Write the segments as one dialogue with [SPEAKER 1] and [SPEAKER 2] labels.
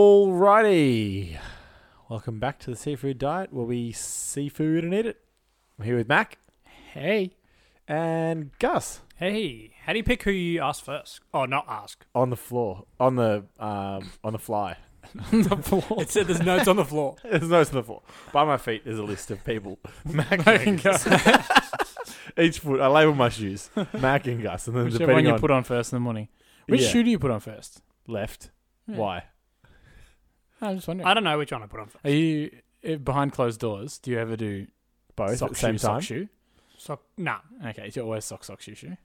[SPEAKER 1] Alrighty. Welcome back to the Seafood Diet, where we seafood and eat it. I'm here with Mac
[SPEAKER 2] Hey.
[SPEAKER 1] and Gus
[SPEAKER 2] Hey. How do you pick who you ask first? Oh, not ask.
[SPEAKER 1] on the floor, on the um, on the fly.
[SPEAKER 2] the floor. It said there's notes on the floor.
[SPEAKER 1] There's no on the floor. By my feet is a list of people. Mac
[SPEAKER 2] Mac and
[SPEAKER 1] and Gus. Each foot, I label my shoes. Mac and Gus, and then
[SPEAKER 3] Whichever
[SPEAKER 1] depending
[SPEAKER 3] one you
[SPEAKER 1] on
[SPEAKER 3] put on first in the morning. Which
[SPEAKER 1] Yeah.
[SPEAKER 3] shoe do you put on first?
[SPEAKER 1] left.
[SPEAKER 3] Yeah.
[SPEAKER 1] Why? Ah,
[SPEAKER 3] I'm just wondering.
[SPEAKER 2] I don't know which one I put on first.
[SPEAKER 3] Are you eh, behind closed doors? Do you ever do
[SPEAKER 1] Both at
[SPEAKER 3] sock
[SPEAKER 1] the
[SPEAKER 3] shoe,
[SPEAKER 1] same time.
[SPEAKER 3] sock shoe?
[SPEAKER 2] So, nah.
[SPEAKER 3] Okay, it's always sock, sock shoe, shoe.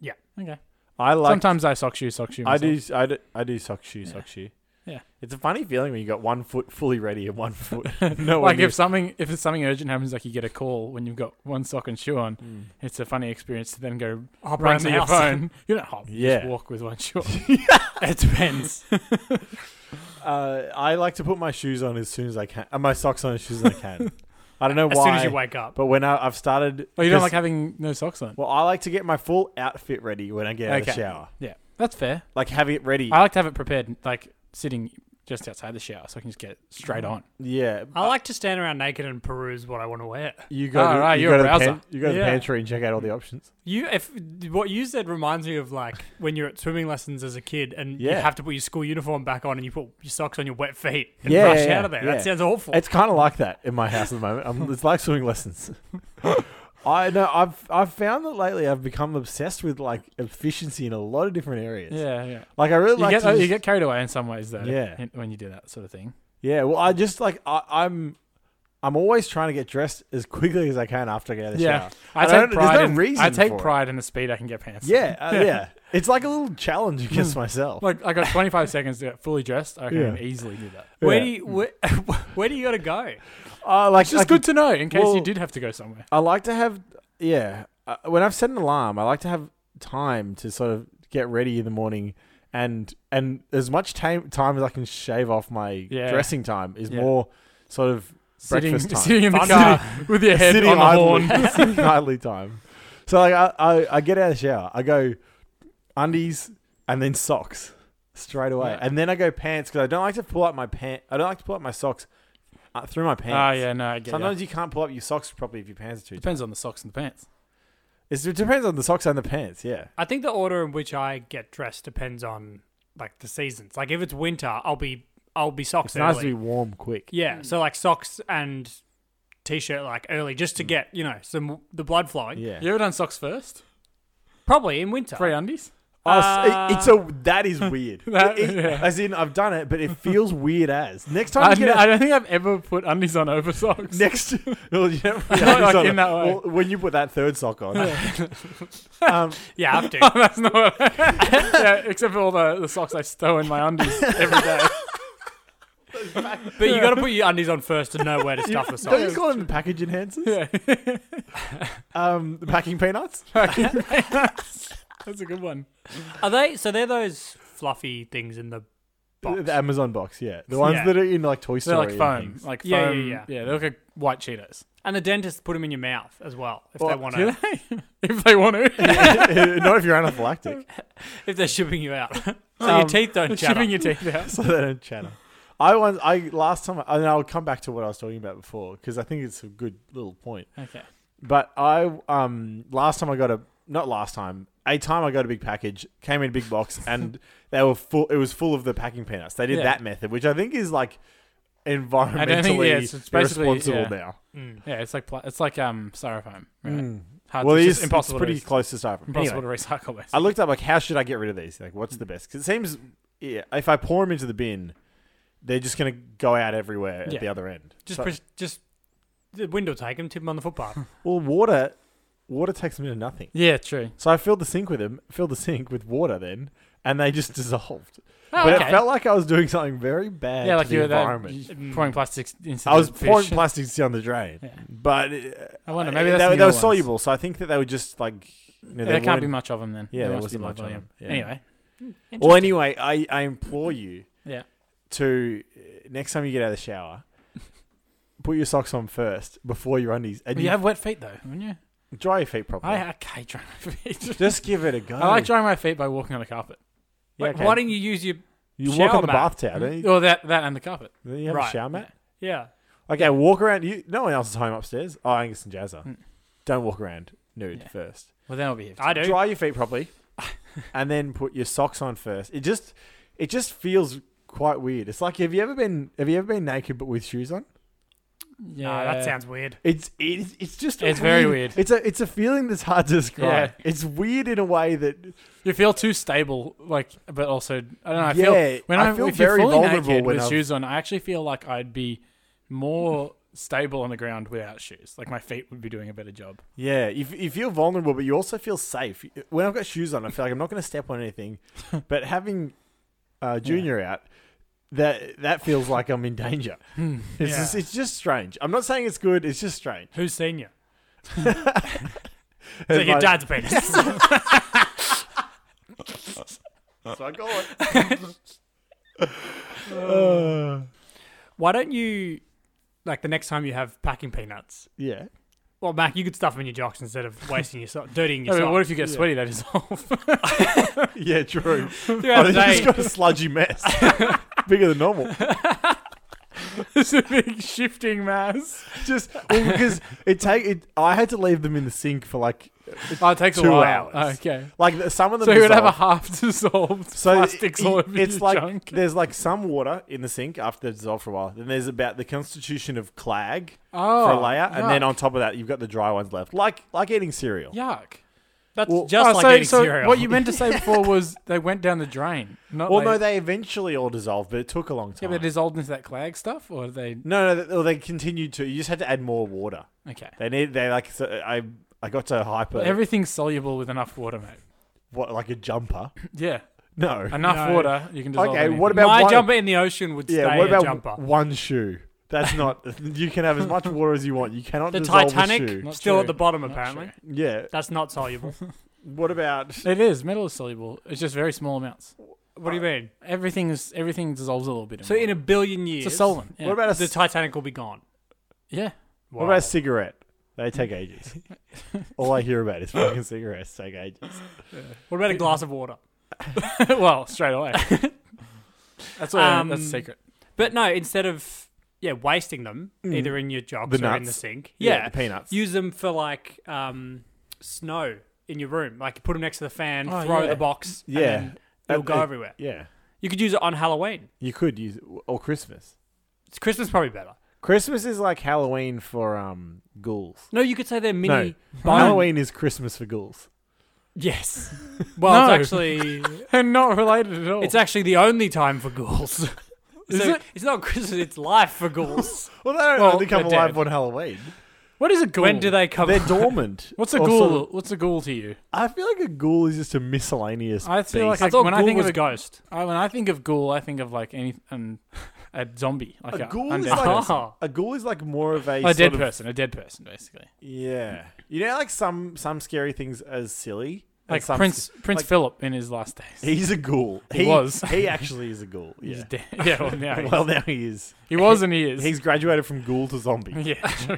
[SPEAKER 2] Yeah.
[SPEAKER 3] Okay.
[SPEAKER 1] I like.
[SPEAKER 3] Sometimes I sock shoe, sock shoe.
[SPEAKER 1] I
[SPEAKER 3] Myself.
[SPEAKER 1] do, I do. I do sock shoe, sock shoe.
[SPEAKER 3] Yeah.
[SPEAKER 1] It's a funny feeling when you got one foot fully ready and one foot. no one.
[SPEAKER 3] Like
[SPEAKER 1] knew.
[SPEAKER 3] if something if it's something urgent happens, like you get a call when you've got one sock and shoe on,
[SPEAKER 1] Mm.
[SPEAKER 3] it's a funny experience to then go
[SPEAKER 2] I'll
[SPEAKER 3] run to your phone. You don't hop. You
[SPEAKER 1] Yeah.
[SPEAKER 3] just walk with one shoe. on.
[SPEAKER 2] It depends.
[SPEAKER 1] Uh, I like to put my shoes on as soon as I can, and my socks on as soon as I can. I don't know
[SPEAKER 2] as
[SPEAKER 1] why.
[SPEAKER 2] soon as you wake up.
[SPEAKER 1] But when I, I've started,
[SPEAKER 3] Oh, you don't
[SPEAKER 1] 'cause-
[SPEAKER 3] like having no socks on?
[SPEAKER 1] Well, I like to get my full outfit ready when I get out of
[SPEAKER 3] Okay. Uh,
[SPEAKER 1] the shower.
[SPEAKER 3] Yeah, that's fair.
[SPEAKER 1] Like have it ready.
[SPEAKER 3] I like to have it prepared, like sitting just outside the shower, so I can just get it
[SPEAKER 1] Mm.
[SPEAKER 3] straight on.
[SPEAKER 1] yeah,
[SPEAKER 2] I like to stand around naked and peruse what I want to wear.
[SPEAKER 1] you go. to,
[SPEAKER 3] Oh, right,
[SPEAKER 1] you go
[SPEAKER 3] you're a
[SPEAKER 1] to the
[SPEAKER 3] browser.
[SPEAKER 1] you go to the
[SPEAKER 2] Yeah.
[SPEAKER 1] pantry and check out all the options.
[SPEAKER 2] You, if what you said reminds me of like when you're at swimming lessons as a kid and you
[SPEAKER 1] Yeah.
[SPEAKER 2] have to put your school uniform back on and you put your socks on your wet feet and
[SPEAKER 1] Yeah,
[SPEAKER 2] rush
[SPEAKER 1] yeah,
[SPEAKER 2] out of there.
[SPEAKER 1] yeah.
[SPEAKER 2] That sounds awful.
[SPEAKER 1] It's kind of like that in my house at the moment. i it's like swimming lessons. I know. I've I've found that lately. I've become obsessed with like efficiency in a lot of different areas.
[SPEAKER 3] Yeah, yeah.
[SPEAKER 1] Like I really
[SPEAKER 3] you
[SPEAKER 1] like
[SPEAKER 3] get
[SPEAKER 1] to
[SPEAKER 3] oh,
[SPEAKER 1] just-
[SPEAKER 3] you get carried away in some ways though.
[SPEAKER 1] Yeah.
[SPEAKER 3] in- when you do that sort of thing.
[SPEAKER 1] Yeah, well, I just like I, I'm, I'm always trying to get dressed as quickly as I can after I get out of the shower.
[SPEAKER 3] I
[SPEAKER 1] And
[SPEAKER 3] take
[SPEAKER 1] don't- there's
[SPEAKER 3] pride.
[SPEAKER 1] no
[SPEAKER 3] in,
[SPEAKER 1] reason
[SPEAKER 3] I take
[SPEAKER 1] for it.
[SPEAKER 3] pride in the speed I can get pants.
[SPEAKER 1] Yeah, uh, yeah, it's like a little challenge
[SPEAKER 3] Hmm.
[SPEAKER 1] against myself.
[SPEAKER 3] like I got 25 seconds to get fully dressed. I can
[SPEAKER 1] Yeah.
[SPEAKER 3] easily do that.
[SPEAKER 2] where
[SPEAKER 1] yeah.
[SPEAKER 2] do you where, where do you gotta go?
[SPEAKER 1] Uh, like
[SPEAKER 3] It's just
[SPEAKER 1] I,
[SPEAKER 3] good to know in case
[SPEAKER 1] well-
[SPEAKER 3] you did have to go somewhere.
[SPEAKER 1] I like to have, yeah. Uh, when I've set an alarm, I like to have time to sort of get ready in the morning, and and as much time time as I can shave off my
[SPEAKER 3] Yeah.
[SPEAKER 1] dressing time is
[SPEAKER 3] Yeah.
[SPEAKER 1] more sort of
[SPEAKER 3] Sitting,
[SPEAKER 1] breakfast time.
[SPEAKER 3] sitting in the
[SPEAKER 2] Fun
[SPEAKER 3] car
[SPEAKER 2] time.
[SPEAKER 3] with your head
[SPEAKER 1] City
[SPEAKER 3] on the
[SPEAKER 1] idly-
[SPEAKER 3] horn.
[SPEAKER 1] City idly time. So like I, I, I get out of the shower, I go undies and then socks straight away,
[SPEAKER 3] Yeah.
[SPEAKER 1] and then I go pants because I don't like to pull up my pant. I don't like to pull up my socks uh, through my pants.
[SPEAKER 3] Ah, yeah, no, I get
[SPEAKER 1] Sometimes
[SPEAKER 3] Sometimes
[SPEAKER 1] you can't pull up your socks properly if your pants are too.
[SPEAKER 3] Depends on the socks and the pants.
[SPEAKER 1] It's, it depends on the socks and the pants. Yeah.
[SPEAKER 2] I think the order in which I get dressed depends on like the seasons. Like if it's winter, I'll be I'll be socks
[SPEAKER 1] It's nice to
[SPEAKER 2] early.
[SPEAKER 1] be warm quick.
[SPEAKER 2] yeah, so like socks and t-shirt like early just to get you know some the blood flowing.
[SPEAKER 1] Mm. Yeah.
[SPEAKER 3] You ever done socks first?
[SPEAKER 2] Probably in winter.
[SPEAKER 3] Free undies?
[SPEAKER 1] Oh, s- it- it's a that is weird.
[SPEAKER 3] Uh, That-
[SPEAKER 1] It- it-
[SPEAKER 3] yeah.
[SPEAKER 1] As in, I've done it, but it feels weird as next time.
[SPEAKER 3] I,
[SPEAKER 1] you get
[SPEAKER 3] n-
[SPEAKER 1] out-
[SPEAKER 3] I don't think I've ever put undies on over socks.
[SPEAKER 1] next well, you know,
[SPEAKER 3] like
[SPEAKER 1] on-
[SPEAKER 3] in that way.
[SPEAKER 1] well, when you put that third sock on um,
[SPEAKER 2] Yeah, I have to.
[SPEAKER 3] That's not what I- yeah, except for all the, the socks I stow in my undies every day.
[SPEAKER 2] but you got to put your undies on first to know where to stuff the
[SPEAKER 1] don't you
[SPEAKER 2] socks.
[SPEAKER 1] call them the package enhancers
[SPEAKER 3] Yeah.
[SPEAKER 1] um, the packing peanuts
[SPEAKER 3] That's a good one.
[SPEAKER 2] Are they? So they're those fluffy things in the box.
[SPEAKER 1] the Amazon box yeah the ones
[SPEAKER 2] Yeah.
[SPEAKER 1] that are in like Toy
[SPEAKER 3] They're
[SPEAKER 1] Story
[SPEAKER 3] like
[SPEAKER 1] and
[SPEAKER 3] foam.
[SPEAKER 1] things.
[SPEAKER 3] Like foam.
[SPEAKER 2] Yeah, yeah,
[SPEAKER 3] Yeah, yeah,
[SPEAKER 2] yeah.
[SPEAKER 3] they look like white Cheetos.
[SPEAKER 2] and the dentist put them in your mouth as well if they
[SPEAKER 1] Well,
[SPEAKER 2] want
[SPEAKER 3] Do
[SPEAKER 2] to.
[SPEAKER 3] they? if they want to.
[SPEAKER 1] not if you're anaphylactic
[SPEAKER 2] If they're shipping you out, so
[SPEAKER 1] Um,
[SPEAKER 2] your teeth don't chatter.
[SPEAKER 3] Shipping your teeth out.
[SPEAKER 1] so they don't chatter I once I last time I, and I'll come back to what I was talking about before because I think it's a good little point
[SPEAKER 3] Okay.
[SPEAKER 1] But I um last time I got a not last time a time I got a big package came in a big box and they were full. It was full of the packing peanuts. They did
[SPEAKER 3] Yeah.
[SPEAKER 1] that method, which I think is like environmentally
[SPEAKER 3] I don't think- yeah, it's- it's basically-
[SPEAKER 1] irresponsible
[SPEAKER 3] yeah.
[SPEAKER 1] now.
[SPEAKER 2] Mm.
[SPEAKER 3] Yeah, it's like pla- it's like um styrofoam. Right? Hard
[SPEAKER 1] Hmm. Well,
[SPEAKER 3] to-
[SPEAKER 1] it
[SPEAKER 3] it's
[SPEAKER 1] is
[SPEAKER 3] impossible.
[SPEAKER 1] impossible. pretty
[SPEAKER 3] to,
[SPEAKER 1] close to styrofoam.
[SPEAKER 3] impossible
[SPEAKER 1] Anyway,
[SPEAKER 3] to recycle. Basically.
[SPEAKER 1] I looked up like how should I get rid of these? Like what's
[SPEAKER 3] Mm.
[SPEAKER 1] the best? Because it seems yeah, if I pour them into the bin, they're just gonna go out everywhere at
[SPEAKER 3] Yeah.
[SPEAKER 1] the other end.
[SPEAKER 2] Just,
[SPEAKER 1] So-
[SPEAKER 2] push, just the wind will take them, tip them on the footpath.
[SPEAKER 1] well, water water takes them into nothing.
[SPEAKER 3] yeah, true.
[SPEAKER 1] So I filled the sink with them, filled the sink with water then, and they just dissolved.
[SPEAKER 3] Oh,
[SPEAKER 1] but it
[SPEAKER 3] okay.
[SPEAKER 1] felt like I was doing something very bad
[SPEAKER 3] yeah, like
[SPEAKER 1] to
[SPEAKER 3] you
[SPEAKER 1] the
[SPEAKER 3] were there,
[SPEAKER 1] environment.
[SPEAKER 2] Mm.
[SPEAKER 3] you- pouring plastics into
[SPEAKER 1] I was
[SPEAKER 3] the
[SPEAKER 1] pouring
[SPEAKER 3] fish.
[SPEAKER 1] plastics down the drain,
[SPEAKER 3] Yeah.
[SPEAKER 1] but uh,
[SPEAKER 3] I wonder, maybe
[SPEAKER 1] uh, they,
[SPEAKER 3] that's the
[SPEAKER 1] they were
[SPEAKER 3] newer ones.
[SPEAKER 1] soluble. So I think that they were just like you know,
[SPEAKER 3] Yeah, there
[SPEAKER 1] they
[SPEAKER 3] can't be
[SPEAKER 1] weren't-
[SPEAKER 3] much of them then.
[SPEAKER 1] Yeah, there
[SPEAKER 3] must be
[SPEAKER 1] wasn't
[SPEAKER 3] low
[SPEAKER 1] much of
[SPEAKER 3] volume.
[SPEAKER 1] 'em, yeah.
[SPEAKER 3] Anyway,
[SPEAKER 1] Well, anyway, I, I implore you
[SPEAKER 3] yeah.
[SPEAKER 1] to uh, next time you get out of the shower, put your socks on first before your undies, and
[SPEAKER 3] You
[SPEAKER 1] you
[SPEAKER 3] have wet feet though, haven't you?
[SPEAKER 1] dry your feet properly.
[SPEAKER 3] I okay, dry my feet.
[SPEAKER 1] just give it a go.
[SPEAKER 3] I like drying my feet by walking on the carpet.
[SPEAKER 1] Yeah,
[SPEAKER 2] Wait,
[SPEAKER 1] Oh. okay.
[SPEAKER 2] Why don't you use your
[SPEAKER 1] You walk
[SPEAKER 2] Shower
[SPEAKER 1] on the
[SPEAKER 2] mat.
[SPEAKER 1] bath towel, don't you?
[SPEAKER 3] Well, that that and the carpet.
[SPEAKER 1] Don't you have a
[SPEAKER 2] Right.
[SPEAKER 1] shower mat?
[SPEAKER 2] Yeah.
[SPEAKER 1] Okay, walk around. You, no one else is home upstairs. Oh, Angus and Jazz are.
[SPEAKER 3] Mm.
[SPEAKER 1] Don't walk around nude
[SPEAKER 3] Yeah.
[SPEAKER 1] first.
[SPEAKER 3] Well, then I'll be here.
[SPEAKER 2] I do.
[SPEAKER 1] Dry your feet properly, and then put your socks on first. It just, it just feels quite weird. It's like have you ever been have you ever been naked but with shoes on?
[SPEAKER 3] Yeah,
[SPEAKER 2] Nah, that sounds weird.
[SPEAKER 1] It's it's, it's just
[SPEAKER 3] It's very weird.
[SPEAKER 1] It's a it's a feeling that's hard to describe. It's weird in a way that
[SPEAKER 3] You feel too stable, like, but also I don't know.
[SPEAKER 1] Yeah,
[SPEAKER 3] I feel when
[SPEAKER 1] I
[SPEAKER 3] I'm
[SPEAKER 1] feel
[SPEAKER 3] if you're
[SPEAKER 1] very
[SPEAKER 3] fully
[SPEAKER 1] vulnerable
[SPEAKER 3] naked
[SPEAKER 1] when
[SPEAKER 3] with
[SPEAKER 1] I've-
[SPEAKER 3] shoes on, I actually feel like I'd be more stable on the ground without shoes. Like my feet would be doing a better job.
[SPEAKER 1] yeah, you, f- you feel vulnerable, but you also feel safe. When I've got shoes on, I feel like I'm not going to step on anything. but having uh, Junior out, that that feels like I'm in danger.
[SPEAKER 3] Hmm.
[SPEAKER 1] It's
[SPEAKER 2] Yeah.
[SPEAKER 1] just, it's just strange. I'm not saying it's good. It's just strange.
[SPEAKER 2] Who's senior?
[SPEAKER 1] And
[SPEAKER 2] It's like your
[SPEAKER 1] my-
[SPEAKER 2] dad's penis.
[SPEAKER 1] so I got it. Uh,
[SPEAKER 2] Why don't you, like, the next time you have packing peanuts?
[SPEAKER 1] yeah.
[SPEAKER 2] Well, Mac, you could stuff them in your jocks instead of wasting your sock, dirtying
[SPEAKER 3] I
[SPEAKER 2] your
[SPEAKER 3] mean, what
[SPEAKER 2] sock.
[SPEAKER 3] if you get
[SPEAKER 1] Yeah.
[SPEAKER 3] sweaty? That is off.
[SPEAKER 1] Yeah, true.
[SPEAKER 2] Throughout the
[SPEAKER 1] I Oh, just
[SPEAKER 2] day,
[SPEAKER 1] got a sludgy mess. Bigger than normal.
[SPEAKER 3] it's a big shifting mass.
[SPEAKER 1] Just well, because it take it. I had to leave them in the sink for like
[SPEAKER 3] Oh, it takes
[SPEAKER 1] Two
[SPEAKER 3] a while.
[SPEAKER 1] hours.
[SPEAKER 3] Okay,
[SPEAKER 1] like the- some of them.
[SPEAKER 3] so you would have a
[SPEAKER 1] dissolve.
[SPEAKER 3] half dissolved
[SPEAKER 1] so
[SPEAKER 3] plastics
[SPEAKER 1] it-
[SPEAKER 3] all over
[SPEAKER 1] it's
[SPEAKER 3] your
[SPEAKER 1] like
[SPEAKER 3] junk.
[SPEAKER 1] there's like some water in the sink after they've dissolved for a while. Then there's about the constitution of clag
[SPEAKER 3] oh,
[SPEAKER 1] for a layer, and then
[SPEAKER 3] yuck.
[SPEAKER 1] on top of that you've got the dry ones left. Like like eating cereal.
[SPEAKER 3] yuck.
[SPEAKER 2] that's
[SPEAKER 1] well-
[SPEAKER 2] just
[SPEAKER 3] Oh,
[SPEAKER 2] like
[SPEAKER 3] so,
[SPEAKER 2] eating
[SPEAKER 3] so
[SPEAKER 2] cereal.
[SPEAKER 3] What you meant to say before was they went down the drain. Not
[SPEAKER 1] Well,
[SPEAKER 3] like,
[SPEAKER 1] no, they eventually all dissolved, but it took a long
[SPEAKER 3] yeah,
[SPEAKER 1] time.
[SPEAKER 3] but it dissolved into that clag stuff, or they
[SPEAKER 1] no, no, they, well, they continued to. You just had to add more water.
[SPEAKER 3] okay.
[SPEAKER 1] They need. They like. So I I got to hyper.
[SPEAKER 3] Everything's soluble with enough water, mate.
[SPEAKER 1] what like a jumper?
[SPEAKER 3] Yeah,
[SPEAKER 1] No.
[SPEAKER 3] enough
[SPEAKER 2] No.
[SPEAKER 3] water you can dissolve.
[SPEAKER 1] Okay,
[SPEAKER 3] anything.
[SPEAKER 1] what about
[SPEAKER 2] My
[SPEAKER 1] one-
[SPEAKER 2] jumper in the ocean would
[SPEAKER 1] Yeah.
[SPEAKER 2] stay
[SPEAKER 1] What about
[SPEAKER 2] a jumper.
[SPEAKER 1] one shoe? That's not. you can have as much water as you want. You cannot
[SPEAKER 2] The
[SPEAKER 1] dissolve a
[SPEAKER 2] Titanic?
[SPEAKER 1] shoe.
[SPEAKER 3] Not
[SPEAKER 2] Still
[SPEAKER 3] true.
[SPEAKER 2] at the bottom,
[SPEAKER 3] Not
[SPEAKER 2] apparently.
[SPEAKER 1] Yeah.
[SPEAKER 2] That's not soluble.
[SPEAKER 1] What about?
[SPEAKER 3] true. It is metal is soluble. It's just very small amounts.
[SPEAKER 2] what do you mean?
[SPEAKER 3] Everything is everything dissolves a little bit.
[SPEAKER 2] So in a
[SPEAKER 3] water.
[SPEAKER 2] billion years,
[SPEAKER 3] it's a solvent. Yeah.
[SPEAKER 1] What about a?
[SPEAKER 2] the Titanic will be gone.
[SPEAKER 3] yeah?
[SPEAKER 1] What about a cigarette? They take ages. All I hear about is fucking cigarettes take ages.
[SPEAKER 2] What about a glass of water?
[SPEAKER 3] well, straight away. that's all.
[SPEAKER 2] Um,
[SPEAKER 3] uh, that's a secret.
[SPEAKER 2] But no, instead of yeah wasting them
[SPEAKER 1] Mm.
[SPEAKER 2] either in your jocks
[SPEAKER 1] The
[SPEAKER 2] or in the
[SPEAKER 1] nuts.
[SPEAKER 2] sink,
[SPEAKER 1] the
[SPEAKER 2] yeah,
[SPEAKER 1] peanuts.
[SPEAKER 2] use them for like um, snow in your room. Like you put them next to the fan,
[SPEAKER 3] Oh,
[SPEAKER 2] throw
[SPEAKER 3] yeah.
[SPEAKER 2] the box,
[SPEAKER 1] Yeah.
[SPEAKER 2] and then it'll
[SPEAKER 1] Uh,
[SPEAKER 2] go
[SPEAKER 1] uh,
[SPEAKER 2] everywhere.
[SPEAKER 1] yeah.
[SPEAKER 2] You could use it on Halloween.
[SPEAKER 1] You could use or Christmas.
[SPEAKER 2] It's Christmas probably better.
[SPEAKER 1] Christmas is like Halloween for um ghouls.
[SPEAKER 2] No, you could say they're mini. bone-
[SPEAKER 1] Halloween is Christmas for ghouls.
[SPEAKER 2] Yes. Well,
[SPEAKER 3] No.
[SPEAKER 2] it's actually
[SPEAKER 3] And not related at all.
[SPEAKER 2] it's actually the only time for ghouls.
[SPEAKER 3] Is
[SPEAKER 2] so
[SPEAKER 3] it?
[SPEAKER 2] It's not Christmas. It's life for ghouls.
[SPEAKER 1] Well, they don't
[SPEAKER 3] Well,
[SPEAKER 1] only come
[SPEAKER 3] they're
[SPEAKER 1] alive
[SPEAKER 3] dead.
[SPEAKER 1] on Halloween.
[SPEAKER 3] what is a ghoul?
[SPEAKER 2] When do they come?
[SPEAKER 1] They're dormant.
[SPEAKER 3] What's a
[SPEAKER 1] Or
[SPEAKER 3] ghoul?
[SPEAKER 1] sort of-
[SPEAKER 3] What's a ghoul to you?
[SPEAKER 1] I feel like a ghoul is just a miscellaneous.
[SPEAKER 3] I feel like
[SPEAKER 1] beast.
[SPEAKER 2] I thought
[SPEAKER 3] when
[SPEAKER 2] ghoul
[SPEAKER 3] I think
[SPEAKER 2] was
[SPEAKER 3] of a,
[SPEAKER 2] ghost.
[SPEAKER 3] I, when I think of ghoul, I think of like any um, a zombie, like
[SPEAKER 1] A
[SPEAKER 3] a,
[SPEAKER 1] ghoul
[SPEAKER 3] undead
[SPEAKER 1] is like-
[SPEAKER 3] person.
[SPEAKER 2] Ah.
[SPEAKER 1] a ghoul is like more of a,
[SPEAKER 3] a dead
[SPEAKER 1] sort of-
[SPEAKER 3] person, a dead person, basically.
[SPEAKER 1] Yeah, you know, like some some scary things as silly. and
[SPEAKER 3] Like
[SPEAKER 1] some
[SPEAKER 3] Prince Prince
[SPEAKER 1] like-
[SPEAKER 3] Philip in his last days.
[SPEAKER 1] He's a ghoul.
[SPEAKER 3] He was.
[SPEAKER 1] He actually is a ghoul.
[SPEAKER 3] He's
[SPEAKER 1] Yeah.
[SPEAKER 3] dead. Yeah, well, now he,
[SPEAKER 1] well, now he is.
[SPEAKER 3] he was and he is.
[SPEAKER 1] He's graduated from ghoul to zombie.
[SPEAKER 3] yeah.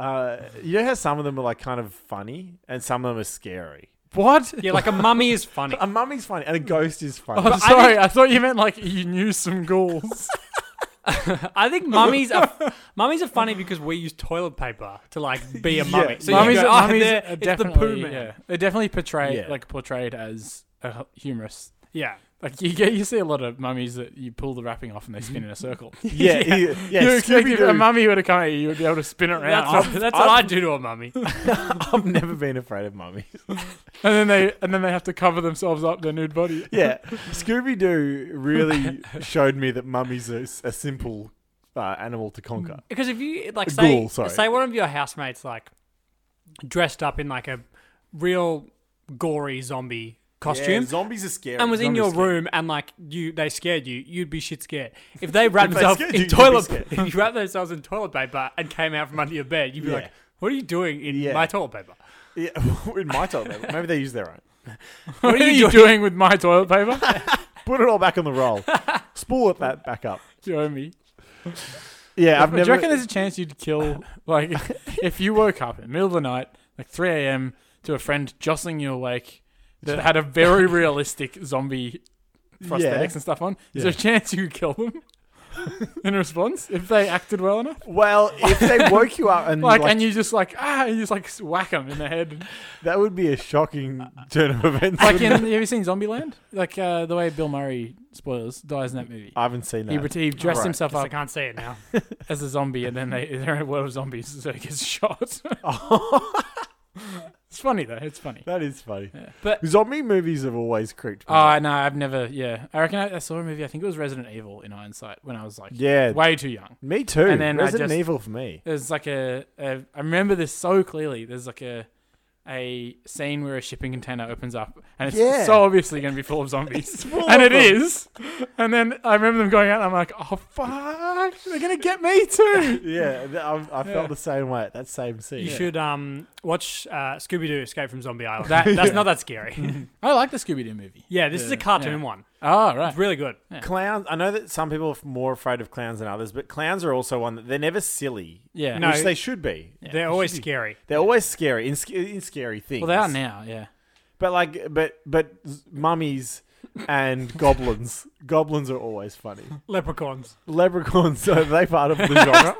[SPEAKER 1] Uh, you know how some of them are like kind of funny, and some of them are scary.
[SPEAKER 3] what?
[SPEAKER 2] Yeah, like a mummy is funny.
[SPEAKER 1] A mummy's funny, and a ghost is funny.
[SPEAKER 3] I'm
[SPEAKER 2] But I
[SPEAKER 3] sorry. I, thought you meant like you knew some ghouls.
[SPEAKER 2] I think mummies are mummies are funny because we use toilet paper to like be a
[SPEAKER 1] Yeah.
[SPEAKER 2] mummy. So
[SPEAKER 1] Mummies
[SPEAKER 2] you go,
[SPEAKER 1] are-
[SPEAKER 2] "Oh,
[SPEAKER 3] mummies
[SPEAKER 2] there,
[SPEAKER 3] are
[SPEAKER 2] it's the poo man.
[SPEAKER 3] yeah. They're definitely portrayed
[SPEAKER 1] Yeah.
[SPEAKER 3] like portrayed as a humorous.
[SPEAKER 2] Yeah.
[SPEAKER 3] Like you get, you see a lot of mummies that you pull the wrapping off and they spin in a circle.
[SPEAKER 1] yeah, yeah. yeah,
[SPEAKER 3] you expect if
[SPEAKER 1] Scooby-Doo.
[SPEAKER 3] a mummy were to come at you, you would be able to spin it around,
[SPEAKER 2] That's, what, that's what I do to a mummy.
[SPEAKER 1] I've never been afraid of mummies.
[SPEAKER 3] and then they and then they have to cover themselves up their nude body.
[SPEAKER 1] Yeah, Scooby Doo really showed me that mummies are s- a simple uh, animal to conquer.
[SPEAKER 2] Because if you like
[SPEAKER 1] A
[SPEAKER 2] say
[SPEAKER 1] ghoul, sorry.
[SPEAKER 2] say one of your housemates like dressed up in like a real gory zombie costume
[SPEAKER 1] zombies are scary.
[SPEAKER 2] and was in your
[SPEAKER 1] Zombies are
[SPEAKER 2] room and like you they scared you, you'd be shit scared. If they wrapped
[SPEAKER 1] they
[SPEAKER 2] themselves
[SPEAKER 1] scared
[SPEAKER 2] in
[SPEAKER 1] you, you'd be
[SPEAKER 2] toilet
[SPEAKER 1] scared.
[SPEAKER 2] paper you wrapped themselves in toilet paper and came out from under your bed, you'd be
[SPEAKER 1] Yeah.
[SPEAKER 2] like, What are you doing in
[SPEAKER 1] Yeah.
[SPEAKER 2] my toilet paper?
[SPEAKER 1] scary. Yeah, in my toilet, paper. maybe they use their own.
[SPEAKER 3] What are you doing with my toilet paper?
[SPEAKER 1] Put it all back on the roll. Spool it that back up.
[SPEAKER 3] you owe me.
[SPEAKER 1] Yeah, I've
[SPEAKER 3] Do you
[SPEAKER 1] never.
[SPEAKER 3] reckon there's a chance you'd kill, like, if you woke up in the middle of the night, like 3 a.m., to a friend jostling you awake that had a very realistic zombie prosthetics
[SPEAKER 1] Yeah.
[SPEAKER 3] and stuff on. Is
[SPEAKER 1] Yeah.
[SPEAKER 3] there a chance you could kill them in response if they acted well enough?
[SPEAKER 1] Well, if they woke you up and Mm,
[SPEAKER 3] Like,
[SPEAKER 1] like,
[SPEAKER 3] and you just like ah, you just like whack them in the head.
[SPEAKER 1] that would be a shocking turn of events.
[SPEAKER 3] Like, in,
[SPEAKER 1] wouldn't
[SPEAKER 3] have
[SPEAKER 1] it?
[SPEAKER 3] you seen Zombieland? Like uh, the way Bill Murray spoilers dies in that movie.
[SPEAKER 1] I haven't seen
[SPEAKER 3] He,
[SPEAKER 1] that.
[SPEAKER 3] ret- he dressed
[SPEAKER 1] Alright.
[SPEAKER 3] himself
[SPEAKER 2] Guess I
[SPEAKER 3] up
[SPEAKER 2] can't say it now.
[SPEAKER 3] as a zombie, and then they, they're in a world of zombies, so he gets shot. it's funny though. It's funny.
[SPEAKER 1] that is funny.
[SPEAKER 3] Yeah. But
[SPEAKER 1] Zombie movies have always creeped me.
[SPEAKER 3] Oh
[SPEAKER 1] out.
[SPEAKER 3] no, I've never. Yeah, I reckon I, I saw a movie. I think it was Resident Evil in hindsight when I was like
[SPEAKER 1] yeah,
[SPEAKER 3] way too young.
[SPEAKER 1] me too.
[SPEAKER 3] and then I
[SPEAKER 1] Resident
[SPEAKER 3] just-
[SPEAKER 1] Evil for me.
[SPEAKER 3] There's like a, a. I remember this so clearly. There's like a a scene where a shipping container opens up and it's
[SPEAKER 1] Yeah.
[SPEAKER 3] so obviously going to be full of zombies.
[SPEAKER 1] full
[SPEAKER 3] and
[SPEAKER 1] of
[SPEAKER 3] it
[SPEAKER 1] them.
[SPEAKER 3] is. And then I remember them going out and I'm like, oh fuck, they're going to get me too.
[SPEAKER 1] Yeah, th- I, I felt
[SPEAKER 3] Yeah.
[SPEAKER 1] the same way at that same scene.
[SPEAKER 2] You should um, watch uh, Scooby Doo Escape from Zombie Island.
[SPEAKER 3] That-
[SPEAKER 2] That's
[SPEAKER 3] yeah.
[SPEAKER 2] not that scary.
[SPEAKER 3] I like the Scooby Doo movie.
[SPEAKER 2] yeah, this is a cartoon
[SPEAKER 3] Yeah.
[SPEAKER 2] one.
[SPEAKER 3] Oh, right.
[SPEAKER 2] It's really good.
[SPEAKER 1] Clowns. I know that some people are f- more afraid of clowns than others, but clowns are also one that they're never silly,
[SPEAKER 3] Yeah.
[SPEAKER 2] No.
[SPEAKER 1] which they should be.
[SPEAKER 2] They're always scary.
[SPEAKER 1] They're always scary in, sc- in scary things.
[SPEAKER 3] Well, they are now, yeah.
[SPEAKER 1] But like, but but z- mummies and goblins. Goblins are always funny.
[SPEAKER 2] Leprechauns.
[SPEAKER 1] Leprechauns are they part of the genre?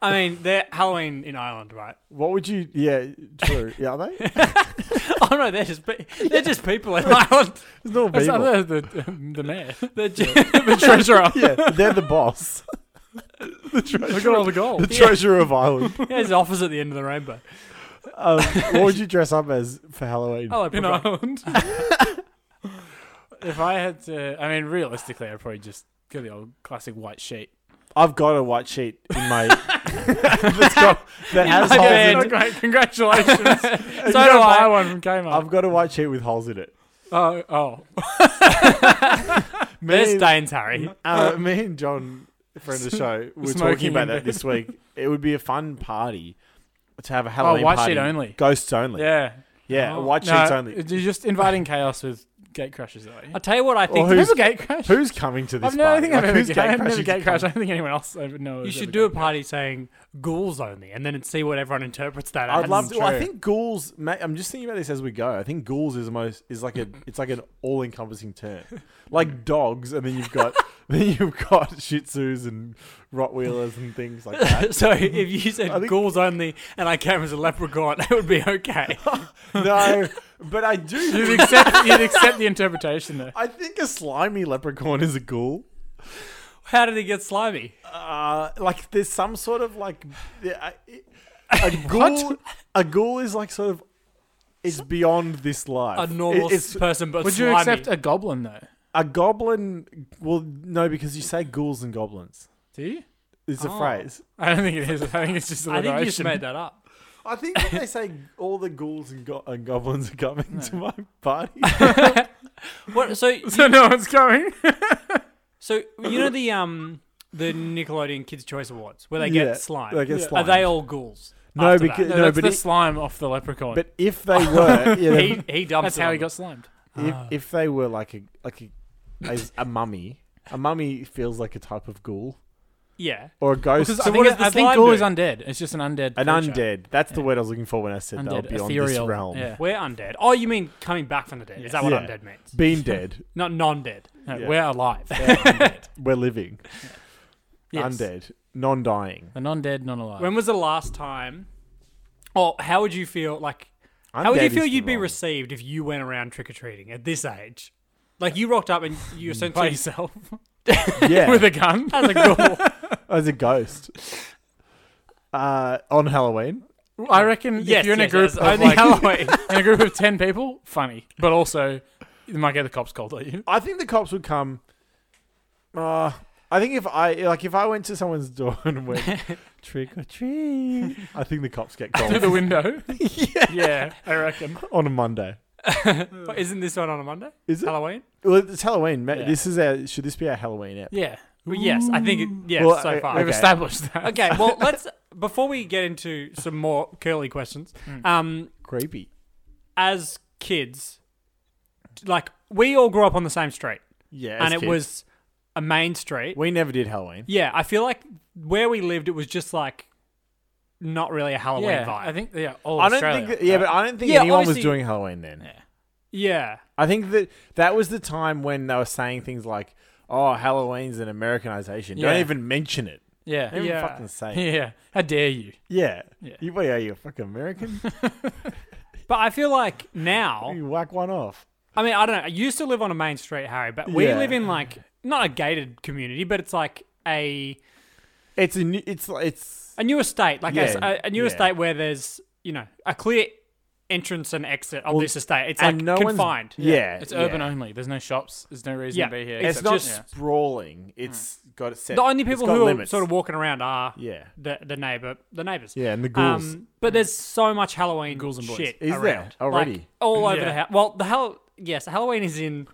[SPEAKER 2] I mean, they're Halloween in Ireland, right?
[SPEAKER 1] what would you? Yeah, true. Yeah, are they?
[SPEAKER 2] oh no, they're just pe- they're just people in Ireland.
[SPEAKER 1] It's not
[SPEAKER 3] That's
[SPEAKER 1] people.
[SPEAKER 3] the, the, the mayor,
[SPEAKER 2] They're ju-
[SPEAKER 3] the treasurer.
[SPEAKER 1] Yeah, they're the boss,
[SPEAKER 3] Look at all the gold.
[SPEAKER 1] the treasurer of Ireland.
[SPEAKER 2] yeah, there's offers at the end of the rainbow.
[SPEAKER 1] Um, what would you dress up as for Halloween?
[SPEAKER 2] Oh,
[SPEAKER 3] in
[SPEAKER 2] leprechaun.
[SPEAKER 3] Ireland. if I had to, I mean, realistically, I'd probably just go the old classic white sheet.
[SPEAKER 1] I've got a white sheet in my that's got, that has
[SPEAKER 2] my
[SPEAKER 1] holes
[SPEAKER 2] bed.
[SPEAKER 1] in it.
[SPEAKER 3] great, congratulations! so do
[SPEAKER 1] got a
[SPEAKER 3] I.
[SPEAKER 1] white-
[SPEAKER 3] One from Kmart.
[SPEAKER 1] I've got a white sheet with holes in it.
[SPEAKER 3] Oh, oh,
[SPEAKER 2] There's
[SPEAKER 1] and-
[SPEAKER 2] Danes, Harry.
[SPEAKER 1] Uh, me and John, a friend of the show, we were talking
[SPEAKER 3] Smoking in
[SPEAKER 1] about that
[SPEAKER 3] bed. Oh,
[SPEAKER 1] this week. It would be a fun party to have a Halloween
[SPEAKER 3] white
[SPEAKER 1] party.
[SPEAKER 3] sheet only.
[SPEAKER 1] Ghosts only. Yeah,
[SPEAKER 3] yeah.
[SPEAKER 2] Oh.
[SPEAKER 1] white sheets
[SPEAKER 3] No,
[SPEAKER 1] only.
[SPEAKER 3] You're just inviting chaos with gate crashes, though.
[SPEAKER 2] I'll tell you what I
[SPEAKER 1] Or
[SPEAKER 2] think.
[SPEAKER 1] who's-
[SPEAKER 3] Who's a gate crash?
[SPEAKER 1] Who's coming to this
[SPEAKER 3] I've never, I
[SPEAKER 1] party?
[SPEAKER 3] think I've
[SPEAKER 1] Like,
[SPEAKER 3] ever,
[SPEAKER 1] who's
[SPEAKER 3] gate, I've never
[SPEAKER 1] crashing
[SPEAKER 3] gate
[SPEAKER 1] to
[SPEAKER 3] crashed. I
[SPEAKER 1] come?
[SPEAKER 3] don't think anyone else I would know.
[SPEAKER 2] you
[SPEAKER 3] has
[SPEAKER 2] should
[SPEAKER 3] ever
[SPEAKER 2] do a
[SPEAKER 3] gate
[SPEAKER 2] party saying ghouls only, and then it's see what everyone interprets that as.
[SPEAKER 1] I'd love to. Well, I
[SPEAKER 3] true.
[SPEAKER 1] think ghouls. ma- I'm just thinking about this as we go. I think ghouls is the most is like a it's like an all encompassing term, like dogs, and then you've got then you've got Shih Tzus and Rottweilers and things like that.
[SPEAKER 2] so if you said
[SPEAKER 1] I think-
[SPEAKER 2] ghouls only and I came as a leprechaun, that would be okay.
[SPEAKER 1] No, but I do.
[SPEAKER 3] crashed. You'd accept, you'd accept the interpretation, though.
[SPEAKER 1] I think a slimy leprechaun is a ghoul.
[SPEAKER 2] How did he get slimy?
[SPEAKER 1] Uh, like there's some sort of like a, a ghoul. a ghoul is like sort of it's beyond this life.
[SPEAKER 2] A normal
[SPEAKER 1] It- it's
[SPEAKER 2] person, but
[SPEAKER 3] Would you
[SPEAKER 2] slimy.
[SPEAKER 3] accept a goblin, though?
[SPEAKER 1] a goblin. Well, no, because you say ghouls and goblins.
[SPEAKER 3] Do you?
[SPEAKER 1] It's a
[SPEAKER 2] Oh.
[SPEAKER 1] phrase.
[SPEAKER 3] I don't think it is. I think it's just
[SPEAKER 2] I
[SPEAKER 3] alliteration.
[SPEAKER 2] think you just made that up.
[SPEAKER 1] I think that they say all the ghouls and, go- and goblins are coming to my party.
[SPEAKER 2] What? So
[SPEAKER 3] So no one's going.
[SPEAKER 2] So you know the um the Nickelodeon Kids Choice Awards where they get
[SPEAKER 1] Yeah,
[SPEAKER 2] slime.
[SPEAKER 1] they get
[SPEAKER 2] Are they
[SPEAKER 1] slimed.
[SPEAKER 2] all ghouls?
[SPEAKER 1] No,
[SPEAKER 2] after
[SPEAKER 1] because-
[SPEAKER 2] that?
[SPEAKER 3] No,
[SPEAKER 1] No,
[SPEAKER 3] that's
[SPEAKER 1] but
[SPEAKER 3] the
[SPEAKER 1] it-
[SPEAKER 3] slime off the leprechaun.
[SPEAKER 1] but if they were, yeah, they-
[SPEAKER 2] he he dumps.
[SPEAKER 3] that's
[SPEAKER 2] it
[SPEAKER 3] how
[SPEAKER 2] on
[SPEAKER 3] he
[SPEAKER 2] them.
[SPEAKER 3] got slimed.
[SPEAKER 1] if,
[SPEAKER 2] Ah.
[SPEAKER 1] if they were like a like a as a mummy, a mummy feels like a type of ghoul
[SPEAKER 2] Yeah.
[SPEAKER 1] or a ghost.
[SPEAKER 3] Because
[SPEAKER 2] So what
[SPEAKER 3] I think,
[SPEAKER 2] does the
[SPEAKER 3] I think
[SPEAKER 2] slime
[SPEAKER 3] ghoul
[SPEAKER 2] do?
[SPEAKER 3] is undead. It's just an undead.
[SPEAKER 1] An
[SPEAKER 3] creature.
[SPEAKER 1] undead. That's the word I was looking for when I said they're
[SPEAKER 3] Undead,
[SPEAKER 1] beyond
[SPEAKER 3] ethereal.
[SPEAKER 1] this realm.
[SPEAKER 3] Yeah.
[SPEAKER 2] We're undead. Oh, you mean coming back from the dead? Is that what
[SPEAKER 1] Yeah.
[SPEAKER 2] undead means?
[SPEAKER 1] Being dead,
[SPEAKER 2] Not non-dead.
[SPEAKER 3] No,
[SPEAKER 1] Yeah.
[SPEAKER 3] We're alive.
[SPEAKER 1] we're living.
[SPEAKER 3] Yes.
[SPEAKER 1] Undead, non-dying.
[SPEAKER 3] The non-dead, non-alive.
[SPEAKER 2] When was the last time? Or how would you feel like? how would
[SPEAKER 1] Undead
[SPEAKER 2] you
[SPEAKER 1] is
[SPEAKER 2] feel
[SPEAKER 1] the
[SPEAKER 2] you'd be
[SPEAKER 1] wrong-
[SPEAKER 2] received if you went around trick or treating at this age? Like you rocked up and you
[SPEAKER 3] Mm. by
[SPEAKER 2] essentially
[SPEAKER 3] yourself
[SPEAKER 1] yeah,
[SPEAKER 3] with a gun.
[SPEAKER 2] as a ghoul.
[SPEAKER 1] as a ghost. Uh, on Halloween,
[SPEAKER 3] I reckon
[SPEAKER 2] yes,
[SPEAKER 3] if you're in
[SPEAKER 2] yes,
[SPEAKER 3] a group
[SPEAKER 2] yes,
[SPEAKER 3] of
[SPEAKER 2] only
[SPEAKER 3] like,
[SPEAKER 2] Halloween.
[SPEAKER 3] in a group of ten people, funny, but also you might get the cops called on you.
[SPEAKER 1] I think the cops would come. Uh, I think if I like if I went to someone's door and went trick or treat, I think the cops get
[SPEAKER 3] Through
[SPEAKER 1] called
[SPEAKER 3] the window. yeah. I reckon.
[SPEAKER 1] on a Monday.
[SPEAKER 2] But Isn't this one on a Monday?
[SPEAKER 1] Is it?
[SPEAKER 2] Halloween?
[SPEAKER 1] Well, it's Halloween. ma-
[SPEAKER 3] Yeah.
[SPEAKER 1] This is our. Should this be our Halloween app?
[SPEAKER 3] Yeah.
[SPEAKER 2] Well, yes, I think it, yes.
[SPEAKER 1] Well,
[SPEAKER 2] so
[SPEAKER 1] I-
[SPEAKER 2] far,
[SPEAKER 3] We've
[SPEAKER 1] Okay.
[SPEAKER 3] established that.
[SPEAKER 2] Okay, well, let's before we get into some more curly questions. Um,
[SPEAKER 1] Creepy.
[SPEAKER 2] as kids, like we all grew up on the same street,
[SPEAKER 1] Yeah,
[SPEAKER 2] and it was a main street.
[SPEAKER 1] We never did Halloween.
[SPEAKER 2] yeah, I feel like where we lived, it was just like not really a Halloween
[SPEAKER 3] Yeah.
[SPEAKER 2] vibe.
[SPEAKER 3] I think yeah. All
[SPEAKER 1] I don't
[SPEAKER 3] Australia.
[SPEAKER 1] think. That, yeah, but I don't think
[SPEAKER 2] Yeah,
[SPEAKER 1] anyone was
[SPEAKER 2] obviously-
[SPEAKER 1] doing Halloween then.
[SPEAKER 3] Yeah.
[SPEAKER 2] Yeah.
[SPEAKER 1] I think that that was the time when they were saying things like, "Oh, Halloween's an Americanization. Don't
[SPEAKER 3] Yeah.
[SPEAKER 1] even mention it.
[SPEAKER 3] Yeah.
[SPEAKER 1] Don't
[SPEAKER 2] Yeah.
[SPEAKER 1] even fucking say it."
[SPEAKER 3] Yeah. How dare you?
[SPEAKER 1] Yeah.
[SPEAKER 3] Yeah.
[SPEAKER 1] You, what are you, a fucking American?
[SPEAKER 2] But I feel like now
[SPEAKER 1] you whack one off.
[SPEAKER 2] I mean, I don't know. You used to live on a main street, Harry, but we
[SPEAKER 1] Yeah.
[SPEAKER 2] live in like not a gated community, but it's like a
[SPEAKER 1] It's a new, it's like- it's
[SPEAKER 2] a new estate, like a s-
[SPEAKER 1] Yeah,
[SPEAKER 2] a, a new
[SPEAKER 1] yeah.
[SPEAKER 2] estate where there's you know a clear entrance and exit of this estate. It's like
[SPEAKER 1] and no one's-
[SPEAKER 2] confined.
[SPEAKER 1] yeah,
[SPEAKER 3] It's
[SPEAKER 1] yeah.
[SPEAKER 3] urban only. There's no shops. There's no reason
[SPEAKER 2] Yeah. Hmm.
[SPEAKER 3] to be here.
[SPEAKER 1] It's
[SPEAKER 3] except-
[SPEAKER 1] not
[SPEAKER 3] yeah.
[SPEAKER 1] sprawling. It's got it set.
[SPEAKER 2] The only
[SPEAKER 1] it's
[SPEAKER 2] people
[SPEAKER 1] got
[SPEAKER 2] who
[SPEAKER 1] limits.
[SPEAKER 2] are sort of Oh, walking around are
[SPEAKER 1] yeah,
[SPEAKER 2] the the neighbor, the neighbors. Um,
[SPEAKER 1] yeah, and the ghouls
[SPEAKER 2] but there's so much Halloween
[SPEAKER 3] Ghouls and boys.
[SPEAKER 2] shit
[SPEAKER 1] is there
[SPEAKER 2] around.
[SPEAKER 1] already.
[SPEAKER 2] Like, all over the
[SPEAKER 3] Yeah.
[SPEAKER 2] house. Well, the hell, yes, Halloween is in.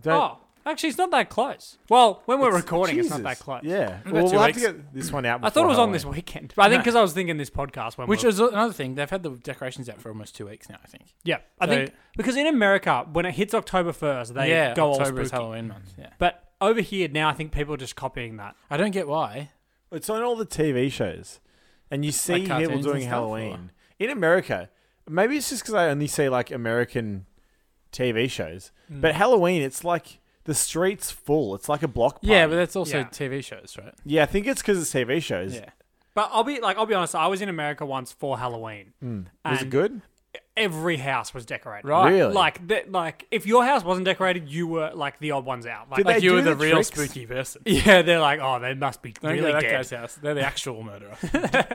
[SPEAKER 1] Don't-
[SPEAKER 2] oh, actually, it's not that close. Well, when we're recording, it's not
[SPEAKER 1] Jesus.
[SPEAKER 2] that close.
[SPEAKER 1] Yeah,
[SPEAKER 3] About
[SPEAKER 1] well,
[SPEAKER 3] two
[SPEAKER 1] we'll have to
[SPEAKER 3] weeks.
[SPEAKER 1] get this one out.
[SPEAKER 2] I thought it
[SPEAKER 1] before
[SPEAKER 2] was on this
[SPEAKER 1] Halloween.
[SPEAKER 2] weekend, but I think
[SPEAKER 3] No.
[SPEAKER 2] because I was thinking this podcast when
[SPEAKER 3] Which
[SPEAKER 2] we were,
[SPEAKER 3] is another thing. They've had the decorations out for almost two weeks now. I think.
[SPEAKER 2] yeah, I
[SPEAKER 3] so-
[SPEAKER 2] think because in America when it hits October first, they
[SPEAKER 3] yeah.
[SPEAKER 2] go
[SPEAKER 3] October
[SPEAKER 2] all spooky.
[SPEAKER 3] is
[SPEAKER 2] Mm.
[SPEAKER 3] Halloween month. Yeah.
[SPEAKER 2] But over here now, I think people are just copying that.
[SPEAKER 3] I don't get why.
[SPEAKER 1] It's on all the TV shows, and you see
[SPEAKER 3] cartoons
[SPEAKER 1] people
[SPEAKER 3] and
[SPEAKER 1] doing
[SPEAKER 3] stuff,
[SPEAKER 1] Halloween in America. Maybe it's just because I only see like American TV shows,
[SPEAKER 2] Hmm.
[SPEAKER 1] but Halloween, it's like the streets full. It's like a block. Party.
[SPEAKER 3] Yeah, but that's also
[SPEAKER 2] Yeah.
[SPEAKER 3] TV shows, right?
[SPEAKER 1] yeah, I think it's because it's TV shows.
[SPEAKER 3] Yeah.
[SPEAKER 2] But I'll be like, I'll be honest. I was in America once for Halloween.
[SPEAKER 1] Hmm. Was it
[SPEAKER 2] And-
[SPEAKER 1] good?
[SPEAKER 2] Every house was decorated.
[SPEAKER 3] Right.
[SPEAKER 1] Really?
[SPEAKER 2] Like that. Like if your house wasn't decorated, you were like the odd ones out. Like,
[SPEAKER 1] Did
[SPEAKER 2] like-
[SPEAKER 1] They
[SPEAKER 3] Like you
[SPEAKER 1] do
[SPEAKER 3] were the,
[SPEAKER 1] the
[SPEAKER 3] real
[SPEAKER 1] tricks.
[SPEAKER 3] spooky person.
[SPEAKER 2] yeah, they're like, oh, they must be
[SPEAKER 3] Don't go
[SPEAKER 2] really
[SPEAKER 3] to that
[SPEAKER 2] dead.
[SPEAKER 3] guy's house. They're the actual murderer.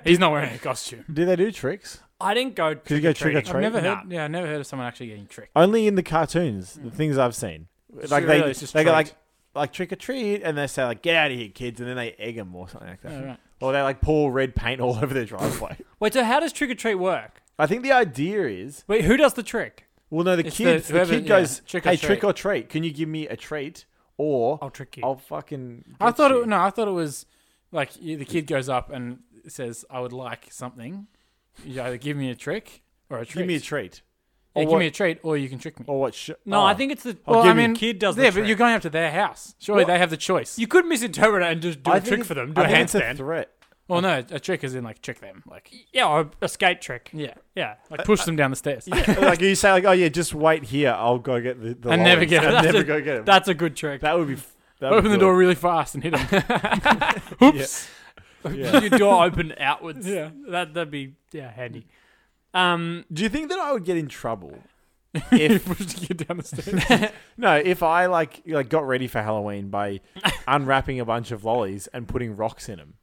[SPEAKER 3] He's not wearing a costume.
[SPEAKER 2] Hmm.
[SPEAKER 1] Do they do tricks?
[SPEAKER 2] I didn't go.
[SPEAKER 1] Did you go trick or
[SPEAKER 2] trick-or-treating.
[SPEAKER 1] treat?
[SPEAKER 3] I've never
[SPEAKER 2] Nah.
[SPEAKER 3] heard. Yeah, I never heard of someone actually getting tricked.
[SPEAKER 1] Only in the cartoons, the things I've seen. Like they,
[SPEAKER 3] really, Hmm. it's just
[SPEAKER 1] they go
[SPEAKER 3] treat.
[SPEAKER 1] like like trick or treat, and they say like get out of here, kids, and then they egg them or something like that.
[SPEAKER 3] right.
[SPEAKER 1] Or they like pour red paint all over their driveway.
[SPEAKER 2] Wait, so how does trick or treat work?
[SPEAKER 1] I think the idea is
[SPEAKER 2] Wait, who does the trick?
[SPEAKER 1] Well, no, the
[SPEAKER 3] It's the-
[SPEAKER 1] kid, the,
[SPEAKER 3] whoever-
[SPEAKER 1] kid
[SPEAKER 3] yeah,
[SPEAKER 1] goes,
[SPEAKER 3] trick or
[SPEAKER 1] "Hey,
[SPEAKER 3] treat."
[SPEAKER 1] trick or treat! Can you give me a treat, or
[SPEAKER 2] I'll trick you.
[SPEAKER 1] I'll fucking."
[SPEAKER 3] I
[SPEAKER 1] get
[SPEAKER 3] thought
[SPEAKER 1] you."
[SPEAKER 3] it, no, I thought it was like you, the kid goes up and says, "I would like something." You either give me a trick or a treat.
[SPEAKER 1] Give me a treat,
[SPEAKER 3] Yeah,
[SPEAKER 1] or
[SPEAKER 3] give
[SPEAKER 1] what-
[SPEAKER 3] me a treat, or you can trick me.
[SPEAKER 1] or what? Sh-
[SPEAKER 2] No,
[SPEAKER 1] oh.
[SPEAKER 2] I think it's the.
[SPEAKER 1] I'll
[SPEAKER 2] well,
[SPEAKER 1] give
[SPEAKER 2] I
[SPEAKER 1] you-
[SPEAKER 2] mean, kid does.
[SPEAKER 3] yeah,
[SPEAKER 2] the
[SPEAKER 3] but
[SPEAKER 2] trick.
[SPEAKER 3] you're going up to their house. Surely
[SPEAKER 1] Well-
[SPEAKER 3] they have the choice.
[SPEAKER 2] You could misinterpret it and just do
[SPEAKER 1] I
[SPEAKER 2] a
[SPEAKER 1] think
[SPEAKER 2] trick
[SPEAKER 1] it-
[SPEAKER 2] for them. Do
[SPEAKER 1] I
[SPEAKER 2] a
[SPEAKER 1] think it's
[SPEAKER 2] handstand.
[SPEAKER 1] a threat.
[SPEAKER 3] well, no, a trick is in like trick them, like
[SPEAKER 2] yeah, or a skate trick.
[SPEAKER 3] yeah,
[SPEAKER 2] Yeah.
[SPEAKER 3] like push them down the stairs.
[SPEAKER 1] like you say, like, "Oh yeah, just wait here. I'll go get the." the
[SPEAKER 3] I never
[SPEAKER 1] lollies."
[SPEAKER 3] get it.
[SPEAKER 1] I
[SPEAKER 2] That's
[SPEAKER 1] never
[SPEAKER 2] a-
[SPEAKER 1] go get it. That,
[SPEAKER 2] That's a good trick.
[SPEAKER 1] would be. f- That would
[SPEAKER 3] Open the
[SPEAKER 1] be
[SPEAKER 3] door
[SPEAKER 1] good.
[SPEAKER 3] really fast and hit them.
[SPEAKER 2] Oops.
[SPEAKER 1] Yeah.
[SPEAKER 2] Your door open outwards.
[SPEAKER 3] Yeah.
[SPEAKER 2] That that'd be yeah, handy. Um
[SPEAKER 1] Do you think that I would get in trouble?
[SPEAKER 3] you push the kid down the stairs.
[SPEAKER 1] No, if I like like got ready for Halloween by unwrapping a bunch of lollies and putting rocks in them,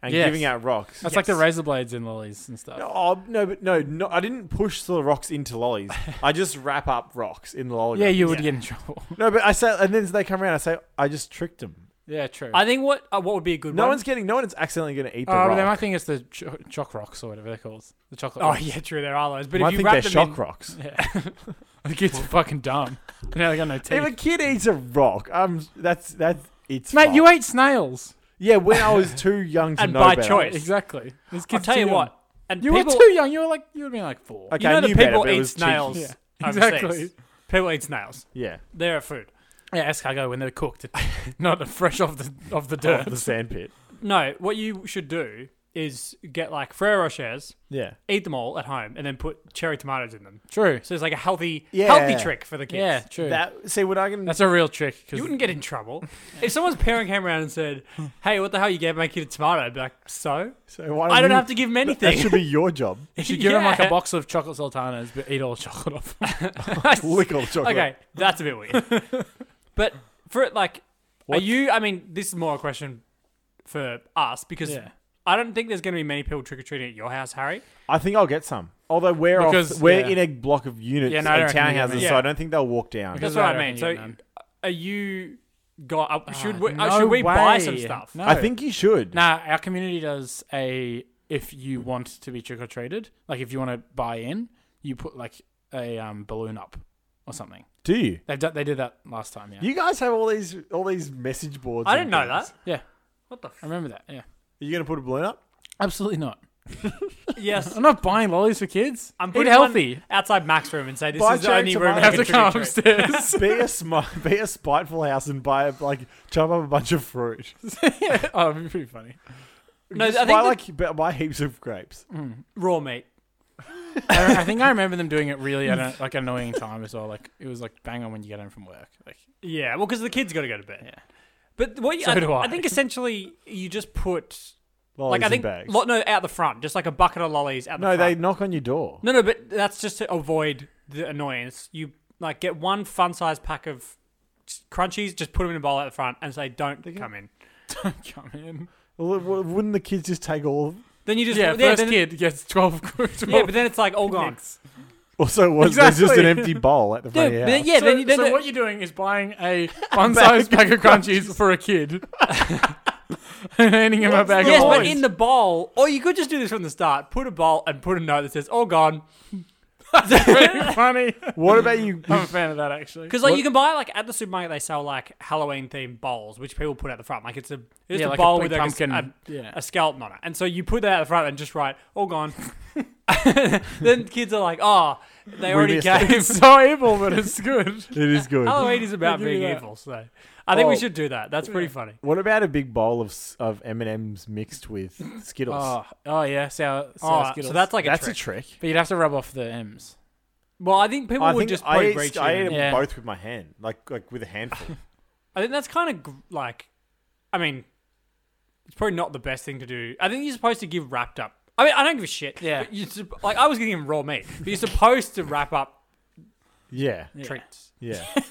[SPEAKER 1] and
[SPEAKER 3] Yes.
[SPEAKER 1] giving out rocks.
[SPEAKER 3] That's like the
[SPEAKER 2] Yes.
[SPEAKER 3] razor blades in lollies and stuff.
[SPEAKER 1] Oh no, but no, no! I didn't push the rocks into lollies. I just wrap up rocks in the lolly.
[SPEAKER 3] Oh, Yeah, you
[SPEAKER 1] wrappers.
[SPEAKER 3] would get in trouble.
[SPEAKER 1] No, but I say, and then they come around. I say, I just tricked them.
[SPEAKER 3] yeah, true.
[SPEAKER 2] I think what uh, what would be a good
[SPEAKER 1] No
[SPEAKER 2] one?
[SPEAKER 1] one's getting. No one's accidentally going to eat the
[SPEAKER 3] Oh, but
[SPEAKER 1] rock.
[SPEAKER 3] they might think it's the cho- choc rocks or whatever they're called. The chocolate.
[SPEAKER 2] Oh
[SPEAKER 3] rocks.
[SPEAKER 2] yeah, true, there are those. But
[SPEAKER 1] Might
[SPEAKER 2] if you
[SPEAKER 1] think they're
[SPEAKER 2] wrap them
[SPEAKER 1] shock
[SPEAKER 2] in,
[SPEAKER 1] rocks.
[SPEAKER 3] The kids are fucking dumb. Now they got no teeth.
[SPEAKER 1] If a kid eats a rock, um, that's that's it's.
[SPEAKER 3] Mate, you
[SPEAKER 1] fucked.
[SPEAKER 3] ate snails.
[SPEAKER 1] Yeah, when I was too young to
[SPEAKER 2] And
[SPEAKER 1] know
[SPEAKER 2] by
[SPEAKER 1] better.
[SPEAKER 2] choice.
[SPEAKER 3] Exactly. This
[SPEAKER 2] I'll
[SPEAKER 3] kid's
[SPEAKER 2] tell
[SPEAKER 3] too
[SPEAKER 2] you
[SPEAKER 3] young.
[SPEAKER 2] what. And
[SPEAKER 3] You
[SPEAKER 2] people
[SPEAKER 3] were too young. You were like, you would have been like four.
[SPEAKER 1] Okay,
[SPEAKER 2] you know
[SPEAKER 1] I
[SPEAKER 2] the
[SPEAKER 1] knew better,
[SPEAKER 2] people
[SPEAKER 1] but it
[SPEAKER 2] eat
[SPEAKER 1] was cheeky.
[SPEAKER 2] snails
[SPEAKER 3] Yeah,
[SPEAKER 2] overseas.
[SPEAKER 3] exactly.
[SPEAKER 2] People eat snails.
[SPEAKER 1] Yeah,
[SPEAKER 2] They're a food.
[SPEAKER 3] Yeah, escargot when they're cooked, not fresh off the off the
[SPEAKER 1] yeah.
[SPEAKER 3] dirt.
[SPEAKER 1] the sandpit.
[SPEAKER 2] No, what you should do is get like Ferrero Rochers,
[SPEAKER 1] Yeah,
[SPEAKER 2] eat them all at home, and then put cherry tomatoes in them.
[SPEAKER 3] True.
[SPEAKER 2] So it's like a healthy,
[SPEAKER 1] Yeah.
[SPEAKER 2] healthy trick for the kids.
[SPEAKER 3] Yeah, true.
[SPEAKER 1] that. See what I can.
[SPEAKER 3] That's a real trick. 'cause-
[SPEAKER 2] You wouldn't get in trouble if someone's parent came around and said, "Hey, what the hell? You gave my kid a tomato?" I'd be like, "So?
[SPEAKER 1] so why
[SPEAKER 2] I don't
[SPEAKER 1] you-
[SPEAKER 2] have to give him
[SPEAKER 1] That
[SPEAKER 2] anything."
[SPEAKER 1] should be your job.
[SPEAKER 3] you should give them like
[SPEAKER 2] Yeah.
[SPEAKER 3] a box of chocolate sultanas, but eat all the chocolate off.
[SPEAKER 1] Lick all the chocolate.
[SPEAKER 2] okay, that's a bit weird. but for it, like, are
[SPEAKER 1] What-
[SPEAKER 2] you? I mean, this is more a question for us because
[SPEAKER 3] Yeah.
[SPEAKER 2] I don't think there's going to be many people trick or treating at your house, Harry.
[SPEAKER 1] I think I'll get some. Although we're off,
[SPEAKER 3] Because-
[SPEAKER 1] we're
[SPEAKER 3] yeah.
[SPEAKER 1] in a block of units
[SPEAKER 3] Yeah, no, I
[SPEAKER 1] and
[SPEAKER 3] don't reckon you
[SPEAKER 1] townhouses,
[SPEAKER 3] get
[SPEAKER 2] many.
[SPEAKER 1] so I don't think they'll walk down.
[SPEAKER 3] Because
[SPEAKER 2] That's what
[SPEAKER 3] I
[SPEAKER 2] I mean.
[SPEAKER 3] don't think
[SPEAKER 2] So,
[SPEAKER 3] you can.
[SPEAKER 2] are you? Got, uh, should
[SPEAKER 3] Ah,
[SPEAKER 2] we, uh,
[SPEAKER 3] no
[SPEAKER 2] should we buy
[SPEAKER 3] way.
[SPEAKER 2] some stuff?
[SPEAKER 3] No.
[SPEAKER 1] I think you should.
[SPEAKER 3] Nah, our community does a if you want to be trick or treated, like if you want to buy in, you put like a um, balloon up or something.
[SPEAKER 1] Do you?
[SPEAKER 3] They've done, they did that last time. Yeah,
[SPEAKER 1] You guys have all these all these message boards.
[SPEAKER 2] I
[SPEAKER 1] and
[SPEAKER 2] didn't know
[SPEAKER 1] things.
[SPEAKER 2] that.
[SPEAKER 3] yeah.
[SPEAKER 2] What the? F-
[SPEAKER 3] I remember that. Yeah,
[SPEAKER 1] Are you going to put a balloon up?
[SPEAKER 3] absolutely not.
[SPEAKER 2] yes,
[SPEAKER 3] I'm not buying lollies for kids.
[SPEAKER 2] I'm
[SPEAKER 3] eat
[SPEAKER 2] putting
[SPEAKER 3] healthy.
[SPEAKER 2] one outside Mac's room and say this
[SPEAKER 1] Buy
[SPEAKER 2] is the
[SPEAKER 1] cherry
[SPEAKER 2] only room
[SPEAKER 3] I
[SPEAKER 2] you
[SPEAKER 1] tomatoes.
[SPEAKER 3] have
[SPEAKER 2] can
[SPEAKER 3] to
[SPEAKER 2] trick or
[SPEAKER 3] come
[SPEAKER 2] treat.
[SPEAKER 3] upstairs.
[SPEAKER 1] Be a smart, be a spiteful house and buy like chop up a bunch of fruit.
[SPEAKER 3] oh, it'd be pretty funny.
[SPEAKER 2] No,
[SPEAKER 1] Just
[SPEAKER 2] I think
[SPEAKER 1] buy
[SPEAKER 2] the-
[SPEAKER 1] like bu- buy heaps of grapes.
[SPEAKER 2] raw meat.
[SPEAKER 3] I, don't- I think I remember them doing it really at a, like an annoying time as well. Like it was like bang on when you get home from work. Like
[SPEAKER 2] Yeah, well, because the kids got to go to bed.
[SPEAKER 3] Yeah.
[SPEAKER 2] But what you,
[SPEAKER 3] So
[SPEAKER 2] I,
[SPEAKER 3] do I.
[SPEAKER 2] I think essentially you just put
[SPEAKER 1] Lollies
[SPEAKER 2] like I think
[SPEAKER 1] in bags.
[SPEAKER 2] lo- no out the front, just like a bucket of lollies out the
[SPEAKER 1] no,
[SPEAKER 2] front.
[SPEAKER 1] they knock on your door.
[SPEAKER 2] No, no, but that's just to avoid the annoyance. You like get one fun size pack of crunchies, just put them in a bowl at the front, and say, "Don't come in."
[SPEAKER 3] don't come in.
[SPEAKER 1] Well, w- Wouldn't the kids just take all?
[SPEAKER 2] Then you just
[SPEAKER 3] Yeah, first
[SPEAKER 2] then,
[SPEAKER 3] kid gets 12, 12
[SPEAKER 2] Yeah, but then it's like all gone.
[SPEAKER 3] Next.
[SPEAKER 1] Also, was there's just an
[SPEAKER 3] Exactly.
[SPEAKER 1] empty bowl at the
[SPEAKER 2] Yeah,
[SPEAKER 1] front of your
[SPEAKER 2] but
[SPEAKER 1] house.
[SPEAKER 2] yeah,
[SPEAKER 3] so,
[SPEAKER 2] then, you, then
[SPEAKER 3] so
[SPEAKER 2] the-
[SPEAKER 3] what you're doing is buying a one size pack of crunchies for a kid and handing him a bag
[SPEAKER 2] yes,
[SPEAKER 3] of
[SPEAKER 2] but
[SPEAKER 3] boys.
[SPEAKER 2] in the bowl, or you could just do this from the start: put a bowl and put a note that says "all gone."
[SPEAKER 3] Very funny.
[SPEAKER 1] What about you?
[SPEAKER 3] I'm a fan of that actually.
[SPEAKER 2] Because like you can buy like at the supermarket they sell like Halloween themed bowls which people put at the front. Like it's a it's
[SPEAKER 3] Yeah,
[SPEAKER 2] a
[SPEAKER 3] like a
[SPEAKER 2] bowl
[SPEAKER 3] big
[SPEAKER 2] with like, a s-
[SPEAKER 3] pumpkin.
[SPEAKER 2] A,
[SPEAKER 3] Yeah.
[SPEAKER 2] a skeleton on it, and so you put that at the front and just write all gone. then kids are like, oh, they already
[SPEAKER 1] missed
[SPEAKER 2] gave.
[SPEAKER 3] it's so evil, but it's good.
[SPEAKER 1] It is good.
[SPEAKER 2] Halloween is about
[SPEAKER 3] Give me
[SPEAKER 2] being
[SPEAKER 3] that.
[SPEAKER 2] evil, so I think we
[SPEAKER 1] Well,
[SPEAKER 2] should do that. That's pretty funny.
[SPEAKER 1] What about a big bowl of s- of M and M's mixed with Skittles?
[SPEAKER 3] Oh, oh yeah, sour, sour
[SPEAKER 2] Oh,
[SPEAKER 3] Skittles.
[SPEAKER 2] so that's like a
[SPEAKER 1] That's
[SPEAKER 2] trick.
[SPEAKER 1] a trick.
[SPEAKER 3] but you'd have to rub off the M's.
[SPEAKER 2] well, I think people
[SPEAKER 1] I
[SPEAKER 2] would
[SPEAKER 1] think
[SPEAKER 2] just
[SPEAKER 1] I
[SPEAKER 2] probably
[SPEAKER 1] ate,
[SPEAKER 2] reach
[SPEAKER 1] I
[SPEAKER 2] in
[SPEAKER 1] ate
[SPEAKER 2] and-
[SPEAKER 1] them
[SPEAKER 3] Yeah.
[SPEAKER 1] both with my hand, like like with a handful.
[SPEAKER 2] I think that's kind of gr- like, I mean, it's probably not the best thing to do. I think you're supposed to give wrapped up. I mean, I don't give a shit.
[SPEAKER 3] Yeah.
[SPEAKER 2] but you sup- like I was getting raw meat, but you're supposed to wrap up
[SPEAKER 1] yeah,
[SPEAKER 3] Yeah.
[SPEAKER 2] treats.
[SPEAKER 1] yeah.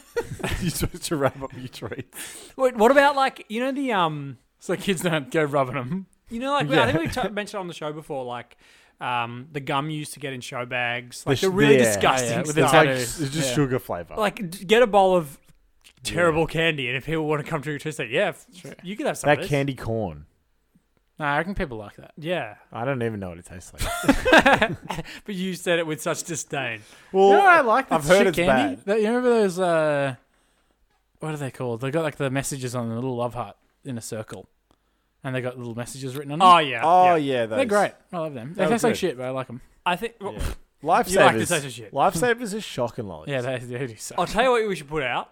[SPEAKER 1] You're supposed to wrap up your treats.
[SPEAKER 2] Wait, what about like you know the um
[SPEAKER 3] So kids don't go rubbing them.
[SPEAKER 2] you know like I
[SPEAKER 1] Yeah.
[SPEAKER 2] think we t- mentioned on the show before like um the gum you used to get in show bags
[SPEAKER 1] The
[SPEAKER 2] like
[SPEAKER 1] sh-
[SPEAKER 2] the, really
[SPEAKER 1] yeah.
[SPEAKER 2] disgusting
[SPEAKER 3] Oh, Yeah, yeah, with the
[SPEAKER 1] It's
[SPEAKER 2] stuff.
[SPEAKER 1] like
[SPEAKER 3] tattoos.
[SPEAKER 1] it's just
[SPEAKER 3] Yeah.
[SPEAKER 1] sugar flavor.
[SPEAKER 2] like d- get a bowl of terrible candy, and if people want to come to your treats, say yeah, f-
[SPEAKER 3] Sure.
[SPEAKER 2] you could have some of
[SPEAKER 1] that
[SPEAKER 2] this.
[SPEAKER 1] candy corn.
[SPEAKER 3] Nah, I reckon people like that.
[SPEAKER 2] Yeah,
[SPEAKER 1] I don't even know what it tastes like.
[SPEAKER 2] but you said it with such disdain.
[SPEAKER 1] well,
[SPEAKER 3] You know what I like?
[SPEAKER 1] I've
[SPEAKER 3] That's
[SPEAKER 1] heard
[SPEAKER 3] shit
[SPEAKER 1] it's
[SPEAKER 3] candy.
[SPEAKER 1] bad.
[SPEAKER 3] That- you remember those? Uh, what are they called? They got like the messages on the little love heart in a circle, and they got little messages written on them.
[SPEAKER 2] Oh yeah, yeah.
[SPEAKER 1] oh yeah, those.
[SPEAKER 3] they're great. I love them.
[SPEAKER 1] They
[SPEAKER 3] They
[SPEAKER 1] were
[SPEAKER 3] taste like
[SPEAKER 1] good.
[SPEAKER 3] shit, but I like them.
[SPEAKER 2] I think. well,
[SPEAKER 1] Yeah. Lifesavers.
[SPEAKER 2] You like the taste of shit.
[SPEAKER 1] Lifesavers are shocking lollies.
[SPEAKER 3] Yeah, they, they do suck.
[SPEAKER 2] I'll tell you what we should put out: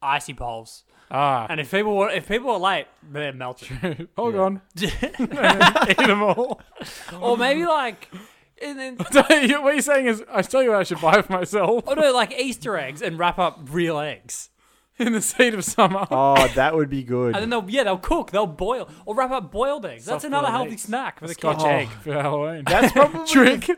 [SPEAKER 2] icy bowls.
[SPEAKER 3] ah,
[SPEAKER 2] And if people want, if people are late, they're melted.
[SPEAKER 3] hold
[SPEAKER 1] Yeah.
[SPEAKER 3] on. Eat them all.
[SPEAKER 2] or maybe like, and then
[SPEAKER 3] You- what you're saying is, I tell you what I should buy for myself
[SPEAKER 2] or no, like Easter eggs and wrap up real eggs.
[SPEAKER 3] in the seed of summer.
[SPEAKER 1] Oh, that would be good.
[SPEAKER 2] And then they'll yeah they'll cook, they'll boil, or wrap up boiled eggs. That's
[SPEAKER 3] Soft
[SPEAKER 2] another
[SPEAKER 3] boiled
[SPEAKER 2] healthy
[SPEAKER 3] eggs.
[SPEAKER 2] snack for the
[SPEAKER 3] Scotch
[SPEAKER 2] kids.
[SPEAKER 3] egg for Halloween.
[SPEAKER 1] That's probably
[SPEAKER 3] Trick.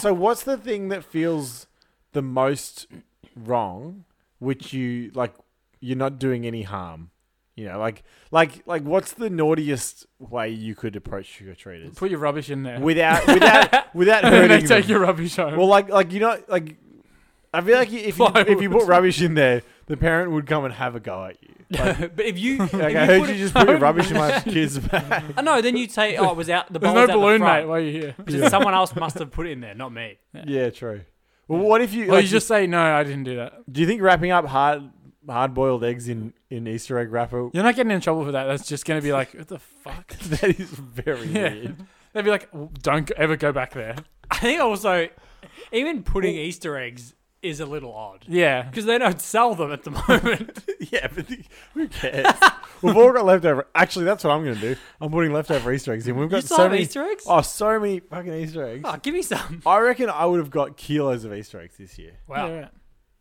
[SPEAKER 1] so. What's the thing that feels the most wrong, which you like? You're not doing any harm. You know, like, like, like. What's the naughtiest way you could approach trick or treaters
[SPEAKER 3] Put your rubbish in there.
[SPEAKER 1] without, without, without
[SPEAKER 3] and then they
[SPEAKER 1] hurting
[SPEAKER 3] take
[SPEAKER 1] them?
[SPEAKER 3] your rubbish home.
[SPEAKER 1] Well, like, like you know, like. I feel like if you,
[SPEAKER 3] Why
[SPEAKER 1] if you
[SPEAKER 3] would-
[SPEAKER 1] put rubbish in there, the parent would come and have a go at you. Like,
[SPEAKER 2] but if you, if
[SPEAKER 1] like
[SPEAKER 2] you
[SPEAKER 1] I
[SPEAKER 2] put
[SPEAKER 1] heard you
[SPEAKER 2] it-
[SPEAKER 1] just put your rubbish in my kid's bag.
[SPEAKER 2] Oh, no, then you'd say, oh, it was out the
[SPEAKER 3] There's
[SPEAKER 2] bowl.
[SPEAKER 3] no
[SPEAKER 2] was out
[SPEAKER 3] balloon,
[SPEAKER 2] the
[SPEAKER 3] mate.
[SPEAKER 2] front,
[SPEAKER 3] While you're here,
[SPEAKER 2] which is someone else must have put it in there, not me.
[SPEAKER 1] Yeah, true. Well, what if you?
[SPEAKER 3] well,
[SPEAKER 1] like,
[SPEAKER 3] you just say no. I didn't do that.
[SPEAKER 1] do you think wrapping up hard hard boiled eggs in in Easter egg wrapper?
[SPEAKER 3] You're not getting in trouble for that. That's just gonna be like, what the fuck?
[SPEAKER 1] that is very
[SPEAKER 3] Yeah.
[SPEAKER 1] weird.
[SPEAKER 3] They'd be like, "W- don't go- ever go back there.
[SPEAKER 2] I think also, even
[SPEAKER 3] Oh.
[SPEAKER 2] putting Easter eggs is a little odd
[SPEAKER 3] Yeah.
[SPEAKER 2] because they don't sell them at the moment.
[SPEAKER 1] yeah, but the, who cares? We've all got leftover. Actually, that's what I'm going to do. I'm putting leftover Easter eggs in. We've
[SPEAKER 2] You
[SPEAKER 1] got
[SPEAKER 2] still
[SPEAKER 1] so
[SPEAKER 2] have
[SPEAKER 1] many.
[SPEAKER 2] Easter eggs?
[SPEAKER 1] Oh, so many fucking Easter eggs.
[SPEAKER 2] Oh, give me some.
[SPEAKER 1] I reckon I would have got kilos of Easter eggs this year.
[SPEAKER 2] Wow,
[SPEAKER 3] Yeah, right.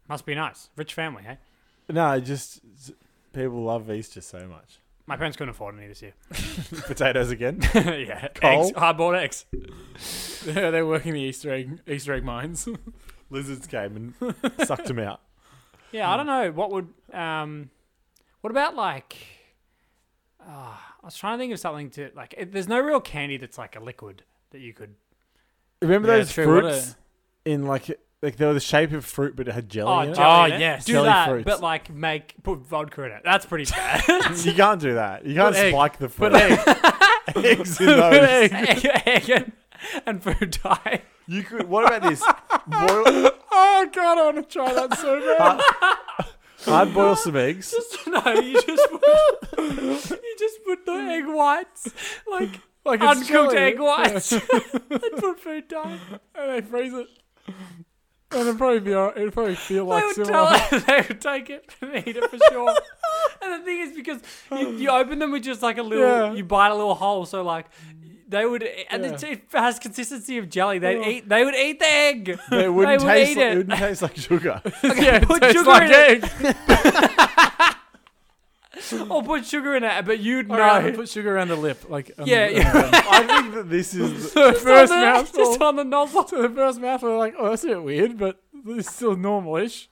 [SPEAKER 2] must be nice. Rich family, hey?
[SPEAKER 1] No, just people love Easter so much.
[SPEAKER 2] My parents couldn't afford any this year.
[SPEAKER 1] Potatoes again.
[SPEAKER 2] yeah,
[SPEAKER 1] Coal?
[SPEAKER 2] eggs, hard-boiled eggs.
[SPEAKER 3] They're, they're working the Easter egg Easter egg mines.
[SPEAKER 1] Lizards came and sucked them out.
[SPEAKER 2] Yeah, I don't know what would. Um, what about like? ah, I was trying to think of something to like. It, there's no real candy that's like a liquid that you could.
[SPEAKER 1] Remember
[SPEAKER 3] Yeah,
[SPEAKER 1] those
[SPEAKER 3] true, what a-
[SPEAKER 1] fruits in like like they were the shape of fruit, but it had jelly. in it?
[SPEAKER 3] jelly. Oh,
[SPEAKER 2] in it.
[SPEAKER 3] yes,
[SPEAKER 2] do
[SPEAKER 1] jelly
[SPEAKER 2] that,
[SPEAKER 1] fruits.
[SPEAKER 2] but like make put vodka in it. That's pretty bad.
[SPEAKER 1] You can't do that. You can't
[SPEAKER 3] egg.
[SPEAKER 1] spike the
[SPEAKER 3] Put
[SPEAKER 1] fruit.
[SPEAKER 3] egg.
[SPEAKER 1] eggs in
[SPEAKER 3] Put
[SPEAKER 1] those.
[SPEAKER 3] egg.
[SPEAKER 2] egg, egg and, and food dye.
[SPEAKER 1] You could. What about this? Boil,
[SPEAKER 3] Oh god, I want to try that so bad.
[SPEAKER 1] hard boil some eggs.
[SPEAKER 2] no, you just put, you just put the egg whites like
[SPEAKER 3] like it's
[SPEAKER 2] uncooked
[SPEAKER 3] chilly.
[SPEAKER 2] egg whites and put food dye.
[SPEAKER 3] and they freeze it. And it'd probably be alright. It'd probably feel
[SPEAKER 2] They
[SPEAKER 3] like
[SPEAKER 2] would
[SPEAKER 3] similar.
[SPEAKER 2] tell it, they would take it and eat it for sure. and the thing is, because you, you open them with just like a little,
[SPEAKER 3] Yeah.
[SPEAKER 2] you bite a little hole, so like They would, and it
[SPEAKER 1] Yeah.
[SPEAKER 2] it has consistency of jelly. They would
[SPEAKER 1] Oh.
[SPEAKER 2] eat. They would eat the egg.
[SPEAKER 1] They wouldn't
[SPEAKER 2] would
[SPEAKER 1] taste.
[SPEAKER 2] eat
[SPEAKER 1] Like,
[SPEAKER 2] it.
[SPEAKER 1] it wouldn't taste like sugar.
[SPEAKER 2] Okay,
[SPEAKER 3] it
[SPEAKER 2] put
[SPEAKER 3] tastes
[SPEAKER 2] sugar
[SPEAKER 3] like
[SPEAKER 2] in
[SPEAKER 3] egg.
[SPEAKER 2] I'll put sugar in it, but you'd
[SPEAKER 3] No,
[SPEAKER 2] know.
[SPEAKER 3] put sugar around the lip. Like um,
[SPEAKER 2] Yeah, yeah.
[SPEAKER 1] I think that this is.
[SPEAKER 3] the
[SPEAKER 2] Just on
[SPEAKER 3] first
[SPEAKER 2] the-
[SPEAKER 3] mouthful.
[SPEAKER 2] just on the nozzle.
[SPEAKER 3] So the first mouthful, they're like, oh, that's a bit weird, but it's still normalish.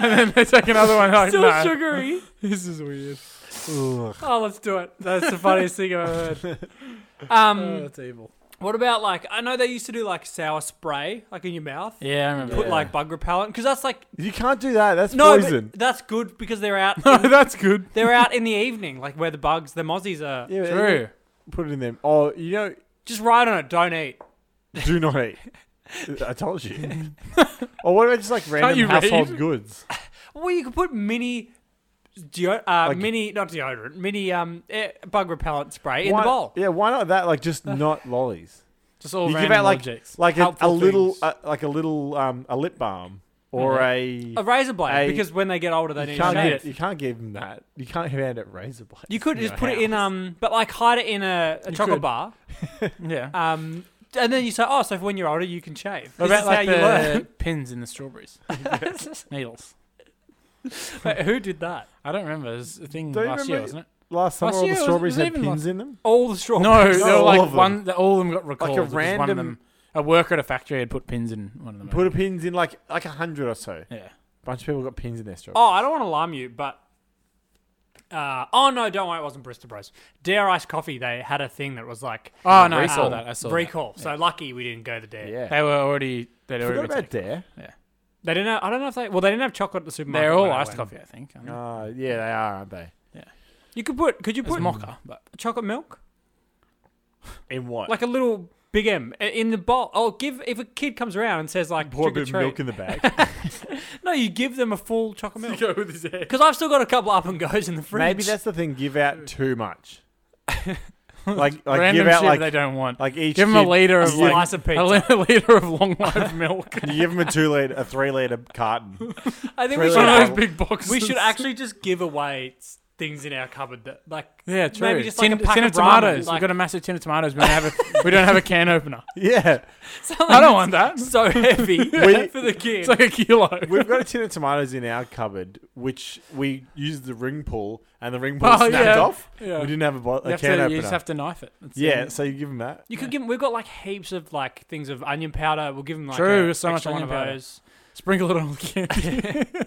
[SPEAKER 3] And then they take another one, like,
[SPEAKER 2] Still
[SPEAKER 3] "Nah,
[SPEAKER 2] sugary.
[SPEAKER 3] this is weird.
[SPEAKER 1] Ugh.
[SPEAKER 2] Oh, let's do it. That's the funniest thing I've ever heard.
[SPEAKER 1] uh,
[SPEAKER 2] Um,
[SPEAKER 3] that's evil.
[SPEAKER 2] what about like I know they used to do like sour spray like in your mouth,
[SPEAKER 3] Yeah, I remember.
[SPEAKER 2] put
[SPEAKER 1] Yeah.
[SPEAKER 2] like bug repellent because that's like
[SPEAKER 1] You can't do that. That's
[SPEAKER 2] no, but
[SPEAKER 1] poison.
[SPEAKER 2] that's good because they're out.
[SPEAKER 3] No, that's good.
[SPEAKER 2] They're out in the evening, like where the bugs, the mozzies are.
[SPEAKER 1] Yeah, but
[SPEAKER 3] True.
[SPEAKER 1] you Put it in them. Oh, you know,
[SPEAKER 2] Just ride on it. Don't eat.
[SPEAKER 1] do not eat. I told you. or what about just like random
[SPEAKER 3] you
[SPEAKER 1] household
[SPEAKER 3] read?
[SPEAKER 1] goods?
[SPEAKER 2] Well, you could put mini, deo- uh,
[SPEAKER 1] Like-
[SPEAKER 2] mini not deodorant, mini um eh, bug repellent spray in
[SPEAKER 1] Why-
[SPEAKER 2] the bowl.
[SPEAKER 1] Yeah, why not that? Like just not lollies.
[SPEAKER 3] Just all
[SPEAKER 1] you
[SPEAKER 3] random
[SPEAKER 1] give out like
[SPEAKER 3] objects.
[SPEAKER 1] like a, a
[SPEAKER 3] Helpful
[SPEAKER 1] little
[SPEAKER 3] things.
[SPEAKER 1] uh, like a little um a lip balm or
[SPEAKER 3] Mm-hmm.
[SPEAKER 2] A razor blade
[SPEAKER 1] Hey,
[SPEAKER 2] because when they get older, they
[SPEAKER 1] a
[SPEAKER 2] need
[SPEAKER 1] you
[SPEAKER 2] to
[SPEAKER 1] can't
[SPEAKER 2] shave.
[SPEAKER 1] give, you can't give them that. You can't hand it razor blades.
[SPEAKER 2] You could
[SPEAKER 1] in
[SPEAKER 2] just
[SPEAKER 1] your
[SPEAKER 2] put it in
[SPEAKER 1] house.
[SPEAKER 2] um, but like hide it in a, a
[SPEAKER 3] You
[SPEAKER 2] chocolate
[SPEAKER 3] could.
[SPEAKER 2] bar,
[SPEAKER 3] yeah.
[SPEAKER 2] um, and then you say, oh, so when you're older, you can shave.
[SPEAKER 3] what
[SPEAKER 2] This
[SPEAKER 3] about
[SPEAKER 2] is
[SPEAKER 3] like
[SPEAKER 2] how you learn.
[SPEAKER 3] the pins in the strawberries? Needles.
[SPEAKER 2] Wait, who did that?
[SPEAKER 3] I don't remember. It was a thing
[SPEAKER 1] Don't you
[SPEAKER 3] last year,
[SPEAKER 1] remember-
[SPEAKER 3] wasn't it?
[SPEAKER 1] last summer
[SPEAKER 3] Last
[SPEAKER 1] all the
[SPEAKER 3] year, was it-
[SPEAKER 1] strawberries
[SPEAKER 3] was it
[SPEAKER 1] had
[SPEAKER 3] even
[SPEAKER 1] pins in them.
[SPEAKER 2] All the
[SPEAKER 3] No,
[SPEAKER 2] strawberries.
[SPEAKER 3] they
[SPEAKER 1] all
[SPEAKER 3] were like
[SPEAKER 1] of them.
[SPEAKER 3] one. All of them got recalled. It was one of
[SPEAKER 1] random-
[SPEAKER 3] them. A worker at a factory had put pins in one of them.
[SPEAKER 1] Put a pins in like like a hundred or so.
[SPEAKER 3] yeah.
[SPEAKER 1] bunch of people got pins in their strawberries.
[SPEAKER 2] Oh, I don't want to alarm you, but uh, oh no, don't worry, it wasn't Bristol Bros. Dare Ice Coffee. They had a thing that was like um,
[SPEAKER 3] Oh no, I saw
[SPEAKER 1] Recall.
[SPEAKER 3] that. I saw
[SPEAKER 2] recall. So lucky we didn't go to Dare.
[SPEAKER 1] yeah.
[SPEAKER 3] That. They were already. They'd
[SPEAKER 1] Forgot
[SPEAKER 3] already. been
[SPEAKER 1] about
[SPEAKER 3] taken.
[SPEAKER 1] Dare.
[SPEAKER 2] They didn't. Have, I don't know if they. Well, they didn't have chocolate at the supermarket.
[SPEAKER 3] They're all
[SPEAKER 2] when I
[SPEAKER 3] iced
[SPEAKER 2] went.
[SPEAKER 3] coffee, I think. I don't know.
[SPEAKER 1] Uh, yeah, they are, aren't they?
[SPEAKER 2] You could put. Could you
[SPEAKER 3] It's
[SPEAKER 2] put
[SPEAKER 3] mocha, but
[SPEAKER 2] chocolate milk?
[SPEAKER 1] In what?
[SPEAKER 2] Like a little Big M i- in the bowl. Oh, give if a kid comes around and says like
[SPEAKER 1] pour a
[SPEAKER 2] trick or
[SPEAKER 1] bit of milk
[SPEAKER 2] treat.
[SPEAKER 1] in the bag.
[SPEAKER 2] No, you give them a full chocolate milk.
[SPEAKER 3] go with his egg.
[SPEAKER 2] Because I've still got a couple up and goes in the fridge.
[SPEAKER 1] Maybe that's the thing. Give out too much. like like
[SPEAKER 3] Random
[SPEAKER 1] give out
[SPEAKER 3] shit
[SPEAKER 1] like
[SPEAKER 3] they don't want.
[SPEAKER 1] like each
[SPEAKER 3] Give them
[SPEAKER 1] kid,
[SPEAKER 3] a liter of
[SPEAKER 2] a
[SPEAKER 3] like
[SPEAKER 2] slice of pizza.
[SPEAKER 3] a li- liter of long life milk.
[SPEAKER 1] You give them a two liter, a three liter carton.
[SPEAKER 2] I think we
[SPEAKER 1] Really?
[SPEAKER 2] should.
[SPEAKER 3] One
[SPEAKER 1] Yeah.
[SPEAKER 3] of
[SPEAKER 2] act-
[SPEAKER 3] those big boxes.
[SPEAKER 2] we should actually just give away s- things in our cupboard that like.
[SPEAKER 3] Yeah, true.
[SPEAKER 2] Maybe just like
[SPEAKER 3] tin,
[SPEAKER 2] a pack
[SPEAKER 3] tin
[SPEAKER 2] of
[SPEAKER 3] of, tomatoes.
[SPEAKER 2] ramen, like-
[SPEAKER 3] We've got a massive tin of tomatoes. We don't have a, we don't have a can opener.
[SPEAKER 1] Yeah,
[SPEAKER 2] something
[SPEAKER 3] I don't want that.
[SPEAKER 2] So heavy
[SPEAKER 1] We-
[SPEAKER 2] for the kid.
[SPEAKER 3] It's like a kilo.
[SPEAKER 1] we've got a tin of tomatoes in our cupboard, which we used the ring pull, and the ring pull
[SPEAKER 3] Oh,
[SPEAKER 1] snapped
[SPEAKER 3] yeah.
[SPEAKER 1] off.
[SPEAKER 3] Yeah.
[SPEAKER 1] We didn't have a, bo-
[SPEAKER 3] you,
[SPEAKER 1] a
[SPEAKER 3] have
[SPEAKER 1] can
[SPEAKER 3] to,
[SPEAKER 1] opener.
[SPEAKER 3] you just have to knife it. That's the
[SPEAKER 1] yeah,
[SPEAKER 3] only-
[SPEAKER 1] so you give them that.
[SPEAKER 2] You could give. 'em- We've got like heaps of like things of onion powder. We'll give them like
[SPEAKER 3] True,
[SPEAKER 2] A,
[SPEAKER 3] so much
[SPEAKER 2] extra one
[SPEAKER 3] onion
[SPEAKER 2] of
[SPEAKER 3] powder.
[SPEAKER 2] those.
[SPEAKER 3] sprinkle it on the candy.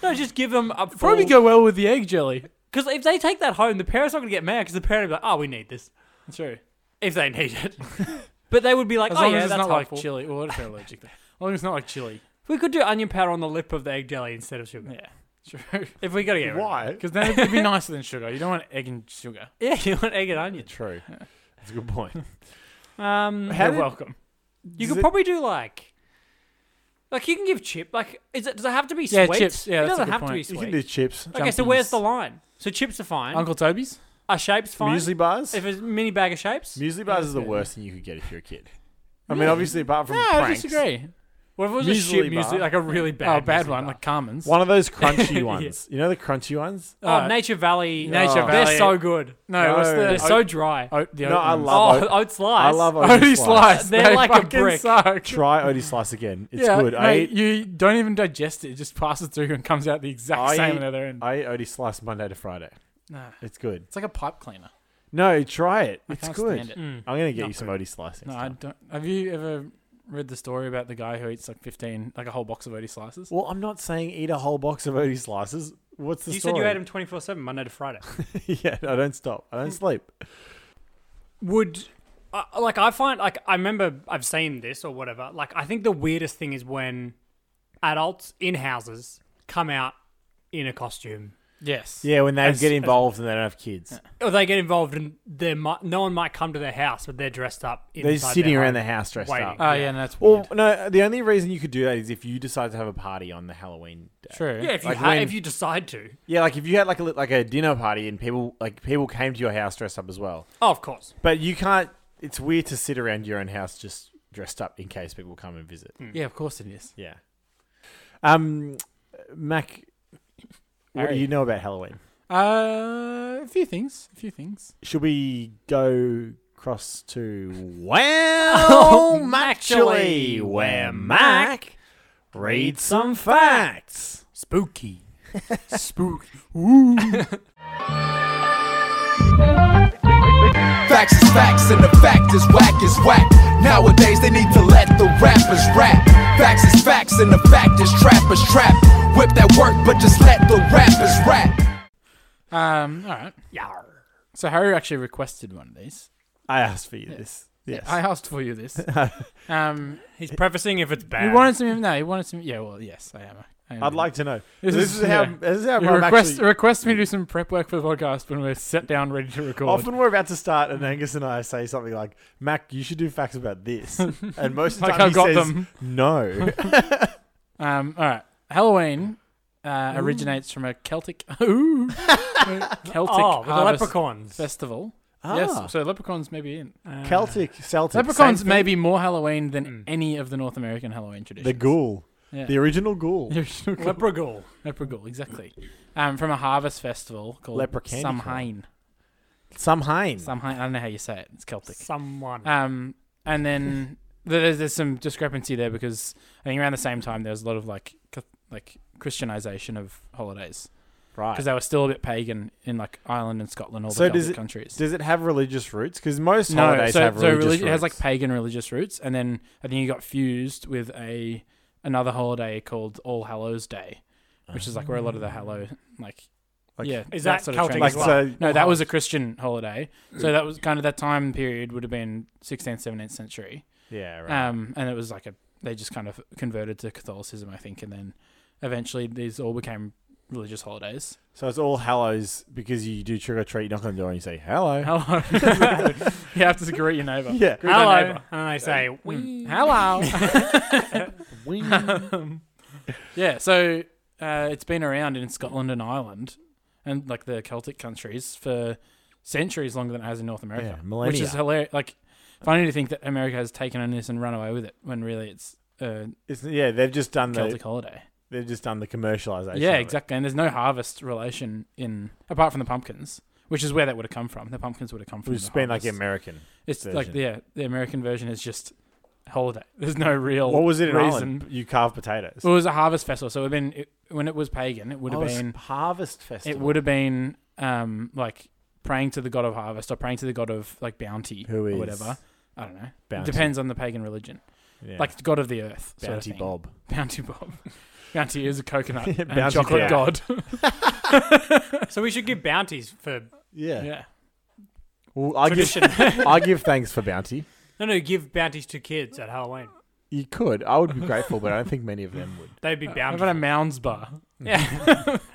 [SPEAKER 2] No, just give them a
[SPEAKER 3] Probably go well with the egg jelly.
[SPEAKER 2] because if they take that home, the parents are not gonna get mad because the parent will be like, "Oh, we need this
[SPEAKER 3] True.
[SPEAKER 2] if they need it." but they would be like,
[SPEAKER 3] As
[SPEAKER 2] "Oh
[SPEAKER 3] long
[SPEAKER 2] yeah,
[SPEAKER 3] as it's
[SPEAKER 2] that's
[SPEAKER 3] not
[SPEAKER 2] helpful."
[SPEAKER 3] like chili. Well, what if they're allergic? Then? As long as it's not like chili.
[SPEAKER 2] we could do onion powder on the lip of the egg jelly instead of sugar.
[SPEAKER 3] Yeah. True.
[SPEAKER 2] If we gotta get rid of it.
[SPEAKER 1] Why?
[SPEAKER 3] Because then it'd be nicer than sugar. You don't want egg and sugar.
[SPEAKER 2] Yeah, you want egg and onion.
[SPEAKER 1] True. That's a good point.
[SPEAKER 2] Um,
[SPEAKER 1] How
[SPEAKER 3] You're
[SPEAKER 1] did-
[SPEAKER 3] welcome.
[SPEAKER 2] you
[SPEAKER 1] does
[SPEAKER 2] could
[SPEAKER 1] it-
[SPEAKER 2] probably do like, like you can give chip. Like, is it does it have to be
[SPEAKER 3] Yeah,
[SPEAKER 2] sweet?
[SPEAKER 3] chips. Yeah,
[SPEAKER 2] it
[SPEAKER 3] that's
[SPEAKER 2] doesn't
[SPEAKER 3] a good
[SPEAKER 2] have to
[SPEAKER 3] point.
[SPEAKER 2] be
[SPEAKER 1] You
[SPEAKER 2] sweet.
[SPEAKER 1] can do chips,
[SPEAKER 2] okay, so where's
[SPEAKER 3] Jumpings.
[SPEAKER 2] the line? So chips are fine.
[SPEAKER 3] Uncle Toby's.
[SPEAKER 2] Are shapes fine?
[SPEAKER 1] muesli bars.
[SPEAKER 2] If it's mini bag of shapes,
[SPEAKER 1] muesli bars is the
[SPEAKER 3] Yeah.
[SPEAKER 1] worst thing you could get if you're a kid. I mean, obviously, apart from
[SPEAKER 3] No, I
[SPEAKER 1] pranks,
[SPEAKER 3] disagree.
[SPEAKER 2] what if it was
[SPEAKER 1] Muesli
[SPEAKER 2] a shit
[SPEAKER 1] bar.
[SPEAKER 2] muesli, like a really
[SPEAKER 3] Oh,
[SPEAKER 2] bad,
[SPEAKER 3] bad
[SPEAKER 2] muesli
[SPEAKER 3] one,
[SPEAKER 2] bar.
[SPEAKER 3] like Carmen's.
[SPEAKER 1] one of those crunchy
[SPEAKER 2] Yeah.
[SPEAKER 1] ones. You know the crunchy ones.
[SPEAKER 2] oh,
[SPEAKER 3] uh,
[SPEAKER 2] Nature Valley,
[SPEAKER 3] Nature
[SPEAKER 1] Oh.
[SPEAKER 2] they're
[SPEAKER 3] Valley.
[SPEAKER 2] so good.
[SPEAKER 3] no, what's
[SPEAKER 1] No.
[SPEAKER 3] the
[SPEAKER 2] They're
[SPEAKER 1] They're
[SPEAKER 2] so dry.
[SPEAKER 3] oat, the
[SPEAKER 1] No,
[SPEAKER 3] oat
[SPEAKER 1] I
[SPEAKER 3] ones.
[SPEAKER 1] love
[SPEAKER 2] Oh,
[SPEAKER 1] oat-
[SPEAKER 2] oat slice.
[SPEAKER 1] I love
[SPEAKER 3] Oh, Only
[SPEAKER 1] Odie slice.
[SPEAKER 3] slice.
[SPEAKER 2] They're
[SPEAKER 3] They
[SPEAKER 2] like a
[SPEAKER 3] fucking
[SPEAKER 2] brick.
[SPEAKER 3] Suck.
[SPEAKER 1] Try Odie slice again. It's good. I
[SPEAKER 3] Mate,
[SPEAKER 1] ate,
[SPEAKER 3] you don't even digest it; it just passes through and comes out the exact
[SPEAKER 1] I
[SPEAKER 3] same
[SPEAKER 1] eat-
[SPEAKER 3] on the other end.
[SPEAKER 1] I ate Odie slice Monday to Friday.
[SPEAKER 3] no,
[SPEAKER 1] It's good.
[SPEAKER 3] it's like a pipe cleaner.
[SPEAKER 1] No, try it.
[SPEAKER 3] I
[SPEAKER 1] It's
[SPEAKER 3] can't
[SPEAKER 1] good.
[SPEAKER 3] stand it.
[SPEAKER 2] Mm.
[SPEAKER 1] I'm gonna get
[SPEAKER 2] Not
[SPEAKER 1] you some
[SPEAKER 2] good.
[SPEAKER 1] Odie slice.
[SPEAKER 3] No,
[SPEAKER 1] next
[SPEAKER 3] I
[SPEAKER 1] time.
[SPEAKER 3] don't. Have you ever read the story about the guy who eats like fifteen, like a whole box of Odie slices?
[SPEAKER 1] Well, I'm not saying eat a whole box of Odie slices. What's the
[SPEAKER 2] You said
[SPEAKER 1] story?
[SPEAKER 2] you ate them twenty four seven Monday to Friday.
[SPEAKER 1] yeah, I don't stop. I don't sleep.
[SPEAKER 2] would uh, like I find like I remember I've seen this or whatever. Like I think the weirdest thing is when adults in houses come out in a costume
[SPEAKER 3] Yes.
[SPEAKER 1] Yeah, when they
[SPEAKER 2] As-
[SPEAKER 1] get
[SPEAKER 2] as-
[SPEAKER 1] involved and they don't have kids,
[SPEAKER 2] or they get involved and their mi- no one might come to their house but they're dressed up.
[SPEAKER 1] they're
[SPEAKER 2] inside
[SPEAKER 1] sitting
[SPEAKER 2] their
[SPEAKER 1] around the
[SPEAKER 2] home.
[SPEAKER 1] house dressed
[SPEAKER 2] waiting.
[SPEAKER 1] up.
[SPEAKER 3] Oh yeah, no, that's
[SPEAKER 1] Uh, Well,
[SPEAKER 3] weird.
[SPEAKER 1] no, the only reason you could do that is if you decide to have a party on the Halloween day.
[SPEAKER 3] True.
[SPEAKER 2] Yeah, if you
[SPEAKER 1] Like
[SPEAKER 2] ha-
[SPEAKER 1] when-
[SPEAKER 2] if you decide to.
[SPEAKER 1] Yeah, like if you had like a li- like a dinner party and people like people came to your house dressed up as well.
[SPEAKER 2] Oh, of course.
[SPEAKER 1] But you can't. It's weird to sit around your own house just dressed up in case people come and visit.
[SPEAKER 3] Yeah, of course it is.
[SPEAKER 1] Yeah. Um, Mac, what do
[SPEAKER 3] Harry.
[SPEAKER 1] you know about Halloween?
[SPEAKER 3] Uh, a few things. A few things.
[SPEAKER 1] Should we go across to Wham
[SPEAKER 2] actually,
[SPEAKER 1] actually
[SPEAKER 2] where
[SPEAKER 1] where
[SPEAKER 2] Mac
[SPEAKER 1] Mac reads some facts.
[SPEAKER 2] Spooky.
[SPEAKER 3] Spook.
[SPEAKER 4] Facts is facts and the fact is whack is whack. Nowadays they need to let the rappers rap. Facts is facts and the fact is trappers trap. Whip that work, but just let the rappers rap.
[SPEAKER 3] Um, all right.
[SPEAKER 2] Yar.
[SPEAKER 3] So Harry actually requested one of these.
[SPEAKER 1] I asked for you this. Yes.
[SPEAKER 3] I asked for you this. um,
[SPEAKER 2] He's prefacing if it's bad.
[SPEAKER 3] he wanted some. No, he wanted some. Yeah, well, yes, I am. I am
[SPEAKER 1] I'd like to know.
[SPEAKER 3] This
[SPEAKER 1] This,
[SPEAKER 3] is-
[SPEAKER 1] is, how.
[SPEAKER 3] yeah.
[SPEAKER 1] This is how.
[SPEAKER 3] You
[SPEAKER 1] I'm
[SPEAKER 3] request
[SPEAKER 1] actually,
[SPEAKER 3] request me to do some prep work for the podcast when we're set down ready to record.
[SPEAKER 1] often we're about to start, and Angus and I say something like, "Mac, you should do facts about this," and most of the
[SPEAKER 3] Like,
[SPEAKER 1] time
[SPEAKER 3] I've
[SPEAKER 1] he
[SPEAKER 3] got
[SPEAKER 1] says,
[SPEAKER 3] them.
[SPEAKER 1] "No."
[SPEAKER 3] Um, all right. Halloween uh, originates from a Celtic Ooh. Celtic
[SPEAKER 2] oh, with the
[SPEAKER 3] harvest
[SPEAKER 2] leprechauns.
[SPEAKER 3] festival.
[SPEAKER 1] Ah.
[SPEAKER 3] Yes, so leprechauns may be in.
[SPEAKER 2] Uh,
[SPEAKER 1] Celtic, Celtic,
[SPEAKER 3] Leprechauns
[SPEAKER 1] same
[SPEAKER 3] may
[SPEAKER 1] thing.
[SPEAKER 3] be more Halloween than
[SPEAKER 2] Mm.
[SPEAKER 3] any of the North American Halloween traditions.
[SPEAKER 1] the ghoul,
[SPEAKER 3] Yeah.
[SPEAKER 1] the original ghoul.
[SPEAKER 3] The original ghoul.
[SPEAKER 2] Leprechaun.
[SPEAKER 3] Leprechaun, exactly. Um, from a harvest festival called
[SPEAKER 1] Leprechaun.
[SPEAKER 3] Samhain.
[SPEAKER 1] Some Hein.
[SPEAKER 3] Samhain. I don't know how you say it. It's Celtic.
[SPEAKER 2] Someone.
[SPEAKER 3] Um, and then there's, there's some discrepancy there because I think around the same time there was a lot of like ca- like Christianization of holidays
[SPEAKER 1] right.
[SPEAKER 3] because they were still a bit pagan in like Ireland and Scotland, all
[SPEAKER 1] So
[SPEAKER 3] the
[SPEAKER 1] does
[SPEAKER 3] Celtic
[SPEAKER 1] it-
[SPEAKER 3] countries.
[SPEAKER 1] Does it have religious roots? Because most
[SPEAKER 3] no,
[SPEAKER 1] holidays
[SPEAKER 3] so,
[SPEAKER 1] have
[SPEAKER 3] so
[SPEAKER 1] religious
[SPEAKER 3] religi- it has like
[SPEAKER 1] roots.
[SPEAKER 3] pagan religious roots, and then I think it got fused with a another holiday called All Hallows Day, which is like where a lot of the Hallow like,
[SPEAKER 1] Like-
[SPEAKER 3] yeah
[SPEAKER 2] Is that
[SPEAKER 3] sort of
[SPEAKER 2] Celtic
[SPEAKER 3] trend
[SPEAKER 2] as
[SPEAKER 3] as
[SPEAKER 2] well?
[SPEAKER 3] well.
[SPEAKER 1] so. Oh,
[SPEAKER 3] No, that was a Christian holiday, so that was kind of that time period would have been 16th, 17th century.
[SPEAKER 1] Yeah. Right.
[SPEAKER 3] Um, and it was like a they just kind of converted to Catholicism, I think, and then eventually these all became religious holidays.
[SPEAKER 1] So it's all hallows because you do trick or treat, you knock on the door and you say hello.
[SPEAKER 3] Hello, you have to greet your neighbor.
[SPEAKER 1] Yeah.
[SPEAKER 3] greet
[SPEAKER 2] Hello.
[SPEAKER 3] Your
[SPEAKER 2] And
[SPEAKER 3] neighbor.
[SPEAKER 2] they say, we.
[SPEAKER 3] Hello.
[SPEAKER 1] Wing.
[SPEAKER 3] yeah, so uh, it's been around in Scotland and Ireland, and like the Celtic countries for centuries longer than it has in North America,
[SPEAKER 1] Yeah, millennia.
[SPEAKER 3] which is hilarious. Like funny to think that America has taken on this and run away with it when really it's a
[SPEAKER 1] It's- yeah, they've just done
[SPEAKER 3] Celtic
[SPEAKER 1] the
[SPEAKER 3] holiday.
[SPEAKER 1] they've just done the commercialization.
[SPEAKER 3] Yeah,
[SPEAKER 1] of it.
[SPEAKER 3] exactly. And there's no harvest relation in apart from the pumpkins, which is where that would have come from. The pumpkins would have come from.
[SPEAKER 1] We've
[SPEAKER 3] the
[SPEAKER 1] just been like
[SPEAKER 3] harvest.
[SPEAKER 1] American.
[SPEAKER 3] It's like
[SPEAKER 1] version.
[SPEAKER 3] yeah, the American version is just holiday. There's no real.
[SPEAKER 1] What was it in
[SPEAKER 3] reason.
[SPEAKER 1] Ireland? You carve potatoes.
[SPEAKER 3] It was a harvest festival, so it would have been it, when it was pagan. It would have
[SPEAKER 1] Oh, it's
[SPEAKER 3] been.
[SPEAKER 1] harvest festival.
[SPEAKER 3] It would have been um like praying to the god of harvest or praying to the god of like bounty
[SPEAKER 1] Who
[SPEAKER 3] or
[SPEAKER 1] is
[SPEAKER 3] whatever. I don't know.
[SPEAKER 1] Bounty.
[SPEAKER 3] Depends on the pagan religion,
[SPEAKER 1] Yeah.
[SPEAKER 3] like the god of the earth. sort of
[SPEAKER 1] Bounty
[SPEAKER 3] thing.
[SPEAKER 1] Bob.
[SPEAKER 3] Bounty Bob. Bounty is a coconut and
[SPEAKER 1] Bounty
[SPEAKER 3] chocolate
[SPEAKER 2] Bob.
[SPEAKER 3] god.
[SPEAKER 2] So we should give bounties for
[SPEAKER 1] Yeah.
[SPEAKER 3] yeah.
[SPEAKER 1] Well, I give
[SPEAKER 2] tradition.
[SPEAKER 1] I give thanks for bounty.
[SPEAKER 2] no, no, give bounties to kids at Halloween.
[SPEAKER 1] You could. I would be grateful, but I don't think many of them would.
[SPEAKER 2] They'd be
[SPEAKER 3] How about a
[SPEAKER 2] bountiful.
[SPEAKER 3] Mounds bar?
[SPEAKER 2] Yeah.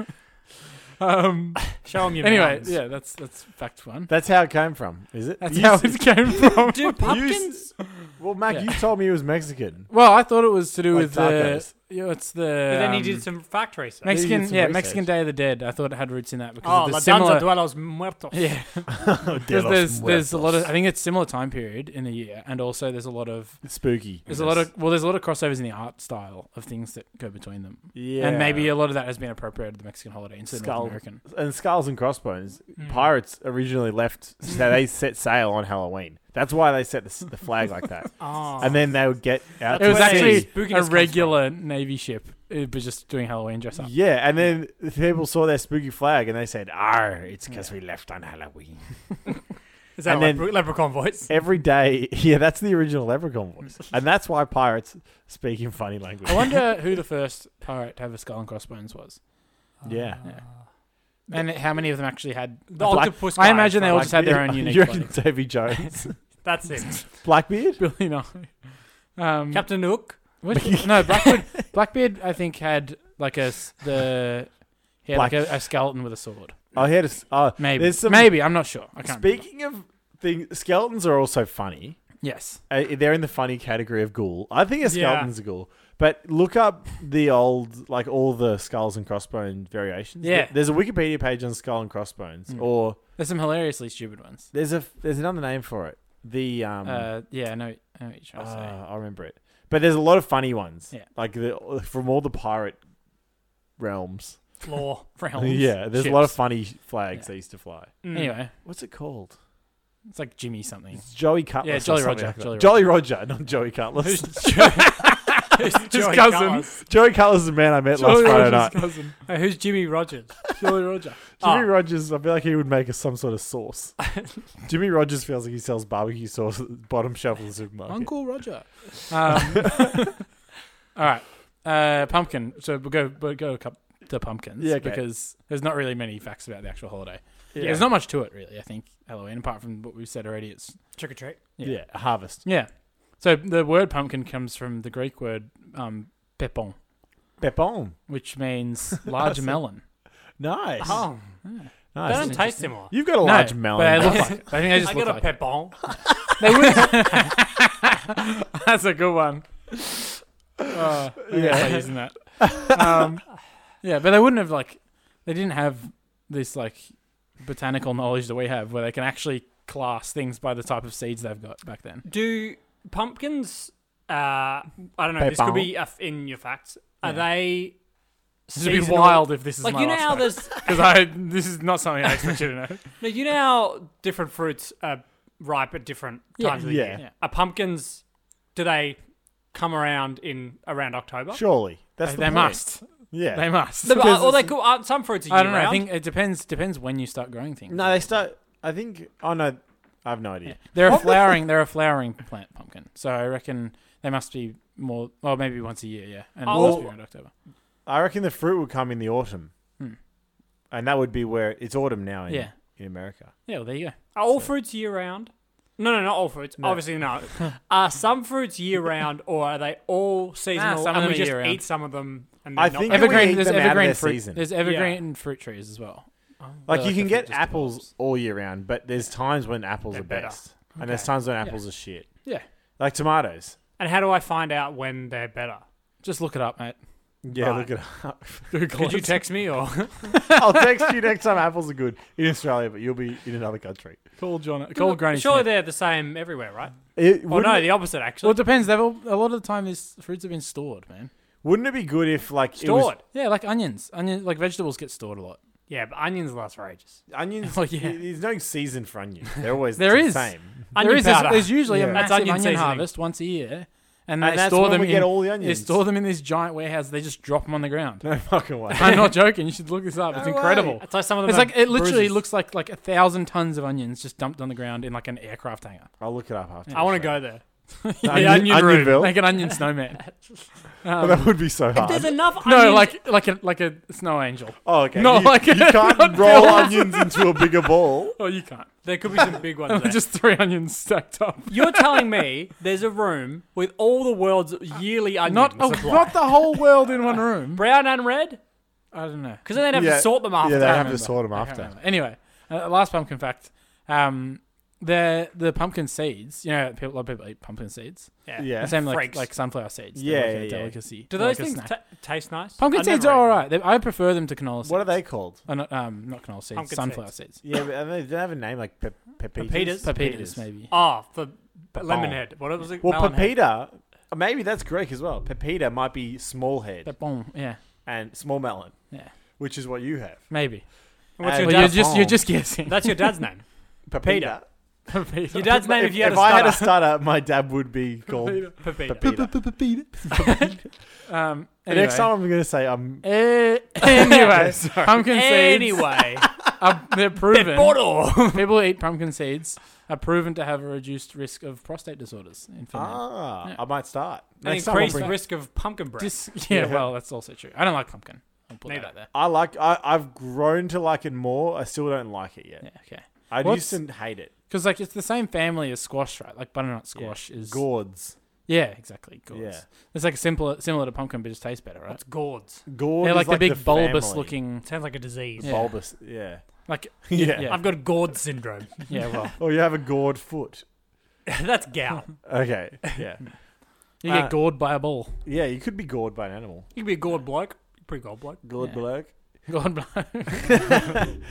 [SPEAKER 3] Um.
[SPEAKER 2] Show them your
[SPEAKER 3] Anyway,
[SPEAKER 2] mounds.
[SPEAKER 3] yeah, that's that's fact one.
[SPEAKER 1] That's how it came from, is it?
[SPEAKER 3] That's
[SPEAKER 1] You
[SPEAKER 3] how
[SPEAKER 1] s-
[SPEAKER 3] it came from.
[SPEAKER 2] Do pumpkins?
[SPEAKER 1] well, Mac,
[SPEAKER 3] Yeah.
[SPEAKER 1] you told me it was Mexican.
[SPEAKER 3] well, I thought it was to do
[SPEAKER 1] Like
[SPEAKER 3] with the.
[SPEAKER 1] tacos.
[SPEAKER 3] You know, it's the.
[SPEAKER 2] But then he
[SPEAKER 3] um,
[SPEAKER 2] did some fact research.
[SPEAKER 1] He
[SPEAKER 3] Mexican,
[SPEAKER 1] did some
[SPEAKER 3] yeah,
[SPEAKER 1] research.
[SPEAKER 3] Mexican Day of the Dead. I thought it had roots in that because
[SPEAKER 2] Oh,
[SPEAKER 3] of
[SPEAKER 2] La
[SPEAKER 3] the
[SPEAKER 2] Danza
[SPEAKER 3] similar.
[SPEAKER 2] de los Muertos.
[SPEAKER 3] yeah,
[SPEAKER 1] De
[SPEAKER 3] there's,
[SPEAKER 1] los
[SPEAKER 3] there's there's a lot of.
[SPEAKER 1] muertos.
[SPEAKER 3] I think it's similar time period in the year, and also there's a lot of
[SPEAKER 1] spooky.
[SPEAKER 3] there's a lot of well, there's a lot of crossovers in the art style of things that go between them,
[SPEAKER 1] yeah,
[SPEAKER 3] and maybe a lot of that has been appropriated to the Mexican holiday instead of
[SPEAKER 1] Skull.
[SPEAKER 3] North American.
[SPEAKER 1] and skulls and crossbones.
[SPEAKER 3] Hmm.
[SPEAKER 1] Pirates originally left, so they set sail on Halloween. That's why they set the, s- the flag like that.
[SPEAKER 2] Oh.
[SPEAKER 1] And then they would get out.
[SPEAKER 3] It was
[SPEAKER 1] to
[SPEAKER 2] That's where
[SPEAKER 3] actually
[SPEAKER 1] sea.
[SPEAKER 2] the spookiness
[SPEAKER 3] a
[SPEAKER 2] comes from.
[SPEAKER 3] regular navy ship, it was just doing Halloween dress up.
[SPEAKER 1] yeah, and then the people saw their spooky flag and they said, "Ah, it's because we left on Halloween."
[SPEAKER 2] Is that
[SPEAKER 1] and
[SPEAKER 2] like
[SPEAKER 1] then-
[SPEAKER 2] lepre- leprechaun voice?
[SPEAKER 1] Every day, yeah, that's the original leprechaun voice, and that's why pirates speak in funny language.
[SPEAKER 3] I wonder who the first pirate to have a skull and crossbones was,
[SPEAKER 1] Yeah.
[SPEAKER 3] Yeah. and how many of them actually had.
[SPEAKER 2] Ah. The
[SPEAKER 3] I
[SPEAKER 1] black-
[SPEAKER 2] octopus
[SPEAKER 3] I
[SPEAKER 2] guy
[SPEAKER 3] imagine they
[SPEAKER 2] from-
[SPEAKER 3] all just had their own
[SPEAKER 1] You
[SPEAKER 3] unique.
[SPEAKER 1] reckon
[SPEAKER 3] flavor.
[SPEAKER 1] Davy Jones,
[SPEAKER 2] That's it.
[SPEAKER 1] Blackbeard?
[SPEAKER 3] Billy Nye. Um,
[SPEAKER 2] Captain Hook.
[SPEAKER 3] which- no, Blackbeard. Blackbeard, I think, had like a s- the yeah,
[SPEAKER 1] Black-
[SPEAKER 3] like a, a skeleton with a sword.
[SPEAKER 1] Oh, he had a s uh,
[SPEAKER 3] Maybe,
[SPEAKER 1] There's some-
[SPEAKER 3] maybe I'm not sure. I can't. remember.
[SPEAKER 1] Speaking of things, skeletons are also funny.
[SPEAKER 3] Yes,
[SPEAKER 1] Uh, they're in the funny category of ghoul. I think a
[SPEAKER 2] Yeah.
[SPEAKER 1] skeleton's a ghoul. But look up the old, like all the skulls and crossbone variations.
[SPEAKER 3] Yeah. Hmm.
[SPEAKER 1] There- There's a Wikipedia page on skull and crossbones, or
[SPEAKER 3] there's some hilariously stupid ones.
[SPEAKER 1] there's a there's another name for it. The um,
[SPEAKER 3] Uh, yeah, I know, I know what you're trying to say.
[SPEAKER 1] uh, I remember it. But there's a lot of funny ones,
[SPEAKER 3] Yeah.
[SPEAKER 1] like the, from all the pirate realms.
[SPEAKER 2] Floor.
[SPEAKER 3] Realms,
[SPEAKER 1] yeah, there's a lot of
[SPEAKER 3] ships.
[SPEAKER 1] funny flags
[SPEAKER 3] Yeah.
[SPEAKER 1] they used to fly.
[SPEAKER 2] Mm.
[SPEAKER 3] Anyway,
[SPEAKER 1] What's it called?
[SPEAKER 3] It's like Jimmy something.
[SPEAKER 1] It's Joey Cutler.
[SPEAKER 3] Yeah, Jolly
[SPEAKER 1] or something
[SPEAKER 3] Roger,
[SPEAKER 1] like that.
[SPEAKER 3] Jolly
[SPEAKER 1] Jolly Roger, not Joey Cutler. His
[SPEAKER 2] Joey
[SPEAKER 1] cousin.
[SPEAKER 2] Cutler's-
[SPEAKER 1] Joey Cutler's the man I met last Friday night.
[SPEAKER 3] cousin.
[SPEAKER 2] Hey, Uh, who's Jimmy Rogers?
[SPEAKER 3] Jolly Roger.
[SPEAKER 1] Jimmy Rogers, I feel like he would make us some sort of sauce. Jimmy Rogers feels like he sells barbecue sauce at the bottom shelf of the supermarket.
[SPEAKER 3] Uncle Roger. Um, all right. Uh, pumpkin. So we'll go we'll go cup- to pumpkins
[SPEAKER 1] Yeah, okay.
[SPEAKER 3] because there's not really many facts about the actual holiday.
[SPEAKER 1] Yeah.
[SPEAKER 3] There's not much to it really. I think Halloween, apart from what we've said already, it's
[SPEAKER 2] Trick or treat.
[SPEAKER 1] yeah. harvest.
[SPEAKER 3] yeah. So the word pumpkin comes from the Greek word um, pepon,
[SPEAKER 1] Pepon.
[SPEAKER 3] which means large melon.
[SPEAKER 1] Nice.
[SPEAKER 2] Oh, they
[SPEAKER 1] nice.
[SPEAKER 2] don't taste similar.
[SPEAKER 1] You've got a
[SPEAKER 3] No,
[SPEAKER 1] large
[SPEAKER 3] But
[SPEAKER 1] melon.
[SPEAKER 3] they look like it. I think they just
[SPEAKER 2] I
[SPEAKER 3] look
[SPEAKER 2] got a
[SPEAKER 3] like it.
[SPEAKER 2] pepon.
[SPEAKER 3] They would- That's a good one. Uh,
[SPEAKER 1] Yeah.
[SPEAKER 3] yeah, using that. Um, yeah, but they wouldn't have like they didn't have this like botanical knowledge that we have, where they can actually class things by the type of seeds they've got back then.
[SPEAKER 2] Do pumpkins? Uh, I don't know. This
[SPEAKER 1] Pepon.
[SPEAKER 2] could be a f- in your facts. Are
[SPEAKER 3] Yeah.
[SPEAKER 2] they?
[SPEAKER 3] This would be
[SPEAKER 2] seasonal?
[SPEAKER 3] wild if this is
[SPEAKER 2] Like
[SPEAKER 3] my
[SPEAKER 2] you know how
[SPEAKER 3] last
[SPEAKER 2] there's
[SPEAKER 3] because I this is not something I expect you to know.
[SPEAKER 2] no, you know how different fruits are ripe at different
[SPEAKER 3] Yeah.
[SPEAKER 2] times of the
[SPEAKER 1] Yeah.
[SPEAKER 2] year.
[SPEAKER 3] Yeah.
[SPEAKER 2] Are pumpkins? Do they come around in around October?
[SPEAKER 1] Surely. That's
[SPEAKER 3] They,
[SPEAKER 1] the
[SPEAKER 3] they
[SPEAKER 1] point.
[SPEAKER 3] must.
[SPEAKER 1] Yeah.
[SPEAKER 3] They must.
[SPEAKER 2] No, but,
[SPEAKER 1] Because
[SPEAKER 2] or they
[SPEAKER 1] it's-
[SPEAKER 2] could, uh, some fruits are year
[SPEAKER 3] I don't know.
[SPEAKER 2] round.
[SPEAKER 3] I think it depends. Depends when you start growing things.
[SPEAKER 1] no, they start. I think. Oh, no. I have no idea.
[SPEAKER 3] They're a flowering. They're a flowering plant pumpkin. So I reckon they must be more. Well, maybe once a year. Yeah, and it must be
[SPEAKER 1] Well-
[SPEAKER 3] around October.
[SPEAKER 1] I reckon the fruit would come in the autumn.
[SPEAKER 3] Hmm.
[SPEAKER 1] And that would be where it's autumn now in,
[SPEAKER 3] Yeah.
[SPEAKER 1] in America.
[SPEAKER 3] Yeah. Well, there you go.
[SPEAKER 2] Are all fruits year round? No, no, not all fruits. Obviously, no. are some fruits year round, or are they all seasonal?
[SPEAKER 3] Ah, some
[SPEAKER 2] and
[SPEAKER 3] of them
[SPEAKER 2] we
[SPEAKER 3] are
[SPEAKER 2] just
[SPEAKER 3] year-round.
[SPEAKER 2] eat some of them. And
[SPEAKER 1] I
[SPEAKER 2] then
[SPEAKER 1] think
[SPEAKER 2] not
[SPEAKER 1] Ever- we
[SPEAKER 3] Evergreen.
[SPEAKER 1] eat
[SPEAKER 3] There's
[SPEAKER 1] them out of
[SPEAKER 3] evergreen
[SPEAKER 1] their
[SPEAKER 3] fruit.
[SPEAKER 1] season?
[SPEAKER 3] There's evergreen fruit trees as well.
[SPEAKER 1] Like,
[SPEAKER 3] Like
[SPEAKER 1] you
[SPEAKER 3] the
[SPEAKER 1] can
[SPEAKER 3] fruit
[SPEAKER 1] get
[SPEAKER 3] just
[SPEAKER 1] apples
[SPEAKER 3] develops.
[SPEAKER 1] all year round, but there's times when apples
[SPEAKER 2] They're
[SPEAKER 1] are
[SPEAKER 2] better.
[SPEAKER 1] best. And there's times when apples are shit.
[SPEAKER 3] Yeah.
[SPEAKER 1] Like tomatoes.
[SPEAKER 2] and how do I find out when they're better?
[SPEAKER 3] Just look it up, mate.
[SPEAKER 1] Yeah,
[SPEAKER 2] Right.
[SPEAKER 1] look it up.
[SPEAKER 2] Could you text me or
[SPEAKER 1] I'll text you next time apples are good in Australia, but you'll be in another country.
[SPEAKER 3] Call John. Call Granny.
[SPEAKER 2] Surely
[SPEAKER 3] Smith.
[SPEAKER 2] they're the same everywhere, right?
[SPEAKER 1] It,
[SPEAKER 2] Well,
[SPEAKER 1] wouldn't,
[SPEAKER 2] no,
[SPEAKER 1] it,
[SPEAKER 2] the opposite
[SPEAKER 3] Well,
[SPEAKER 2] actually.
[SPEAKER 3] it depends. They've all, a lot of the time, these fruits have been stored, man.
[SPEAKER 1] wouldn't it be good if like it was-
[SPEAKER 2] Stored.
[SPEAKER 3] Yeah, like onions. Onion, like vegetables, get stored a lot.
[SPEAKER 2] Yeah, but onions last for ages.
[SPEAKER 1] onions?
[SPEAKER 3] Oh, yeah.
[SPEAKER 1] There's no season for onions. They're always
[SPEAKER 3] There
[SPEAKER 1] the
[SPEAKER 3] is.
[SPEAKER 1] same.
[SPEAKER 2] Onion
[SPEAKER 3] there is. There's,
[SPEAKER 2] powder.
[SPEAKER 3] there's usually
[SPEAKER 1] Yeah.
[SPEAKER 3] a
[SPEAKER 2] That's
[SPEAKER 3] massive
[SPEAKER 2] onion
[SPEAKER 3] onion
[SPEAKER 2] seasoning.
[SPEAKER 3] harvest once a year, and they
[SPEAKER 1] And that's
[SPEAKER 3] store
[SPEAKER 1] when
[SPEAKER 3] them
[SPEAKER 1] we get
[SPEAKER 3] in.
[SPEAKER 1] all the
[SPEAKER 3] They
[SPEAKER 1] onions.
[SPEAKER 3] store them in this giant warehouse. They just drop them on the ground.
[SPEAKER 1] No fucking way.
[SPEAKER 3] I'm not joking. You should look this up. It's
[SPEAKER 1] No
[SPEAKER 3] incredible.
[SPEAKER 1] way.
[SPEAKER 2] It's like some of them.
[SPEAKER 3] Oh, It's
[SPEAKER 2] are
[SPEAKER 3] like it literally
[SPEAKER 2] bruises.
[SPEAKER 3] looks like like a thousand tons of onions just dumped on the ground in like an aircraft hangar.
[SPEAKER 1] I'll look it up after.
[SPEAKER 2] I want to go there.
[SPEAKER 1] The
[SPEAKER 2] the
[SPEAKER 1] onion,
[SPEAKER 2] onion room.
[SPEAKER 1] Onionville?
[SPEAKER 3] Like an onion snowman.
[SPEAKER 1] Oh, that would be so
[SPEAKER 2] There's
[SPEAKER 1] hard.
[SPEAKER 2] enough.
[SPEAKER 3] no,
[SPEAKER 2] onions-
[SPEAKER 3] like like a like a snow angel.
[SPEAKER 1] oh, okay.
[SPEAKER 3] No,
[SPEAKER 1] you,
[SPEAKER 3] like-
[SPEAKER 1] you can't
[SPEAKER 3] not
[SPEAKER 1] roll
[SPEAKER 3] Bill.
[SPEAKER 1] onions into a bigger ball.
[SPEAKER 3] Oh, you can't.
[SPEAKER 2] there could be some big ones. there.
[SPEAKER 3] just three onions stacked up.
[SPEAKER 2] You're telling me there's a room with all the world's yearly onion
[SPEAKER 3] Not oh,
[SPEAKER 2] supply.
[SPEAKER 3] not the whole world in one room.
[SPEAKER 2] brown and red?
[SPEAKER 3] I don't know.
[SPEAKER 2] Because then they'd have
[SPEAKER 1] Yeah.
[SPEAKER 2] to sort them after.
[SPEAKER 1] Yeah, they
[SPEAKER 3] I
[SPEAKER 1] have
[SPEAKER 3] remember.
[SPEAKER 1] to sort them
[SPEAKER 3] I can't
[SPEAKER 1] after.
[SPEAKER 3] remember. Anyway, uh, last pumpkin fact: um, the the pumpkin seeds. You know, people, a lot of people eat pumpkin seeds.
[SPEAKER 2] Yeah.
[SPEAKER 1] Yeah.
[SPEAKER 3] Same like,
[SPEAKER 2] Freaks.
[SPEAKER 3] like sunflower seeds.
[SPEAKER 1] Yeah,
[SPEAKER 3] They're like a
[SPEAKER 1] yeah, yeah.
[SPEAKER 3] delicacy.
[SPEAKER 2] Do those
[SPEAKER 3] like a
[SPEAKER 2] things
[SPEAKER 3] snack.
[SPEAKER 2] ta taste nice?
[SPEAKER 3] Pumpkin
[SPEAKER 2] I've
[SPEAKER 3] seeds
[SPEAKER 2] never
[SPEAKER 3] are all
[SPEAKER 2] eaten
[SPEAKER 3] right. They, I prefer them to canola seeds.
[SPEAKER 1] What are they called?
[SPEAKER 3] Oh, no, um, not canola seeds.
[SPEAKER 2] Pumpkin
[SPEAKER 3] sunflower seeds.
[SPEAKER 1] Yeah, but they don't have a name like pe- pepitas.
[SPEAKER 2] Pepitas?
[SPEAKER 3] Pepitas, maybe.
[SPEAKER 2] them. Oh, for lemon head. What was it?
[SPEAKER 1] Well,
[SPEAKER 2] Melon head.
[SPEAKER 1] pepita. Maybe that's Greek as well. Pepita might be small head
[SPEAKER 3] But bon, yeah,
[SPEAKER 1] and small melon,
[SPEAKER 3] yeah,
[SPEAKER 1] which is what you have.
[SPEAKER 3] maybe.
[SPEAKER 2] What's
[SPEAKER 1] Uh,
[SPEAKER 2] your
[SPEAKER 3] Well, you're
[SPEAKER 2] dad's?
[SPEAKER 3] just you're
[SPEAKER 1] bon.
[SPEAKER 3] just guessing.
[SPEAKER 2] That's your dad's name.
[SPEAKER 1] Pepita.
[SPEAKER 2] Your dad's name if, you had a
[SPEAKER 1] I had
[SPEAKER 2] stutter.
[SPEAKER 1] a stutter, my dad would be called Pepita.
[SPEAKER 2] Pepita.
[SPEAKER 3] um,
[SPEAKER 1] The
[SPEAKER 3] anyway.
[SPEAKER 1] Next time I'm going to say I'm
[SPEAKER 3] Eh, anyway,
[SPEAKER 1] Sorry.
[SPEAKER 3] pumpkin seeds
[SPEAKER 2] Anyway,
[SPEAKER 3] are, they're proven.
[SPEAKER 2] bottle.
[SPEAKER 3] People who eat pumpkin seeds are proven to have a reduced risk of prostate disorders in Finland.
[SPEAKER 1] ah,
[SPEAKER 3] Yeah.
[SPEAKER 1] I might start.
[SPEAKER 2] An
[SPEAKER 1] Next time I'll
[SPEAKER 2] increased
[SPEAKER 1] bring,
[SPEAKER 2] risk of pumpkin bread.
[SPEAKER 3] Dis- yeah,
[SPEAKER 1] Yeah.
[SPEAKER 3] well, that's also true. I don't like pumpkin. I'll put
[SPEAKER 2] Neither.
[SPEAKER 3] that out there.
[SPEAKER 1] I like. I, I've grown to like it more. I still don't like it yet.
[SPEAKER 3] Yeah, okay.
[SPEAKER 1] I
[SPEAKER 3] What's-
[SPEAKER 1] used to hate it.
[SPEAKER 3] Because like it's the same family as squash, right? Like butternut squash is
[SPEAKER 1] Gourds.
[SPEAKER 3] Yeah, exactly. Gourds.
[SPEAKER 1] Yeah.
[SPEAKER 3] It's like similar similar to pumpkin, but just tastes better, right?
[SPEAKER 2] It's gourds.
[SPEAKER 1] Gourds.
[SPEAKER 3] They're
[SPEAKER 1] is
[SPEAKER 3] like, the big bulbous
[SPEAKER 1] family.
[SPEAKER 3] looking.
[SPEAKER 2] Sounds like a disease.
[SPEAKER 3] Yeah.
[SPEAKER 1] Bulbous. Yeah.
[SPEAKER 3] Like
[SPEAKER 1] Yeah.
[SPEAKER 3] yeah.
[SPEAKER 2] I've got gourd syndrome.
[SPEAKER 3] yeah, well,
[SPEAKER 1] Or you have a gourd foot.
[SPEAKER 2] That's gout.
[SPEAKER 1] Okay. Yeah.
[SPEAKER 3] you
[SPEAKER 1] Uh,
[SPEAKER 3] get gored by a bull.
[SPEAKER 1] yeah. You could be gored by an animal.
[SPEAKER 2] You could be a gourd bloke. Pretty gourd bloke.
[SPEAKER 1] Gored
[SPEAKER 3] Yeah.
[SPEAKER 1] bloke.
[SPEAKER 3] God bless.
[SPEAKER 1] Um,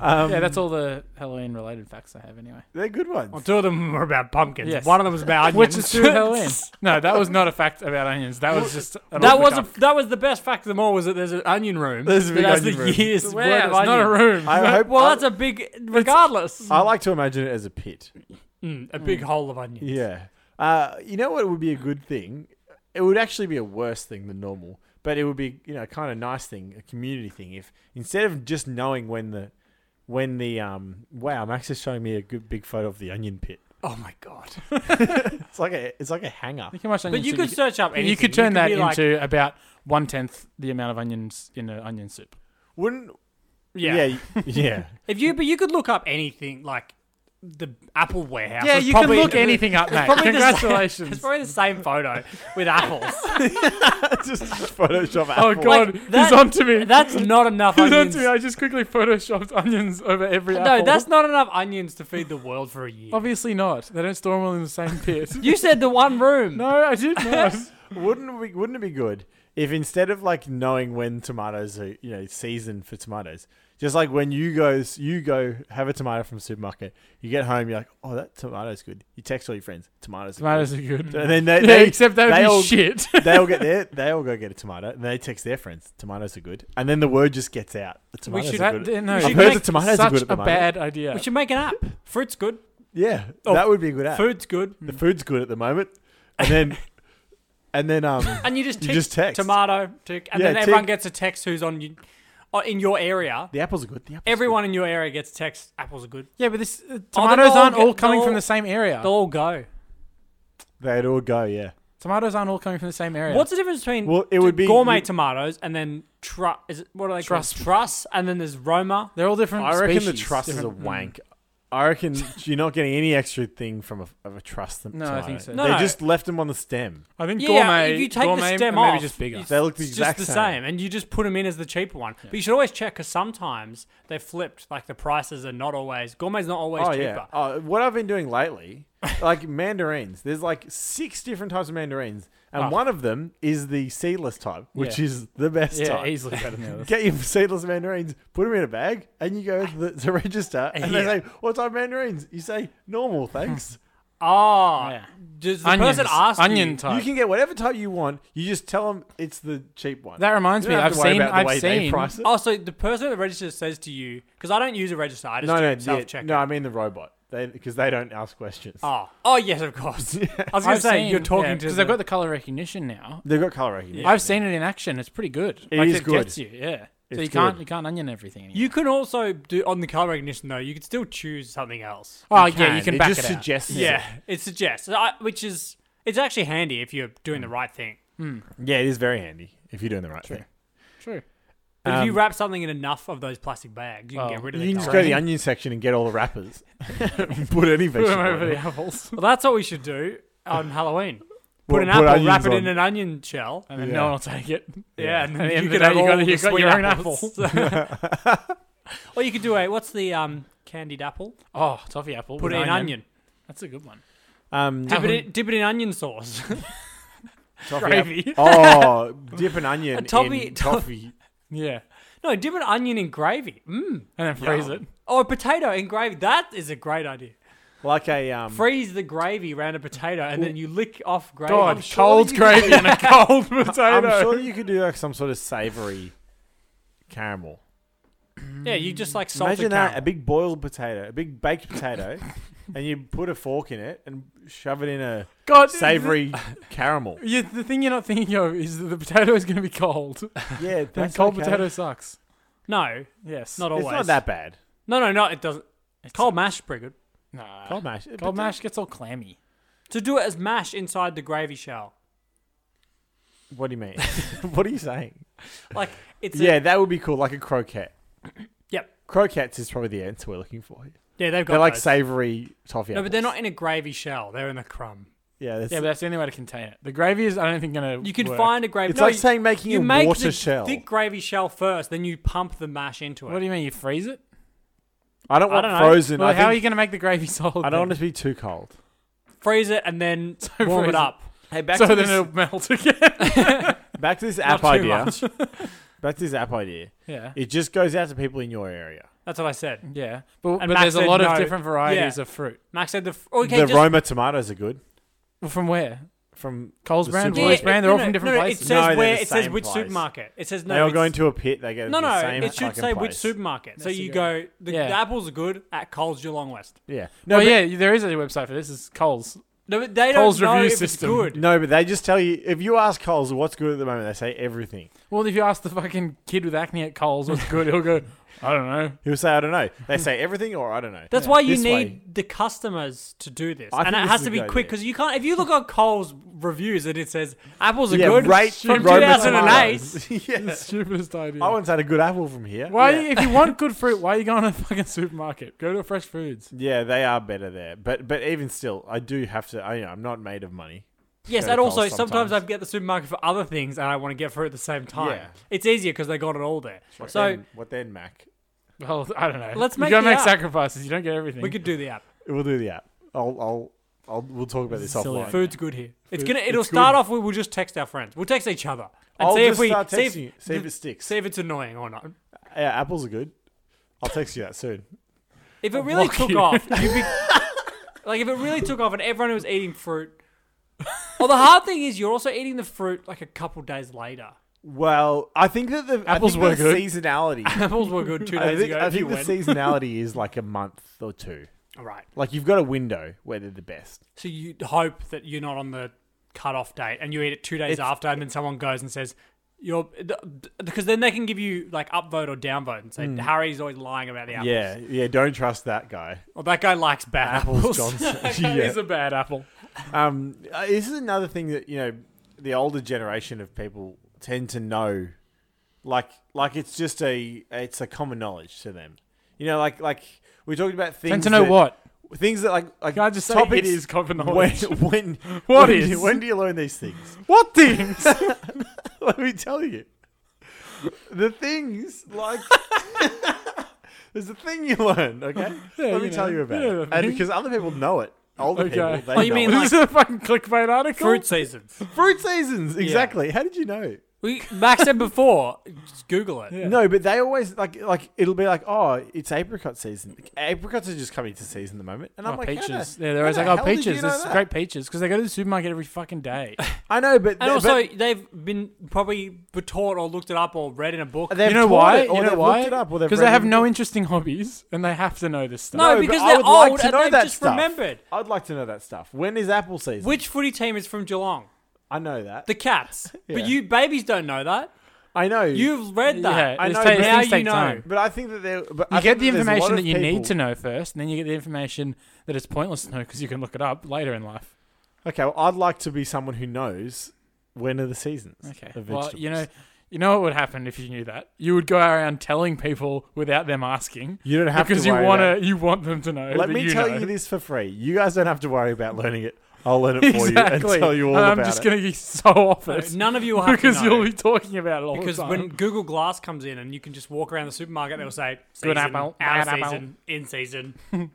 [SPEAKER 3] yeah, that's all the Halloween related facts I have anyway.
[SPEAKER 1] They're good ones.
[SPEAKER 2] Well, two of them were about pumpkins.
[SPEAKER 3] Yes.
[SPEAKER 2] One of them was about onions.
[SPEAKER 3] Which is true Halloween. No, that was not a fact about onions. That was just an
[SPEAKER 2] That
[SPEAKER 3] off
[SPEAKER 2] was
[SPEAKER 3] the
[SPEAKER 2] a,
[SPEAKER 3] cuff.
[SPEAKER 2] that was the best fact of them all was that there's an onion room.
[SPEAKER 1] There's a big
[SPEAKER 2] that has
[SPEAKER 1] onion
[SPEAKER 2] the
[SPEAKER 1] room.
[SPEAKER 2] year's
[SPEAKER 3] Wow,
[SPEAKER 2] worth
[SPEAKER 3] it's
[SPEAKER 2] of
[SPEAKER 3] not a
[SPEAKER 2] onion.
[SPEAKER 3] room.
[SPEAKER 1] I hope.
[SPEAKER 2] Well,
[SPEAKER 1] I,
[SPEAKER 2] that's a big regardless.
[SPEAKER 1] I like to imagine it as a pit.
[SPEAKER 2] Mm, a big hole of onions.
[SPEAKER 1] Yeah. Uh, you know what would be a good thing? It would actually be a worse thing than normal, but it would be you know kind of nice thing, a community thing. If instead of just knowing when the when the um wow, Max is showing me a good big photo of the onion pit.
[SPEAKER 2] Oh my god.
[SPEAKER 1] It's like a it's like a hanger.
[SPEAKER 3] Look how much
[SPEAKER 2] But
[SPEAKER 3] onions
[SPEAKER 2] you could search up anything.
[SPEAKER 3] you could turn that
[SPEAKER 2] be like-
[SPEAKER 3] into about one tenth the amount of onions in an onion soup.
[SPEAKER 1] Wouldn't
[SPEAKER 2] yeah.
[SPEAKER 1] yeah yeah. yeah.
[SPEAKER 2] If you but you could look up anything like the Apple warehouse.
[SPEAKER 3] Yeah,
[SPEAKER 2] It's
[SPEAKER 3] you
[SPEAKER 2] probably-
[SPEAKER 3] can look anything up, mate.
[SPEAKER 2] probably the same-
[SPEAKER 3] Congratulations.
[SPEAKER 2] It's probably the same photo with apples.
[SPEAKER 1] just Photoshop.
[SPEAKER 3] Oh
[SPEAKER 1] apple.
[SPEAKER 3] god,
[SPEAKER 2] that-
[SPEAKER 3] he's onto me.
[SPEAKER 2] That's not enough
[SPEAKER 3] he's
[SPEAKER 2] onions.
[SPEAKER 3] onto me. I just quickly photoshopped onions over every apple.
[SPEAKER 2] No, that's not enough onions to feed the world for a year.
[SPEAKER 3] obviously not. They don't store them all in the same pit.
[SPEAKER 2] You said the one room.
[SPEAKER 3] no, I did not.
[SPEAKER 1] Wouldn't it be, wouldn't it be good if instead of like knowing when tomatoes are you know season for tomatoes, just like when you goes you go have a tomato from the supermarket, you get home, you're like, oh that tomato's good. You text all your friends, tomatoes. Are
[SPEAKER 3] Tomatoes
[SPEAKER 1] Good.
[SPEAKER 3] are good.
[SPEAKER 1] And then they,
[SPEAKER 3] yeah,
[SPEAKER 1] they
[SPEAKER 3] except that would
[SPEAKER 1] they
[SPEAKER 3] be
[SPEAKER 1] all,
[SPEAKER 3] shit.
[SPEAKER 1] they all get their they all go get a tomato and they text their friends, tomatoes are good, and then the word just gets out. The tomatoes
[SPEAKER 2] should-
[SPEAKER 1] are
[SPEAKER 3] That,
[SPEAKER 1] good.
[SPEAKER 3] no,
[SPEAKER 1] I've
[SPEAKER 2] should
[SPEAKER 1] heard the
[SPEAKER 2] make
[SPEAKER 1] tomatoes are
[SPEAKER 3] such
[SPEAKER 1] good at the
[SPEAKER 3] a
[SPEAKER 1] moment.
[SPEAKER 3] bad idea.
[SPEAKER 2] We should make an app. Fruit's good.
[SPEAKER 1] Yeah,
[SPEAKER 2] Oh,
[SPEAKER 1] that would be a good app.
[SPEAKER 2] Food's good.
[SPEAKER 1] The food's good at the moment, and then and then um
[SPEAKER 2] And you just
[SPEAKER 1] You
[SPEAKER 2] tick
[SPEAKER 1] just text.
[SPEAKER 2] tomato tick, and
[SPEAKER 1] Yeah,
[SPEAKER 2] then everyone
[SPEAKER 1] tick.
[SPEAKER 2] gets a text who's on you, uh, in your area.
[SPEAKER 1] the apples are good. The apples are good.
[SPEAKER 2] Everyone in your area gets a text. Apples are good.
[SPEAKER 3] yeah, but this uh,
[SPEAKER 2] all
[SPEAKER 3] tomatoes aren't
[SPEAKER 2] get-
[SPEAKER 3] all coming
[SPEAKER 2] they'll-
[SPEAKER 3] from the same area.
[SPEAKER 2] They'll all go.
[SPEAKER 1] they'd all go. Yeah.
[SPEAKER 3] Tomatoes aren't all coming from the same area.
[SPEAKER 2] What's the difference between
[SPEAKER 1] Well, it would be-
[SPEAKER 2] gourmet
[SPEAKER 1] you-
[SPEAKER 2] tomatoes and then tru- is it, what are they
[SPEAKER 3] Truss.
[SPEAKER 2] called? Truss, and then there's Roma.
[SPEAKER 3] They're all different.
[SPEAKER 1] I reckon the
[SPEAKER 3] species,
[SPEAKER 1] truss is a
[SPEAKER 3] different-
[SPEAKER 1] wank. I reckon you're not getting any extra thing from a, of a truss. Than
[SPEAKER 3] No, I
[SPEAKER 1] tomato.
[SPEAKER 3] think so.
[SPEAKER 2] No,
[SPEAKER 1] they
[SPEAKER 2] no.
[SPEAKER 1] just left them on the stem.
[SPEAKER 3] I think
[SPEAKER 2] Yeah,
[SPEAKER 3] gourmet.
[SPEAKER 2] if you take
[SPEAKER 3] gourmet,
[SPEAKER 2] the stem
[SPEAKER 3] and maybe
[SPEAKER 2] off,
[SPEAKER 3] just bigger.
[SPEAKER 2] it's-
[SPEAKER 1] They look the
[SPEAKER 2] it's
[SPEAKER 1] exact
[SPEAKER 2] just the
[SPEAKER 1] same.
[SPEAKER 2] same. and you just put them in as the cheaper one. But you should always check because sometimes they're flipped. Like the prices are not always gourmet's not always
[SPEAKER 1] Oh
[SPEAKER 2] cheaper.
[SPEAKER 1] yeah. Oh, what I've been doing lately, like mandarins. There's like six different types of mandarins, and
[SPEAKER 2] Oh.
[SPEAKER 1] one of them is the seedless type, which
[SPEAKER 3] Yeah.
[SPEAKER 1] is the best
[SPEAKER 3] yeah,
[SPEAKER 1] type.
[SPEAKER 3] easily better than the others.
[SPEAKER 1] Get your seedless mandarins, put them in a bag, and you go to the to register, and they
[SPEAKER 2] Yeah.
[SPEAKER 1] say, "What type of mandarins?" You say, "Normal, thanks."
[SPEAKER 2] Oh,
[SPEAKER 3] Yeah.
[SPEAKER 2] does the
[SPEAKER 3] Onions,
[SPEAKER 2] person ask
[SPEAKER 3] onion
[SPEAKER 2] you,
[SPEAKER 3] type.
[SPEAKER 1] You can get whatever type you want. You just tell them it's the cheap one.
[SPEAKER 3] That reminds
[SPEAKER 1] You don't
[SPEAKER 3] me,
[SPEAKER 1] have
[SPEAKER 3] I've
[SPEAKER 1] to worry
[SPEAKER 3] seen-
[SPEAKER 1] about the
[SPEAKER 3] I've
[SPEAKER 1] way they
[SPEAKER 3] seen-
[SPEAKER 1] price it.
[SPEAKER 2] Oh, so the person at the register says to you, because I don't use a register, I just
[SPEAKER 1] no,
[SPEAKER 2] do
[SPEAKER 1] no, the-
[SPEAKER 2] self check.
[SPEAKER 1] no. I mean the robot. They because they don't ask questions.
[SPEAKER 2] Oh, oh yes, of course. I was going to
[SPEAKER 3] I've
[SPEAKER 2] say
[SPEAKER 3] seen-
[SPEAKER 2] you're talking
[SPEAKER 3] yeah,
[SPEAKER 2] to
[SPEAKER 3] because
[SPEAKER 2] the-
[SPEAKER 3] they've got the color recognition now.
[SPEAKER 1] They've got color recognition.
[SPEAKER 3] I've seen it in action. It's pretty good.
[SPEAKER 1] It
[SPEAKER 3] like,
[SPEAKER 1] is
[SPEAKER 3] it
[SPEAKER 1] good.
[SPEAKER 3] Gets you, yeah.
[SPEAKER 1] It's
[SPEAKER 3] so you can't
[SPEAKER 1] good.
[SPEAKER 3] you can't onion everything. Anymore.
[SPEAKER 2] You can also do on the color recognition though. You can still choose something else.
[SPEAKER 3] oh yeah, you can
[SPEAKER 1] it
[SPEAKER 3] back
[SPEAKER 1] just
[SPEAKER 3] it out.
[SPEAKER 1] suggests it.
[SPEAKER 2] Yeah, it suggests, I, which is it's actually handy if you're doing
[SPEAKER 3] Mm.
[SPEAKER 2] the right thing.
[SPEAKER 1] Yeah, it is very handy if you're doing the right thing.
[SPEAKER 3] True.
[SPEAKER 2] But if you
[SPEAKER 1] Um,
[SPEAKER 2] wrap something in enough of those plastic bags, you can
[SPEAKER 3] Oh,
[SPEAKER 2] get rid of
[SPEAKER 1] You can
[SPEAKER 2] the
[SPEAKER 1] just
[SPEAKER 2] color.
[SPEAKER 1] go to the onion section and get all the wrappers. put any vegetable.
[SPEAKER 3] Put 'em over
[SPEAKER 1] in.
[SPEAKER 3] the apples.
[SPEAKER 2] Well, that's what we should do on Halloween. Put
[SPEAKER 1] Put-
[SPEAKER 2] an
[SPEAKER 1] put
[SPEAKER 2] apple, wrap
[SPEAKER 1] onions on.
[SPEAKER 2] it in an onion shell.
[SPEAKER 3] And then
[SPEAKER 1] Yeah.
[SPEAKER 3] no one will take it.
[SPEAKER 2] Yeah, and then
[SPEAKER 3] At the end
[SPEAKER 2] you
[SPEAKER 3] of the
[SPEAKER 2] could
[SPEAKER 3] day,
[SPEAKER 2] have
[SPEAKER 3] you
[SPEAKER 2] all
[SPEAKER 3] got-
[SPEAKER 2] the
[SPEAKER 3] you got
[SPEAKER 2] sweet
[SPEAKER 3] your own
[SPEAKER 2] apples. or you could do a what's the um, candied apple?
[SPEAKER 3] Oh, toffee apple.
[SPEAKER 2] Put
[SPEAKER 3] with
[SPEAKER 2] it in onion.
[SPEAKER 3] That's a good one.
[SPEAKER 1] Um,
[SPEAKER 2] Dip it, in, dip it in onion sauce.
[SPEAKER 1] toffee
[SPEAKER 3] Gravy.
[SPEAKER 1] Oh, dip an onion
[SPEAKER 2] toffee-
[SPEAKER 1] in
[SPEAKER 2] toff-
[SPEAKER 1] toffee.
[SPEAKER 3] Yeah.
[SPEAKER 2] no, dip an onion in gravy. Mm.
[SPEAKER 3] And then freeze it.
[SPEAKER 2] Or Oh, a potato in gravy. That is a great idea.
[SPEAKER 1] Like a um,
[SPEAKER 2] Freeze the gravy around a potato and then you lick off gravy.
[SPEAKER 1] God,
[SPEAKER 3] Cold
[SPEAKER 1] Surely you-
[SPEAKER 3] gravy and a cold potato.
[SPEAKER 1] I'm sure that you could do like some sort of savory caramel.
[SPEAKER 2] Yeah, you just like salt
[SPEAKER 1] Imagine that a big boiled potato, a big baked potato, and you put a fork in it and shove it in a
[SPEAKER 3] God,
[SPEAKER 1] savory caramel.
[SPEAKER 3] Yeah, the thing you're not thinking of is that the potato is going to be cold.
[SPEAKER 1] Yeah,
[SPEAKER 3] That
[SPEAKER 1] that's
[SPEAKER 3] cold
[SPEAKER 1] okay.
[SPEAKER 3] potato sucks.
[SPEAKER 2] No,
[SPEAKER 3] Yes.
[SPEAKER 2] not
[SPEAKER 3] all.
[SPEAKER 2] always.
[SPEAKER 1] It's not that bad.
[SPEAKER 2] No, no, no, it doesn't. Cold mash is pretty good.
[SPEAKER 3] Nah.
[SPEAKER 1] Cold mash.
[SPEAKER 3] Cold mash gets all clammy.
[SPEAKER 2] To do it as mash inside the gravy shell.
[SPEAKER 1] What do you mean? what are you saying?
[SPEAKER 2] Like, it's.
[SPEAKER 1] yeah,
[SPEAKER 2] A,
[SPEAKER 1] that would be cool, like a croquette.
[SPEAKER 2] yep.
[SPEAKER 1] Croquettes is probably the answer we're looking for. here.
[SPEAKER 2] Yeah, they've got.
[SPEAKER 1] They're like
[SPEAKER 2] those.
[SPEAKER 1] savory toffee.
[SPEAKER 2] No, but they're
[SPEAKER 1] apples.
[SPEAKER 2] not in a gravy shell. They're in a crumb.
[SPEAKER 1] Yeah, that's,
[SPEAKER 3] Yeah, but that's the only way to contain it. The gravy is, I don't think, going to.
[SPEAKER 2] You can find a gravy.
[SPEAKER 1] it's
[SPEAKER 2] no,
[SPEAKER 1] like
[SPEAKER 2] you-
[SPEAKER 1] saying making
[SPEAKER 2] you
[SPEAKER 1] a
[SPEAKER 2] make
[SPEAKER 1] water
[SPEAKER 2] the
[SPEAKER 1] shell.
[SPEAKER 2] thick gravy shell first, then you pump the mash into it.
[SPEAKER 3] What do you mean? You freeze it?
[SPEAKER 1] I don't want
[SPEAKER 2] don't know.
[SPEAKER 1] frozen.
[SPEAKER 3] Well,
[SPEAKER 1] I,
[SPEAKER 3] how are you
[SPEAKER 1] think-
[SPEAKER 3] going to make the gravy solid?
[SPEAKER 1] I don't want
[SPEAKER 3] then?
[SPEAKER 1] it to be too cold.
[SPEAKER 2] Freeze it and then warm it
[SPEAKER 3] freeze it.
[SPEAKER 2] up. Hey, back
[SPEAKER 3] So then it'll melt again.
[SPEAKER 1] Back to this
[SPEAKER 2] Not
[SPEAKER 1] app
[SPEAKER 2] too
[SPEAKER 1] idea.
[SPEAKER 2] much.
[SPEAKER 1] Back to this app idea.
[SPEAKER 3] Yeah.
[SPEAKER 1] It just goes out to people in your area.
[SPEAKER 2] That's what I said.
[SPEAKER 3] Yeah. But,
[SPEAKER 2] And
[SPEAKER 3] but
[SPEAKER 2] Max
[SPEAKER 3] there's a
[SPEAKER 2] said
[SPEAKER 3] lot
[SPEAKER 2] no.
[SPEAKER 3] of different varieties
[SPEAKER 2] Yeah.
[SPEAKER 3] of fruit.
[SPEAKER 2] Max said the f- okay,
[SPEAKER 1] the
[SPEAKER 2] just,
[SPEAKER 1] Roma tomatoes are good.
[SPEAKER 3] Well, From where?
[SPEAKER 1] From
[SPEAKER 3] Coles
[SPEAKER 1] The
[SPEAKER 3] brand,
[SPEAKER 1] super-
[SPEAKER 3] Woolies
[SPEAKER 1] Yeah,
[SPEAKER 2] no,
[SPEAKER 3] brand, they're all
[SPEAKER 2] no,
[SPEAKER 3] from different
[SPEAKER 2] no,
[SPEAKER 3] places.
[SPEAKER 2] It says
[SPEAKER 1] No, they're
[SPEAKER 2] where
[SPEAKER 1] the
[SPEAKER 2] it says
[SPEAKER 1] same
[SPEAKER 2] which
[SPEAKER 1] place.
[SPEAKER 2] supermarket. It says no.
[SPEAKER 1] they all
[SPEAKER 2] it's-
[SPEAKER 1] go into a pit. They go
[SPEAKER 2] no,
[SPEAKER 1] to
[SPEAKER 2] no.
[SPEAKER 1] the same
[SPEAKER 2] It should
[SPEAKER 1] fucking
[SPEAKER 2] say which
[SPEAKER 1] place.
[SPEAKER 2] supermarket. so
[SPEAKER 3] That's
[SPEAKER 2] you
[SPEAKER 3] a
[SPEAKER 2] go. The,
[SPEAKER 3] Yeah.
[SPEAKER 2] the apples are good at Coles Geelong West.
[SPEAKER 1] Yeah. No,
[SPEAKER 3] no,
[SPEAKER 1] but-
[SPEAKER 3] yeah, there is a website for this. It's Coles.
[SPEAKER 2] No, but they
[SPEAKER 3] Coles
[SPEAKER 2] don't know
[SPEAKER 3] review
[SPEAKER 2] if
[SPEAKER 3] system.
[SPEAKER 2] it's good.
[SPEAKER 1] No, but they just tell you if you ask Coles what's good at the moment, they say everything.
[SPEAKER 3] Well, if you ask the fucking kid with acne at Coles what's good, he'll go, I don't know.
[SPEAKER 1] He'll say I don't know. They say everything or I don't know.
[SPEAKER 2] That's why you
[SPEAKER 1] This
[SPEAKER 2] need
[SPEAKER 1] way.
[SPEAKER 2] the customers to do this,
[SPEAKER 1] I
[SPEAKER 2] and
[SPEAKER 1] think
[SPEAKER 2] it
[SPEAKER 1] this
[SPEAKER 2] has
[SPEAKER 1] is a
[SPEAKER 2] to be
[SPEAKER 1] good
[SPEAKER 2] quick
[SPEAKER 1] idea.
[SPEAKER 2] because you can't. If you look at Coles reviews and it says apples are
[SPEAKER 1] yeah,
[SPEAKER 2] good
[SPEAKER 1] rate
[SPEAKER 2] from
[SPEAKER 1] Roma
[SPEAKER 2] 2008,
[SPEAKER 1] tomatoes. yes.
[SPEAKER 3] Stupidest idea.
[SPEAKER 1] I once had a good apple from here.
[SPEAKER 3] why, if you want good fruit, why are you going to a fucking supermarket? Go to a Fresh Foods.
[SPEAKER 1] Yeah, they are better there, but but even still, I do have to. I, you know, I'm not made of money.
[SPEAKER 2] yes,
[SPEAKER 1] Go to
[SPEAKER 2] and also
[SPEAKER 1] Coles
[SPEAKER 2] sometimes,
[SPEAKER 1] sometimes.
[SPEAKER 2] I get the supermarket for other things and I want to get fruit at the same time.
[SPEAKER 1] Yeah.
[SPEAKER 2] It's easier because they got it all there.
[SPEAKER 1] What
[SPEAKER 2] So
[SPEAKER 1] then, what then, Mac?
[SPEAKER 3] Well, I don't know.
[SPEAKER 2] Let's
[SPEAKER 3] you
[SPEAKER 2] make
[SPEAKER 3] gotta
[SPEAKER 2] the
[SPEAKER 3] make
[SPEAKER 2] app.
[SPEAKER 3] sacrifices. You don't get everything.
[SPEAKER 2] we could do the app.
[SPEAKER 1] We'll do the app. I'll I'll, I'll we'll talk about this
[SPEAKER 3] Silly.
[SPEAKER 1] offline.
[SPEAKER 2] Food's good here. It's gonna.
[SPEAKER 1] it's
[SPEAKER 2] It'll start off. We will just text our friends. We'll text each other and
[SPEAKER 1] I'll
[SPEAKER 2] see
[SPEAKER 1] just
[SPEAKER 2] if we
[SPEAKER 1] start
[SPEAKER 2] see
[SPEAKER 1] texting
[SPEAKER 2] if,
[SPEAKER 1] you. See if it sticks.
[SPEAKER 2] see if it's annoying or not.
[SPEAKER 1] yeah, apples are good. I'll text you that soon.
[SPEAKER 2] If it really
[SPEAKER 3] block
[SPEAKER 2] took
[SPEAKER 3] you.
[SPEAKER 2] off, you'd be, like if it really took off and everyone was eating fruit. Well, the hard thing is you're also eating the fruit like a couple days later.
[SPEAKER 1] Well, I think that the
[SPEAKER 3] Apples
[SPEAKER 1] apples
[SPEAKER 3] were
[SPEAKER 1] were
[SPEAKER 3] good.
[SPEAKER 1] Seasonality.
[SPEAKER 2] Apples were good two
[SPEAKER 1] I
[SPEAKER 2] days
[SPEAKER 1] think,
[SPEAKER 2] ago.
[SPEAKER 1] I
[SPEAKER 2] If you
[SPEAKER 1] think the
[SPEAKER 2] went
[SPEAKER 1] seasonality is like a month or two.
[SPEAKER 2] right,
[SPEAKER 1] Like you've got a window where they're the best.
[SPEAKER 2] so you hope that you're not on the cut-off date and you eat it two days
[SPEAKER 1] It's-
[SPEAKER 2] after, and then someone goes and says. You're, because then they can give you like upvote or downvote and say Harry's always lying about the apples.
[SPEAKER 1] Hmm. Yeah, yeah. Don't trust that guy.
[SPEAKER 2] Well, Oh, that guy likes bad
[SPEAKER 1] Apples
[SPEAKER 2] apples.
[SPEAKER 1] Johnson.
[SPEAKER 3] That
[SPEAKER 1] yeah.
[SPEAKER 3] is a bad apple.
[SPEAKER 1] um, uh, this is another thing that you know the older generation of people tend to know, like like it's just a it's a common knowledge to them. You know, like like we talked about things
[SPEAKER 3] And to know
[SPEAKER 1] that-
[SPEAKER 3] what?
[SPEAKER 1] things that like like
[SPEAKER 3] Can I just say
[SPEAKER 1] topics
[SPEAKER 3] it is common
[SPEAKER 1] when
[SPEAKER 3] knowledge?
[SPEAKER 1] when
[SPEAKER 3] What
[SPEAKER 1] when
[SPEAKER 3] is?
[SPEAKER 1] do, when do you learn these things?
[SPEAKER 3] What things?
[SPEAKER 1] Let me tell you, the things like. There's a thing you learn, okay? Let me
[SPEAKER 3] you
[SPEAKER 1] tell
[SPEAKER 3] know,
[SPEAKER 1] you about
[SPEAKER 3] you know
[SPEAKER 1] it.
[SPEAKER 3] the
[SPEAKER 1] And
[SPEAKER 3] thing.
[SPEAKER 1] because other people know it. Older
[SPEAKER 3] Okay.
[SPEAKER 1] people, they
[SPEAKER 2] Oh, you
[SPEAKER 1] know
[SPEAKER 2] mean
[SPEAKER 1] it.
[SPEAKER 2] like-
[SPEAKER 3] this is a fucking clickbait article.
[SPEAKER 2] Fruit seasons.
[SPEAKER 1] Fruit seasons, exactly. How did you know?
[SPEAKER 2] We Max said before, just Google it.
[SPEAKER 3] Yeah.
[SPEAKER 1] No, but they always like like it'll be like, oh, it's apricot season. Apricots are just coming to season at the moment, and I'm
[SPEAKER 3] Oh,
[SPEAKER 1] like, how
[SPEAKER 3] peaches.
[SPEAKER 1] the-
[SPEAKER 3] yeah,
[SPEAKER 1] how
[SPEAKER 3] they're always
[SPEAKER 1] the
[SPEAKER 3] like, oh,
[SPEAKER 1] hell did
[SPEAKER 3] peaches.
[SPEAKER 1] you know
[SPEAKER 3] There's
[SPEAKER 1] that?
[SPEAKER 3] great peaches because they go to the supermarket every fucking day.
[SPEAKER 1] I know, but
[SPEAKER 2] And
[SPEAKER 1] they-
[SPEAKER 2] also,
[SPEAKER 1] but
[SPEAKER 2] they've been probably were taught or looked it up or read in a book.
[SPEAKER 1] they've
[SPEAKER 3] you know
[SPEAKER 1] taught
[SPEAKER 3] why?
[SPEAKER 1] it, or
[SPEAKER 3] you know
[SPEAKER 1] they've
[SPEAKER 3] why?
[SPEAKER 1] looked it up, or they've
[SPEAKER 3] Because they
[SPEAKER 1] read
[SPEAKER 3] have
[SPEAKER 1] it.
[SPEAKER 3] no interesting hobbies and they have to know this stuff.
[SPEAKER 2] no,
[SPEAKER 1] but
[SPEAKER 2] because
[SPEAKER 1] I
[SPEAKER 2] they're
[SPEAKER 1] would
[SPEAKER 2] old
[SPEAKER 1] like to
[SPEAKER 2] and
[SPEAKER 1] know
[SPEAKER 2] they've
[SPEAKER 1] that
[SPEAKER 2] just
[SPEAKER 1] stuff.
[SPEAKER 2] remembered.
[SPEAKER 1] I'd like to know that stuff. When is apple season?
[SPEAKER 2] Which footy team is from Geelong?
[SPEAKER 1] I know that.
[SPEAKER 2] The Cats.
[SPEAKER 1] Yeah.
[SPEAKER 2] But you babies don't know that.
[SPEAKER 1] I know
[SPEAKER 2] You've read that.
[SPEAKER 3] Yeah,
[SPEAKER 1] I
[SPEAKER 3] it's
[SPEAKER 1] know,
[SPEAKER 3] ta-
[SPEAKER 1] but
[SPEAKER 3] these
[SPEAKER 2] now
[SPEAKER 3] things
[SPEAKER 2] you
[SPEAKER 3] take
[SPEAKER 2] know.
[SPEAKER 3] time.
[SPEAKER 1] but I think that they. But
[SPEAKER 3] You get the information that you need to know first, and then you get the information that it's pointless to know because you can look it up later in life.
[SPEAKER 1] Okay, well, I'd like to be someone who knows when are the seasons.
[SPEAKER 3] Okay.
[SPEAKER 1] of
[SPEAKER 3] Well,
[SPEAKER 1] vegetables.
[SPEAKER 3] you know, you know what would happen if you knew that? You would go around telling people without them asking.
[SPEAKER 1] You don't have to
[SPEAKER 3] because you
[SPEAKER 1] worry
[SPEAKER 3] want
[SPEAKER 1] about-
[SPEAKER 3] you want them to know.
[SPEAKER 1] Let
[SPEAKER 3] that
[SPEAKER 1] me
[SPEAKER 3] you
[SPEAKER 1] tell
[SPEAKER 3] know.
[SPEAKER 1] you this for free. You guys don't have to worry about learning it. I'll learn it for you and tell you all
[SPEAKER 3] And
[SPEAKER 1] about
[SPEAKER 3] I'm just
[SPEAKER 1] it.
[SPEAKER 3] gonna be so off
[SPEAKER 2] No,
[SPEAKER 3] it
[SPEAKER 2] none of you will have
[SPEAKER 3] because
[SPEAKER 2] to know.
[SPEAKER 3] you'll be talking about it all
[SPEAKER 2] because
[SPEAKER 3] the time.
[SPEAKER 2] when Google Glass comes in and you can just walk around the supermarket, they'll say season,
[SPEAKER 3] Good apple,
[SPEAKER 2] out of
[SPEAKER 3] bad apple.
[SPEAKER 2] season, in season.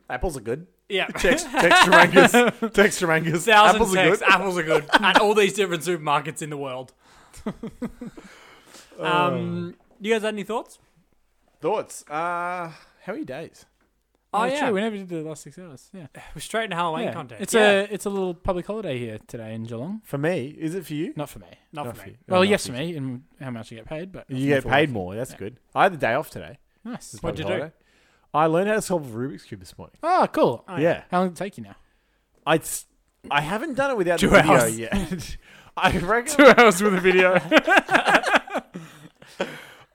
[SPEAKER 1] Apples are good.
[SPEAKER 2] Yeah.
[SPEAKER 1] Text text Ramangus. Text Ramangus.
[SPEAKER 2] Thousand
[SPEAKER 1] Apples
[SPEAKER 2] texts,
[SPEAKER 1] are good.
[SPEAKER 2] apples are good. At all these different supermarkets in the world. um, you guys had any thoughts?
[SPEAKER 1] Thoughts? Uh, how are your days?
[SPEAKER 2] Oh,
[SPEAKER 3] oh yeah,
[SPEAKER 2] yeah.
[SPEAKER 3] true, we never did the last six hours. Yeah,
[SPEAKER 2] We're straight into Halloween
[SPEAKER 3] yeah.
[SPEAKER 2] content.
[SPEAKER 3] it's
[SPEAKER 2] Yeah.
[SPEAKER 3] a it's a little public holiday here today in Geelong.
[SPEAKER 1] For me, is it for you?
[SPEAKER 3] Not for me.
[SPEAKER 2] not,
[SPEAKER 1] Not
[SPEAKER 2] for me.
[SPEAKER 1] you.
[SPEAKER 3] well,
[SPEAKER 1] Oh,
[SPEAKER 3] yes
[SPEAKER 1] not
[SPEAKER 3] for me, in how much you get paid, but not
[SPEAKER 1] You
[SPEAKER 3] for me
[SPEAKER 1] get
[SPEAKER 3] for
[SPEAKER 1] paid
[SPEAKER 3] work.
[SPEAKER 1] more. That's
[SPEAKER 3] Yeah.
[SPEAKER 1] good. I had the day off today.
[SPEAKER 3] Nice.
[SPEAKER 2] What'd you do?
[SPEAKER 1] Holiday. I learned how to solve a Rubik's cube this morning.
[SPEAKER 3] Oh, cool.
[SPEAKER 2] Oh,
[SPEAKER 1] yeah,
[SPEAKER 3] How long did it take you now?
[SPEAKER 1] I s- I haven't done it without
[SPEAKER 3] Two
[SPEAKER 1] the video
[SPEAKER 3] hours.
[SPEAKER 1] yet. I reckon
[SPEAKER 3] Two hours with a video.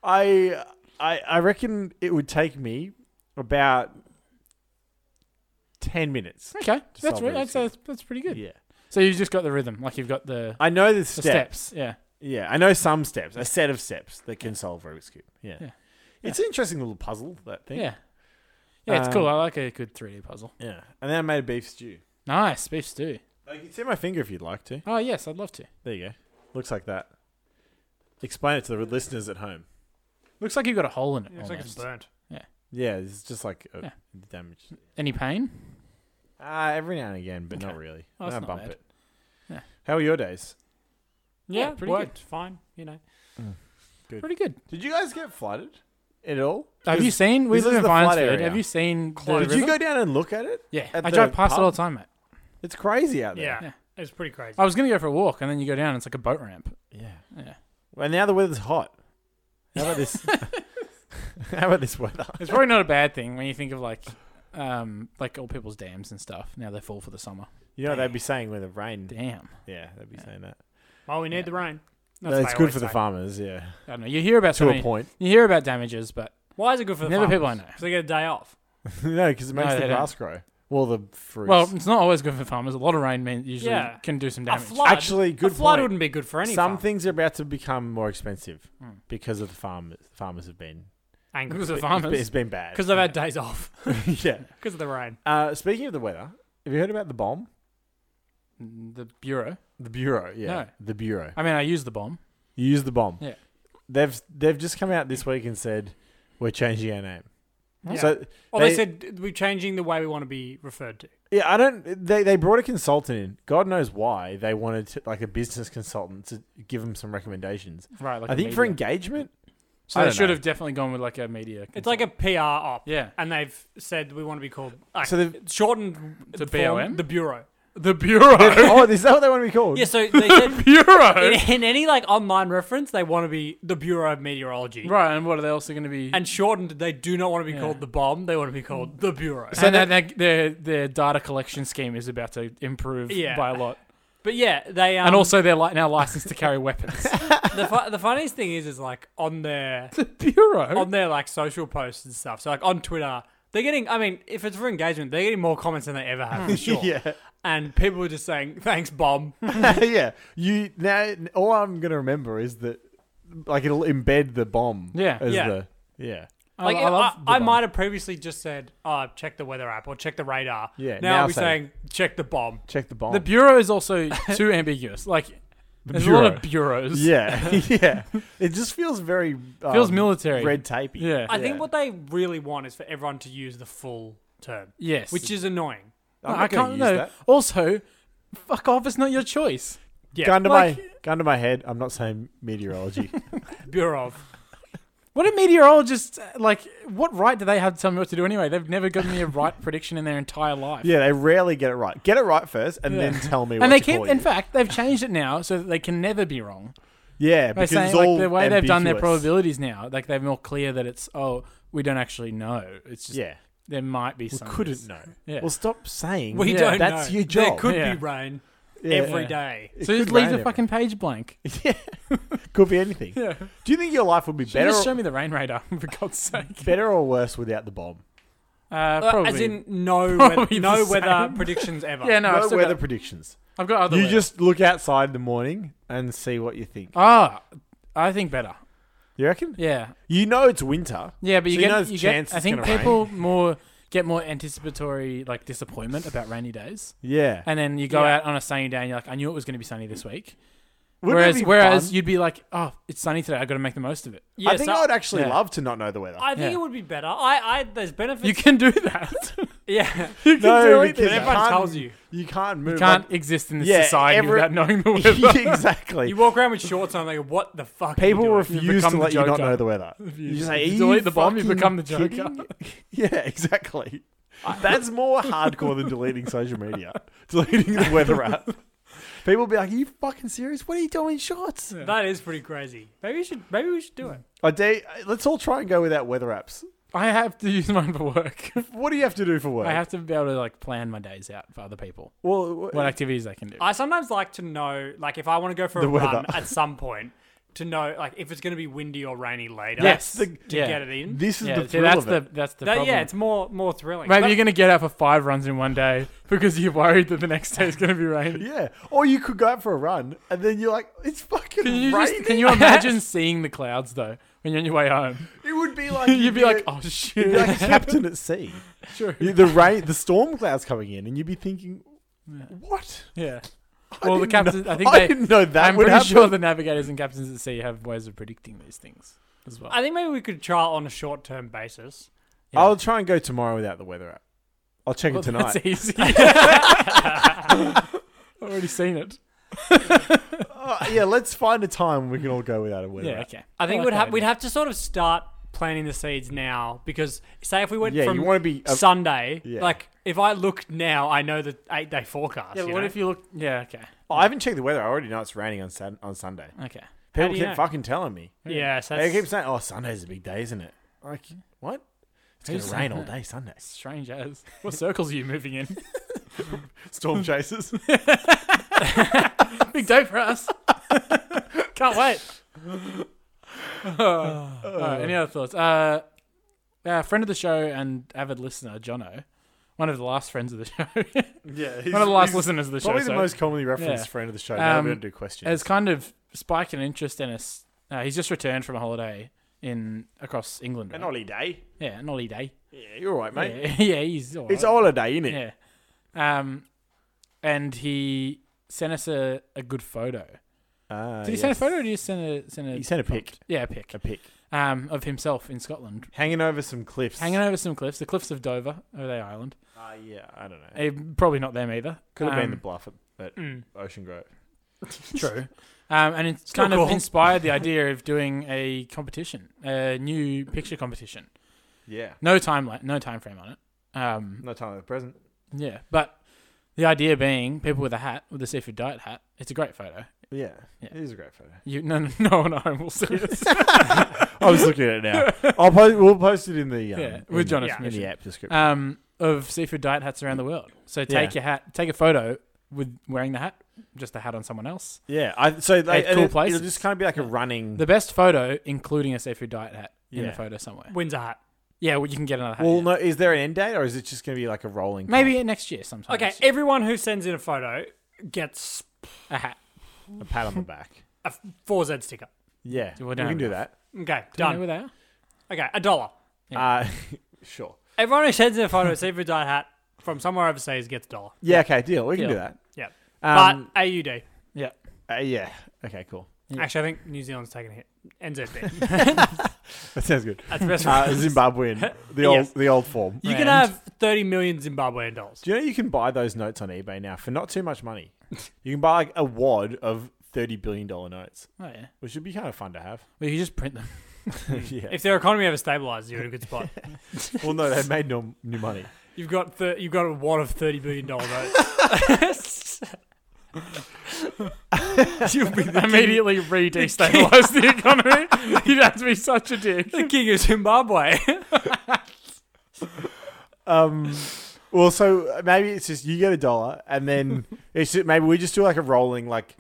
[SPEAKER 1] I, I I reckon it would take me about ten minutes.
[SPEAKER 3] okay, that's
[SPEAKER 1] solve
[SPEAKER 3] re- that's,
[SPEAKER 1] Rubik's
[SPEAKER 3] that's that's pretty good.
[SPEAKER 1] Yeah,
[SPEAKER 3] So you just got the rhythm, like you've got the,
[SPEAKER 1] I know the
[SPEAKER 3] the
[SPEAKER 1] steps.
[SPEAKER 3] steps. Yeah.
[SPEAKER 1] Yeah, I know some steps, a set of steps that can solve Rubik's cube. Yeah,
[SPEAKER 3] Yeah.
[SPEAKER 1] it's an interesting little puzzle that thing.
[SPEAKER 3] Yeah. Yeah, it's
[SPEAKER 1] Um,
[SPEAKER 3] cool. I like a good 3D puzzle.
[SPEAKER 1] yeah. And then I made a beef stew.
[SPEAKER 3] Nice beef stew.
[SPEAKER 1] You can see my finger if you'd like to.
[SPEAKER 3] Oh yes, I'd love to.
[SPEAKER 1] There you go. Looks like that. Explain it to the listeners at home.
[SPEAKER 3] Looks like you've got a hole in it.
[SPEAKER 2] Looks like it's
[SPEAKER 3] almost.
[SPEAKER 2] burnt.
[SPEAKER 1] Yeah, it's just like a
[SPEAKER 3] Yeah.
[SPEAKER 1] damage.
[SPEAKER 3] Any pain?
[SPEAKER 1] Uh, every now and again, but not
[SPEAKER 3] Okay.
[SPEAKER 1] really.
[SPEAKER 3] Oh,
[SPEAKER 1] I
[SPEAKER 3] that's
[SPEAKER 1] don't
[SPEAKER 3] not
[SPEAKER 1] bump
[SPEAKER 3] bad.
[SPEAKER 1] it.
[SPEAKER 3] Yeah.
[SPEAKER 1] How are your days?
[SPEAKER 3] Yeah,
[SPEAKER 2] Yeah,
[SPEAKER 3] pretty
[SPEAKER 2] worked fine. You know.
[SPEAKER 1] Good.
[SPEAKER 3] Pretty good.
[SPEAKER 1] Did you guys get flooded at all?
[SPEAKER 3] Have you
[SPEAKER 1] Because-
[SPEAKER 3] seen? We
[SPEAKER 1] this
[SPEAKER 3] live
[SPEAKER 1] is
[SPEAKER 3] in
[SPEAKER 1] the flood
[SPEAKER 3] Vinesford.
[SPEAKER 1] area.
[SPEAKER 3] Have you seen? the
[SPEAKER 2] Close.
[SPEAKER 1] Did you go
[SPEAKER 3] river?
[SPEAKER 1] down and look at it?
[SPEAKER 3] Yeah,
[SPEAKER 1] at
[SPEAKER 3] I
[SPEAKER 1] the
[SPEAKER 3] drive past it all
[SPEAKER 1] pub?
[SPEAKER 3] the time, mate.
[SPEAKER 1] It's crazy out there.
[SPEAKER 2] Yeah,
[SPEAKER 3] Yeah.
[SPEAKER 2] it's pretty crazy.
[SPEAKER 3] I was gonna go for a walk, and then you go down. It's like a boat ramp.
[SPEAKER 1] Yeah.
[SPEAKER 3] Yeah,
[SPEAKER 1] And now the weather's hot. How about this? How about this weather?
[SPEAKER 3] it's probably not a bad thing when you think of like, um, like old people's dams and stuff. Now they fall for the summer.
[SPEAKER 1] You know what they'd be saying when the rain.
[SPEAKER 3] Damn.
[SPEAKER 1] Yeah, they'd be saying that.
[SPEAKER 2] well, we need
[SPEAKER 3] Yeah.
[SPEAKER 2] the rain.
[SPEAKER 1] No,
[SPEAKER 2] That's what
[SPEAKER 1] it's
[SPEAKER 2] I
[SPEAKER 1] good
[SPEAKER 2] always
[SPEAKER 1] for the
[SPEAKER 2] say.
[SPEAKER 1] farmers. Yeah,
[SPEAKER 3] I don't know. You hear about so
[SPEAKER 1] to a
[SPEAKER 3] many-
[SPEAKER 1] point.
[SPEAKER 3] You hear about damages, but
[SPEAKER 2] Why is it good for the
[SPEAKER 3] Never
[SPEAKER 2] farmers?
[SPEAKER 3] people I know.
[SPEAKER 2] Because they get a day off.
[SPEAKER 1] no, because it makes
[SPEAKER 3] No,
[SPEAKER 1] the
[SPEAKER 3] they don't.
[SPEAKER 1] grass grow. Well, the fruits.
[SPEAKER 3] well, it's not always good for farmers. A lot of rain means usually
[SPEAKER 2] Yeah.
[SPEAKER 3] can do some
[SPEAKER 2] A
[SPEAKER 3] damage.
[SPEAKER 2] flood,
[SPEAKER 1] Actually, good
[SPEAKER 2] A flood
[SPEAKER 1] point.
[SPEAKER 2] wouldn't be good for any
[SPEAKER 1] some
[SPEAKER 2] farm.
[SPEAKER 1] things are about to become more expensive
[SPEAKER 3] Mm.
[SPEAKER 1] because of the farmers. Farmers have been.
[SPEAKER 2] Angry.
[SPEAKER 3] Because of
[SPEAKER 1] it's been-
[SPEAKER 3] farmers.
[SPEAKER 1] it's been bad.
[SPEAKER 2] Because they've had days off.
[SPEAKER 1] yeah.
[SPEAKER 2] Because of the rain.
[SPEAKER 1] Uh, speaking of the weather, have you heard about the bomb?
[SPEAKER 3] The bureau.
[SPEAKER 1] The bureau. Yeah.
[SPEAKER 3] No.
[SPEAKER 1] The bureau.
[SPEAKER 3] I mean, I use the bomb.
[SPEAKER 1] You use the bomb.
[SPEAKER 3] Yeah.
[SPEAKER 1] They've they've just come out this week and said we're changing our name.
[SPEAKER 2] Yeah.
[SPEAKER 1] So
[SPEAKER 2] Well, they,
[SPEAKER 1] They-
[SPEAKER 2] said we're changing the way we want to be referred to.
[SPEAKER 1] Yeah, I don't. They, they brought a consultant in. God knows why they wanted to, like a business consultant to give them some recommendations.
[SPEAKER 3] Right. Like
[SPEAKER 1] I
[SPEAKER 3] a
[SPEAKER 1] think for
[SPEAKER 3] media.
[SPEAKER 1] engagement,
[SPEAKER 3] So
[SPEAKER 1] I
[SPEAKER 3] they
[SPEAKER 1] don't
[SPEAKER 3] should
[SPEAKER 1] know.
[SPEAKER 3] have definitely gone with like a media.
[SPEAKER 2] It's like a PR op.
[SPEAKER 3] Yeah.
[SPEAKER 2] And they've said we want to be called. Like,
[SPEAKER 1] So they've-
[SPEAKER 2] it's shortened
[SPEAKER 3] The
[SPEAKER 2] form,
[SPEAKER 3] BOM?
[SPEAKER 2] The Bureau.
[SPEAKER 3] the bureau.
[SPEAKER 1] oh, is that what they want to be called?
[SPEAKER 2] Yeah, so they said. In,
[SPEAKER 3] bureau.
[SPEAKER 2] in any like online reference, they want to be the Bureau of Meteorology,
[SPEAKER 3] Right, and what are they also going to be?
[SPEAKER 2] and shortened, they do not want to be
[SPEAKER 3] Yeah.
[SPEAKER 2] called the bomb. They want to be called the Bureau.
[SPEAKER 3] so that, that their their data collection scheme is about to improve
[SPEAKER 2] Yeah.
[SPEAKER 3] by a lot,
[SPEAKER 2] but yeah, they um,
[SPEAKER 3] and also they're li- now licensed to carry weapons.
[SPEAKER 2] the fu- the funniest thing is is like on their
[SPEAKER 3] the bureau.
[SPEAKER 2] on their like social posts and stuff. So like on Twitter, they're getting. I mean, if it's for engagement, they're getting more comments than they ever have for sure.
[SPEAKER 1] yeah,
[SPEAKER 2] And people are just saying thanks, bomb.
[SPEAKER 1] yeah. You now all I'm gonna remember is that like it'll embed the bomb.
[SPEAKER 3] Yeah.
[SPEAKER 1] as
[SPEAKER 2] Yeah.
[SPEAKER 1] the yeah.
[SPEAKER 2] Like I,
[SPEAKER 3] Oh, I love the
[SPEAKER 2] I,
[SPEAKER 3] bomb.
[SPEAKER 2] might have previously just said, "Oh, check the weather app or check the radar."
[SPEAKER 1] Yeah,
[SPEAKER 2] Now,
[SPEAKER 1] now
[SPEAKER 2] we're
[SPEAKER 1] say-
[SPEAKER 2] saying check the bomb.
[SPEAKER 1] Check the bomb.
[SPEAKER 3] the bureau is also too ambiguous. Like there's a lot of bureaus.
[SPEAKER 1] yeah, yeah. It just feels very um,
[SPEAKER 3] Feels military.
[SPEAKER 1] red tapey.
[SPEAKER 3] Yeah.
[SPEAKER 2] I
[SPEAKER 1] Yeah.
[SPEAKER 2] think what they really want is for everyone to use the full term,
[SPEAKER 3] Yes.
[SPEAKER 2] which is annoying.
[SPEAKER 1] I'm not
[SPEAKER 3] I
[SPEAKER 1] gonna
[SPEAKER 3] can't
[SPEAKER 1] use
[SPEAKER 3] no.
[SPEAKER 1] that.
[SPEAKER 3] Also, fuck off. It's not your choice.
[SPEAKER 2] Yeah,
[SPEAKER 1] Gun to
[SPEAKER 3] like-
[SPEAKER 1] my gun to my head. I'm not saying meteorology.
[SPEAKER 2] Bureau of.
[SPEAKER 3] What do meteorologists like? What right do they have to tell me what to do anyway? They've never given me a right prediction in their entire life.
[SPEAKER 1] yeah, they rarely get it right. Get it right first, and
[SPEAKER 3] Yeah.
[SPEAKER 1] then tell me. what
[SPEAKER 3] And they
[SPEAKER 1] to
[SPEAKER 3] keep,
[SPEAKER 1] call
[SPEAKER 3] in
[SPEAKER 1] you.
[SPEAKER 3] fact, they've changed it now so that they can never be wrong.
[SPEAKER 1] Yeah,
[SPEAKER 3] By
[SPEAKER 1] because
[SPEAKER 3] saying
[SPEAKER 1] it's all
[SPEAKER 3] like the way they've done their
[SPEAKER 1] ambiguous.
[SPEAKER 3] probabilities now, like they're more clear that it's oh we don't actually know. It's just
[SPEAKER 1] Yeah,
[SPEAKER 3] there might be
[SPEAKER 1] we
[SPEAKER 3] some.
[SPEAKER 1] couldn't know.
[SPEAKER 3] Yeah.
[SPEAKER 1] Well, stop saying.
[SPEAKER 2] We
[SPEAKER 3] Yeah,
[SPEAKER 2] don't
[SPEAKER 1] that's
[SPEAKER 2] know.
[SPEAKER 1] your
[SPEAKER 2] There
[SPEAKER 1] job.
[SPEAKER 2] could
[SPEAKER 3] Yeah.
[SPEAKER 2] be rain
[SPEAKER 1] Yeah.
[SPEAKER 2] every
[SPEAKER 3] Yeah.
[SPEAKER 2] day.
[SPEAKER 1] It
[SPEAKER 3] so
[SPEAKER 1] could
[SPEAKER 3] just leave
[SPEAKER 1] rain
[SPEAKER 3] the
[SPEAKER 1] every-
[SPEAKER 3] fucking page blank.
[SPEAKER 1] Could be anything.
[SPEAKER 3] Yeah.
[SPEAKER 1] Do you think your life would be better,
[SPEAKER 3] Just show me the rain radar for God's sake.
[SPEAKER 1] better or worse without the bomb?
[SPEAKER 3] Uh,
[SPEAKER 2] Uh,
[SPEAKER 3] probably.
[SPEAKER 2] As in, no,
[SPEAKER 3] Probably
[SPEAKER 2] weather,
[SPEAKER 3] the
[SPEAKER 2] no weather
[SPEAKER 3] same.
[SPEAKER 2] predictions ever.
[SPEAKER 3] yeah, no, I've,
[SPEAKER 1] no
[SPEAKER 3] still
[SPEAKER 1] weather
[SPEAKER 3] got,
[SPEAKER 1] predictions.
[SPEAKER 3] I've got other.
[SPEAKER 1] You
[SPEAKER 3] weather.
[SPEAKER 1] just look outside in the morning and see what you think.
[SPEAKER 3] ah, I think better.
[SPEAKER 1] You reckon?
[SPEAKER 3] Yeah,
[SPEAKER 1] You know it's winter.
[SPEAKER 3] yeah, but you
[SPEAKER 1] So you
[SPEAKER 3] get
[SPEAKER 1] know there's
[SPEAKER 3] you
[SPEAKER 1] chance
[SPEAKER 3] get. I
[SPEAKER 1] it's
[SPEAKER 3] think
[SPEAKER 1] gonna rain.
[SPEAKER 3] people more get more anticipatory like disappointment about rainy days,
[SPEAKER 1] Yeah.
[SPEAKER 3] and then you go
[SPEAKER 2] Yeah.
[SPEAKER 3] out on a sunny day and you're like, I knew it was going to be sunny this week.
[SPEAKER 1] Wouldn't
[SPEAKER 3] whereas
[SPEAKER 1] that be
[SPEAKER 3] whereas
[SPEAKER 1] fun?
[SPEAKER 3] you'd be like, oh, it's sunny today. I got to make the most of it.
[SPEAKER 2] Yeah,
[SPEAKER 1] I think
[SPEAKER 2] so-
[SPEAKER 1] I would actually
[SPEAKER 3] yeah.
[SPEAKER 1] love to not know the weather.
[SPEAKER 2] I think
[SPEAKER 3] Yeah.
[SPEAKER 2] it would be better. I, I, there's benefits.
[SPEAKER 3] You can do that.
[SPEAKER 2] yeah,
[SPEAKER 3] you can do
[SPEAKER 1] no,
[SPEAKER 3] it.
[SPEAKER 1] because
[SPEAKER 2] But everyone
[SPEAKER 1] can't-
[SPEAKER 2] tells you.
[SPEAKER 1] you can't move.
[SPEAKER 3] You can't
[SPEAKER 1] like-
[SPEAKER 3] exist in this
[SPEAKER 1] Yeah,
[SPEAKER 3] society
[SPEAKER 1] every-
[SPEAKER 3] without knowing the weather.
[SPEAKER 1] exactly.
[SPEAKER 2] you walk around with shorts on. Like, what the fuck? are you
[SPEAKER 1] People
[SPEAKER 2] doing?
[SPEAKER 1] refuse to
[SPEAKER 3] become the
[SPEAKER 1] let you not
[SPEAKER 3] Joker.
[SPEAKER 1] know the weather. You just say,
[SPEAKER 3] you
[SPEAKER 1] "Are
[SPEAKER 3] delete the bomb, you
[SPEAKER 1] fucking
[SPEAKER 3] become the Joker."
[SPEAKER 1] kidding?" yeah, exactly. That's more hardcore than deleting social media. Deleting the weather app. People be like, "Are you fucking serious? What are you doing, shorts?"
[SPEAKER 2] That is pretty crazy. Maybe we should. Maybe we should do it.
[SPEAKER 1] I dare, let's all try and go without weather apps.
[SPEAKER 3] I have to use mine for work.
[SPEAKER 1] What do you have to do for work?
[SPEAKER 3] I have to be able to like plan my days out for other people.
[SPEAKER 1] well, wh-
[SPEAKER 3] What activities I can do.
[SPEAKER 2] I sometimes like to know, like, if I want to go for a
[SPEAKER 1] The weather.
[SPEAKER 2] run at some point, to know, like, if it's going to be windy or rainy later.
[SPEAKER 3] Yes.
[SPEAKER 2] to
[SPEAKER 3] Yeah.
[SPEAKER 2] get it in.
[SPEAKER 1] this is
[SPEAKER 3] yeah,
[SPEAKER 1] the
[SPEAKER 3] see,
[SPEAKER 1] thrill
[SPEAKER 3] that's
[SPEAKER 1] of it.
[SPEAKER 3] the that's the
[SPEAKER 2] That-
[SPEAKER 3] problem.
[SPEAKER 2] yeah, it's more more thrilling.
[SPEAKER 3] Maybe
[SPEAKER 2] But-
[SPEAKER 3] you're gonna get out for five runs in one day because you're worried that the next day is gonna be rain.
[SPEAKER 1] yeah, or you could go out for a run and then you're like, "It's fucking
[SPEAKER 3] Can you just,
[SPEAKER 1] raining."
[SPEAKER 3] can you imagine seeing the clouds though when you're on your way home?
[SPEAKER 1] it would be like
[SPEAKER 3] You'd be like,
[SPEAKER 1] a-
[SPEAKER 3] oh
[SPEAKER 1] you'd be
[SPEAKER 3] shit.
[SPEAKER 1] like a captain at sea.
[SPEAKER 3] True.
[SPEAKER 1] You- the rain, the storm clouds coming in, and you'd be thinking, "What?"
[SPEAKER 3] Yeah.
[SPEAKER 1] I
[SPEAKER 3] Well, the
[SPEAKER 1] didn't know-
[SPEAKER 3] captains. I think
[SPEAKER 1] I
[SPEAKER 3] they.
[SPEAKER 1] didn't know that
[SPEAKER 3] I'm
[SPEAKER 1] would
[SPEAKER 3] pretty
[SPEAKER 1] happen.
[SPEAKER 3] sure the navigators and captains at sea have ways of predicting these things as well.
[SPEAKER 2] I think maybe we could try it on a short term basis.
[SPEAKER 3] Yeah.
[SPEAKER 1] I'll try and go tomorrow without the weather app. I'll check
[SPEAKER 3] Well,
[SPEAKER 1] it tonight.
[SPEAKER 3] That's easy. I've already seen it.
[SPEAKER 1] Uh, yeah, let's find a time we can all go without a winner.
[SPEAKER 3] Yeah, okay.
[SPEAKER 2] I think
[SPEAKER 3] like
[SPEAKER 2] we'd
[SPEAKER 3] that
[SPEAKER 2] have we'd
[SPEAKER 3] idea.
[SPEAKER 2] have to sort of start planting the seeds now because say if we went
[SPEAKER 1] Yeah,
[SPEAKER 2] from
[SPEAKER 1] you want to be uh, a-
[SPEAKER 2] Sunday,
[SPEAKER 1] Yeah.
[SPEAKER 2] like if I look now, I know the eight day forecast.
[SPEAKER 3] Yeah, but
[SPEAKER 2] you
[SPEAKER 3] what
[SPEAKER 2] know?
[SPEAKER 3] if you look? Yeah, okay,
[SPEAKER 1] Oh, I haven't checked the weather. I already know it's raining on Sat on Sunday.
[SPEAKER 3] okay.
[SPEAKER 1] People
[SPEAKER 2] do
[SPEAKER 1] keep
[SPEAKER 2] you know?
[SPEAKER 1] fucking telling me.
[SPEAKER 2] Yeah, so
[SPEAKER 1] They
[SPEAKER 2] that's,
[SPEAKER 1] keep saying, "Oh, Sunday's a big day, isn't it?" Like, what? It's
[SPEAKER 3] Who's
[SPEAKER 1] gonna rain
[SPEAKER 3] saying
[SPEAKER 1] all
[SPEAKER 3] that?
[SPEAKER 1] day Sunday.
[SPEAKER 3] Strange as. What circles are you moving in?
[SPEAKER 1] Storm chasers.
[SPEAKER 3] Big day for us. Can't wait. Alright, any other thoughts? Uh, uh, friend of the show and avid listener, Jono, one of the last friends of the show,
[SPEAKER 1] yeah, he's,
[SPEAKER 3] one of the last
[SPEAKER 1] he's
[SPEAKER 3] listeners of the show.
[SPEAKER 1] Probably the
[SPEAKER 3] so-
[SPEAKER 1] most commonly referenced
[SPEAKER 3] Yeah.
[SPEAKER 1] friend of the show. now
[SPEAKER 3] Um,
[SPEAKER 1] we don't do questions.
[SPEAKER 3] has kind of spiked an interest in us. Uh, he's just returned from a holiday in across England.
[SPEAKER 1] An
[SPEAKER 3] right?
[SPEAKER 1] holiday.
[SPEAKER 3] yeah, an holiday.
[SPEAKER 1] Yeah, you're all right, mate.
[SPEAKER 3] Yeah, yeah, he's all
[SPEAKER 1] It's a
[SPEAKER 3] right.
[SPEAKER 1] holiday, isn't it?
[SPEAKER 3] Yeah. Um, and he sent us a, a good photo.
[SPEAKER 1] Ah,
[SPEAKER 3] Did he
[SPEAKER 1] yes.
[SPEAKER 3] send a photo or did he just send a send a
[SPEAKER 1] He sent a pic.
[SPEAKER 3] Yeah, a pic.
[SPEAKER 1] A pic.
[SPEAKER 3] Um, of himself in Scotland.
[SPEAKER 1] Hanging over some cliffs.
[SPEAKER 3] Hanging over some cliffs, the cliffs of Dover, over the island.
[SPEAKER 1] Ah, yeah, I don't know.
[SPEAKER 3] Eh, probably not them either.
[SPEAKER 1] Could have been the
[SPEAKER 3] Um,
[SPEAKER 1] bluff at, at
[SPEAKER 2] Mm.
[SPEAKER 1] Ocean Grove.
[SPEAKER 3] True. Um, and it's
[SPEAKER 2] Still
[SPEAKER 3] kind of
[SPEAKER 2] cool.
[SPEAKER 3] inspired the idea of doing a competition, a new picture competition.
[SPEAKER 1] Yeah.
[SPEAKER 3] No time, li- no time frame on it. Um,
[SPEAKER 1] No time at the present.
[SPEAKER 3] yeah, but the idea being, people with a hat, with a seafood diet hat, it's a great photo.
[SPEAKER 1] Yeah.
[SPEAKER 3] Yeah.
[SPEAKER 1] It is a great photo.
[SPEAKER 3] You, no, no, no one at home will see this.
[SPEAKER 1] I was looking at it now. I'll post, we'll post it in the um,
[SPEAKER 3] Yeah, with
[SPEAKER 1] in,
[SPEAKER 3] Jonas'
[SPEAKER 1] in
[SPEAKER 3] permission.
[SPEAKER 1] the app description.
[SPEAKER 3] um, of seafood diet hats around the world. So take
[SPEAKER 1] Yeah.
[SPEAKER 3] your hat, take a photo with wearing the hat, just a hat on someone else.
[SPEAKER 1] yeah, I, so they,
[SPEAKER 3] Eight
[SPEAKER 1] and
[SPEAKER 3] cool
[SPEAKER 1] it,
[SPEAKER 3] places.
[SPEAKER 1] it'll just kind of be like a running.
[SPEAKER 3] The best photo, including a seafood diet hat in
[SPEAKER 1] Yeah.
[SPEAKER 3] a photo somewhere.
[SPEAKER 2] Windsor hat.
[SPEAKER 3] Yeah, well, you can get another hat.
[SPEAKER 1] well,
[SPEAKER 3] yeah.
[SPEAKER 1] no, is there an end date or is it just going to be like a rolling?
[SPEAKER 3] Maybe next year sometime.
[SPEAKER 2] Okay,
[SPEAKER 3] next year.
[SPEAKER 2] everyone who sends in a photo gets
[SPEAKER 3] a hat.
[SPEAKER 1] a pat on the back.
[SPEAKER 2] a four Z sticker.
[SPEAKER 1] Yeah,
[SPEAKER 3] We're
[SPEAKER 1] we
[SPEAKER 3] down
[SPEAKER 1] can do
[SPEAKER 3] enough.
[SPEAKER 1] that.
[SPEAKER 2] Okay,
[SPEAKER 3] Do you know
[SPEAKER 2] done.
[SPEAKER 3] where they are?
[SPEAKER 2] Okay, a dollar.
[SPEAKER 1] Uh, sure.
[SPEAKER 2] Everyone who sends in a photo of seafood diet hat from somewhere overseas gets a dollar.
[SPEAKER 1] Yeah. Okay. Deal. We can do
[SPEAKER 3] Deal.
[SPEAKER 1] that.
[SPEAKER 2] Yeah.
[SPEAKER 1] Um,
[SPEAKER 2] but AUD.
[SPEAKER 3] Yeah.
[SPEAKER 1] uh, yeah. Okay. Cool.
[SPEAKER 3] Yeah.
[SPEAKER 2] Actually, I think New Zealand's taking a hit. NZD.
[SPEAKER 1] That sounds good.
[SPEAKER 2] That's the best
[SPEAKER 1] Uh,
[SPEAKER 2] one.
[SPEAKER 1] Zimbabwean, the old
[SPEAKER 2] Yes.
[SPEAKER 1] the old form.
[SPEAKER 2] You can
[SPEAKER 3] brand.
[SPEAKER 2] have 30 million Zimbabwean dollars.
[SPEAKER 1] Do you know you can buy those notes on eBay now for not too much money? You can buy like a wad of thirty billion dollar notes,
[SPEAKER 3] Oh yeah.
[SPEAKER 1] which would be kind of fun to have.
[SPEAKER 3] Well, you just print them.
[SPEAKER 1] yeah.
[SPEAKER 2] If their economy ever stabilizes, you're in a good spot.
[SPEAKER 1] well, no, they've made no new money.
[SPEAKER 2] You've got thir- you've got a wad of thirty billion dollar notes. You'll be the king,
[SPEAKER 3] Immediately re-destabilize the economy. You'd have to be such a dick.
[SPEAKER 2] the king of Zimbabwe.
[SPEAKER 1] Um, well, so uh, maybe it's just you get a dollar, and then it's just, maybe we just do like a rolling like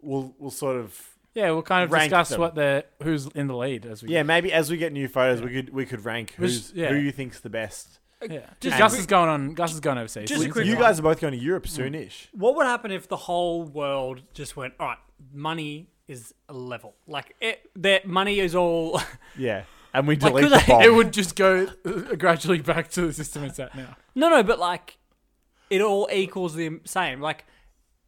[SPEAKER 1] we'll we'll sort of
[SPEAKER 3] Yeah, we'll kind of
[SPEAKER 1] Rank
[SPEAKER 3] discuss
[SPEAKER 1] them.
[SPEAKER 3] what the who's in the lead as we
[SPEAKER 1] yeah maybe as we get new photos we could we could rank
[SPEAKER 3] Which-
[SPEAKER 1] who's,
[SPEAKER 3] yeah.
[SPEAKER 1] who you think's the best.
[SPEAKER 3] yeah.
[SPEAKER 2] Just
[SPEAKER 3] Gus
[SPEAKER 2] quick-
[SPEAKER 3] is going on. Gus is going overseas.
[SPEAKER 2] Just a
[SPEAKER 3] We-
[SPEAKER 2] quick
[SPEAKER 1] You
[SPEAKER 2] one.
[SPEAKER 1] guys are both going to Europe soonish.
[SPEAKER 2] what would happen if the whole world just went? All right, money is a level. Like it, that money is all.
[SPEAKER 1] Yeah, and we
[SPEAKER 2] Like,
[SPEAKER 1] delete
[SPEAKER 2] could
[SPEAKER 1] the
[SPEAKER 2] they-
[SPEAKER 1] bomb.
[SPEAKER 3] It would just go uh, gradually back to the system it's at now.
[SPEAKER 2] No, no, but like it all equals the same. Like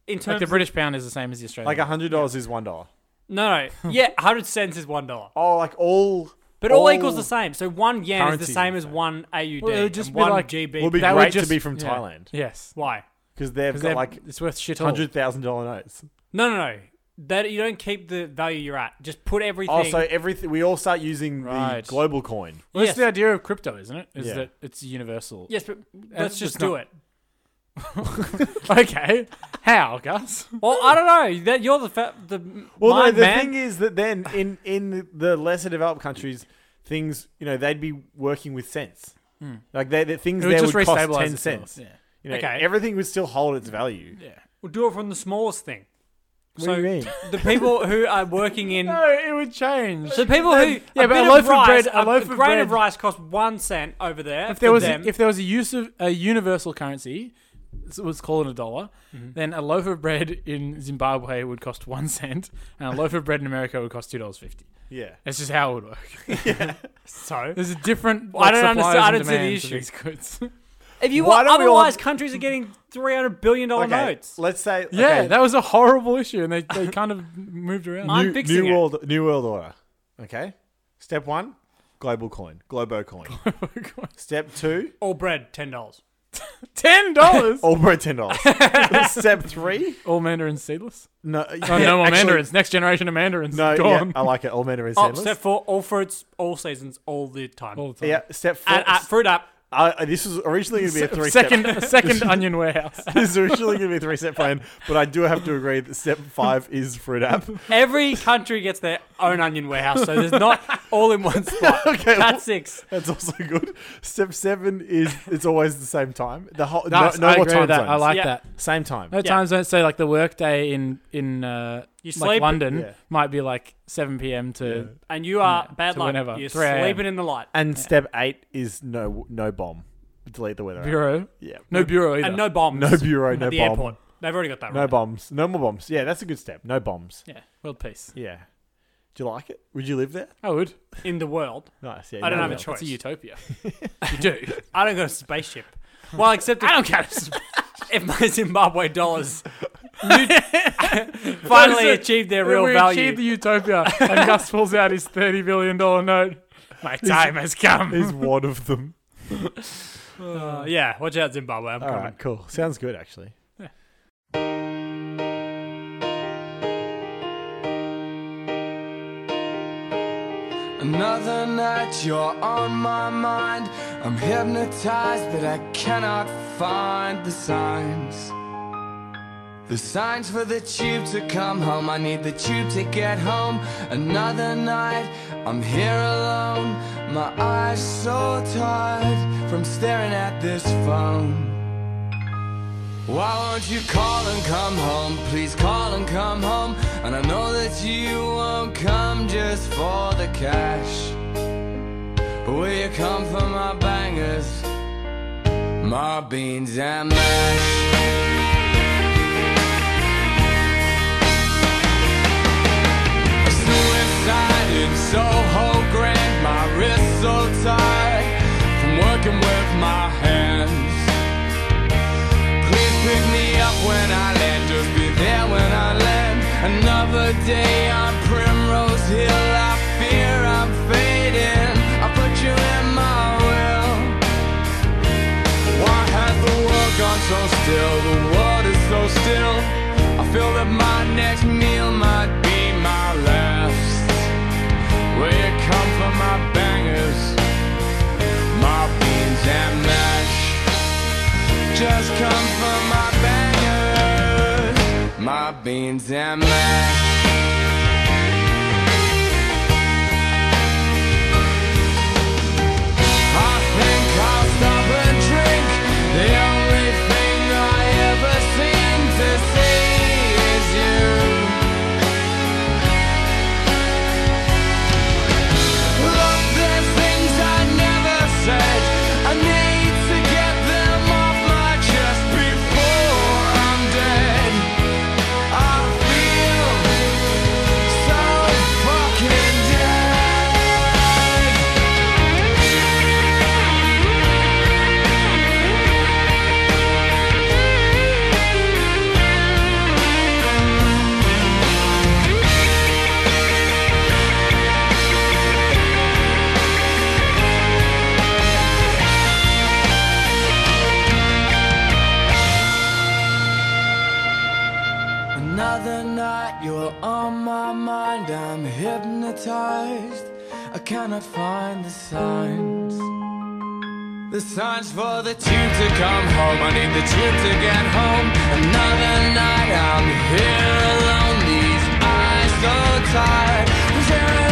[SPEAKER 2] in
[SPEAKER 3] Like
[SPEAKER 2] terms,
[SPEAKER 3] the
[SPEAKER 2] of,
[SPEAKER 3] British pound is the same as the Australian.
[SPEAKER 1] like
[SPEAKER 3] one.
[SPEAKER 1] hundred dollars is one dollar.
[SPEAKER 2] no, no, yeah, hundred cents is one dollar,
[SPEAKER 1] Oh, like all.
[SPEAKER 2] but all, equals the same. So one yen is the
[SPEAKER 1] currencies are Oh.
[SPEAKER 2] same
[SPEAKER 1] the
[SPEAKER 2] as
[SPEAKER 1] same.
[SPEAKER 2] one AUD.
[SPEAKER 3] Well, it would just
[SPEAKER 2] and
[SPEAKER 3] be
[SPEAKER 2] one
[SPEAKER 3] like-
[SPEAKER 2] GB.
[SPEAKER 1] Would be
[SPEAKER 3] That would
[SPEAKER 1] great
[SPEAKER 3] just-
[SPEAKER 1] to be from
[SPEAKER 3] yeah.
[SPEAKER 1] Thailand
[SPEAKER 3] Yes,
[SPEAKER 2] Why?
[SPEAKER 1] because they've
[SPEAKER 3] because
[SPEAKER 1] got
[SPEAKER 3] they're
[SPEAKER 1] like
[SPEAKER 3] it's worth shit all.
[SPEAKER 1] hundred thousand dollar notes.
[SPEAKER 2] No, no, no. That you don't keep the value you're at. Just put everything.
[SPEAKER 1] Oh, so everything we all start using
[SPEAKER 3] Right.
[SPEAKER 1] the global coin.
[SPEAKER 3] Well,
[SPEAKER 2] Yes.
[SPEAKER 3] That's the idea of crypto, isn't it? Is
[SPEAKER 1] Yeah.
[SPEAKER 3] that it's universal.
[SPEAKER 2] yes, but let's
[SPEAKER 3] it's
[SPEAKER 2] just
[SPEAKER 3] not-
[SPEAKER 2] do it.
[SPEAKER 3] Okay. How, Gus?
[SPEAKER 2] Well, I don't know. That you're the fa- the
[SPEAKER 1] Well,
[SPEAKER 2] mind
[SPEAKER 1] no, the
[SPEAKER 2] man.
[SPEAKER 1] thing is that then in in the lesser developed countries, things you know they'd be working with cents. Like they, the things
[SPEAKER 3] Hmm. It
[SPEAKER 1] there
[SPEAKER 3] would just
[SPEAKER 1] would cost
[SPEAKER 3] restabilise
[SPEAKER 1] ten
[SPEAKER 3] itself,
[SPEAKER 1] cents.
[SPEAKER 3] yeah.
[SPEAKER 1] You know,
[SPEAKER 2] Okay.
[SPEAKER 1] everything would still hold its value.
[SPEAKER 3] Yeah.
[SPEAKER 2] we'll do it from the smallest thing.
[SPEAKER 1] What
[SPEAKER 2] so
[SPEAKER 1] do you mean?
[SPEAKER 2] the people who are working in
[SPEAKER 3] No, it would change.
[SPEAKER 2] the people who
[SPEAKER 3] Yeah,
[SPEAKER 2] a
[SPEAKER 3] but
[SPEAKER 2] bit
[SPEAKER 3] a loaf
[SPEAKER 2] of
[SPEAKER 3] of
[SPEAKER 2] rice,
[SPEAKER 3] bread- a loaf of
[SPEAKER 2] grain
[SPEAKER 3] bread-
[SPEAKER 2] of rice costs one cent over there.
[SPEAKER 3] if there was
[SPEAKER 2] them,
[SPEAKER 3] if there was a use of a universal currency, so let's call it a dollar,
[SPEAKER 1] Mm-hmm.
[SPEAKER 3] then a loaf of bread in Zimbabwe would cost one cent, and a loaf of bread in America would cost two dollars fifty.
[SPEAKER 1] Yeah.
[SPEAKER 3] That's just how it would work.
[SPEAKER 2] so
[SPEAKER 3] There's a different.
[SPEAKER 2] I don't
[SPEAKER 3] like, supplies
[SPEAKER 2] understand- I
[SPEAKER 3] and
[SPEAKER 2] don't see the
[SPEAKER 3] demands of
[SPEAKER 2] issue.
[SPEAKER 3] These goods.
[SPEAKER 2] if you
[SPEAKER 1] Why
[SPEAKER 2] want,
[SPEAKER 1] don't we all-
[SPEAKER 2] otherwise countries are getting three hundred billion dollar
[SPEAKER 1] Okay.
[SPEAKER 2] notes.
[SPEAKER 1] Let's say
[SPEAKER 3] Yeah,
[SPEAKER 1] okay,
[SPEAKER 3] that was a horrible issue, and they, they kind of moved around.
[SPEAKER 2] I'm
[SPEAKER 1] new,
[SPEAKER 2] fixing
[SPEAKER 1] new
[SPEAKER 2] it.
[SPEAKER 1] world new world order. Okay. Step one, global coin, globo coin. Step two,
[SPEAKER 2] All bread ten dollars.
[SPEAKER 3] Ten dollars.
[SPEAKER 1] All bro ten dollars. Step three.
[SPEAKER 3] All mandarins seedless.
[SPEAKER 1] No,
[SPEAKER 3] Oh,
[SPEAKER 1] yeah,
[SPEAKER 3] no more
[SPEAKER 1] actually-
[SPEAKER 3] mandarins. Next generation of mandarins.
[SPEAKER 1] No,
[SPEAKER 3] gone.
[SPEAKER 1] yeah, I like it. All mandarins.
[SPEAKER 2] Oh,
[SPEAKER 1] seedless.
[SPEAKER 2] step four, all fruits, all seasons, all the time.
[SPEAKER 3] All the time.
[SPEAKER 1] Yeah, step four.
[SPEAKER 2] and, uh, fruit up.
[SPEAKER 1] I- I- this was originally going to be a three.
[SPEAKER 3] second,
[SPEAKER 1] Step,
[SPEAKER 3] second onion warehouse.
[SPEAKER 1] this was originally going to be a three step plan, but I do have to agree that step five is fruit app.
[SPEAKER 2] Every country gets their own onion warehouse, so there's not all in one spot.
[SPEAKER 1] Okay, well,
[SPEAKER 2] That's six.
[SPEAKER 1] that's also good. Step seven is it's always the same time. The whole
[SPEAKER 3] Nice,
[SPEAKER 1] no, no
[SPEAKER 3] I
[SPEAKER 1] more
[SPEAKER 3] agree
[SPEAKER 1] time
[SPEAKER 3] with that.
[SPEAKER 1] zones.
[SPEAKER 3] I like
[SPEAKER 2] Yeah.
[SPEAKER 3] that.
[SPEAKER 1] same time.
[SPEAKER 3] No times don't say like the workday in in uh,
[SPEAKER 2] You
[SPEAKER 3] like
[SPEAKER 2] sleep-
[SPEAKER 3] London
[SPEAKER 1] Yeah.
[SPEAKER 3] might be like seven p.m. to
[SPEAKER 1] Yeah.
[SPEAKER 2] And you are bad
[SPEAKER 3] to
[SPEAKER 2] luck.
[SPEAKER 3] whenever.
[SPEAKER 2] You're
[SPEAKER 3] 3 a.m.
[SPEAKER 2] sleeping in the light.
[SPEAKER 1] And step eight is no no bomb. Delete the weather. app.
[SPEAKER 3] bureau.
[SPEAKER 1] Yeah.
[SPEAKER 3] No bureau either.
[SPEAKER 2] And no bombs.
[SPEAKER 1] No bureau. No
[SPEAKER 2] at the
[SPEAKER 1] bomb.
[SPEAKER 2] airport. They've already got that
[SPEAKER 1] No
[SPEAKER 2] right.
[SPEAKER 1] bombs. No more bombs. Yeah, that's a good step. No bombs.
[SPEAKER 3] yeah, world peace.
[SPEAKER 1] Yeah. Do you like it? Would you live there?
[SPEAKER 3] I would.
[SPEAKER 2] In the world.
[SPEAKER 1] Nice. Yeah.
[SPEAKER 2] I don't
[SPEAKER 1] you
[SPEAKER 2] have a
[SPEAKER 1] will.
[SPEAKER 2] choice.
[SPEAKER 3] It's a utopia. you do.
[SPEAKER 2] I don't go to spaceship. Well, except if, I don't count if my Zimbabwe dollars finally
[SPEAKER 3] Listen,
[SPEAKER 2] achieved their
[SPEAKER 3] If
[SPEAKER 2] real
[SPEAKER 3] we
[SPEAKER 2] value.
[SPEAKER 3] achieve the utopia, and Gus pulls out his thirty billion dollar note. My time has come.
[SPEAKER 1] He's one of them.
[SPEAKER 2] Uh, yeah, watch out, Zimbabwe. I'm
[SPEAKER 1] All
[SPEAKER 2] coming.
[SPEAKER 1] right. Cool. Sounds good, actually.
[SPEAKER 4] Another night you're on my mind. I'm hypnotized, but I cannot find the signs. The signs for the tube to come home. I need the tube to get home. Another night, I'm here alone. My eyes so tired from staring at this phone. Why won't you call and come home? Please call and come home. And I know that you won't come just for the cash. But will you come for my bangers, my beans and mash? Suicide in Soho Grand, my wrist so tight from working with my hands. Please pick me up when I land, just be there when I land. Another day on Primrose Hill, I fear I'm fading. I put you in my will. Why has the world gone so still? The world is so still. I feel that my next meal might be my last. Will you come for my bangers, my beans and mash? just come from my bangers, my beans and mash. I think I'll stop and drink. The only thing I ever seem to see is you. Look, there's things I never said. I need to get them off my chest before I'm dead. I feel so fucking dead. Another night, you're on my mind. I'm hypnotized. I cannot find the signs. The signs for the tube to come home. I need the tube to get home. Another night, I'm here alone. These eyes so tired. I'm staring Oh, Oh,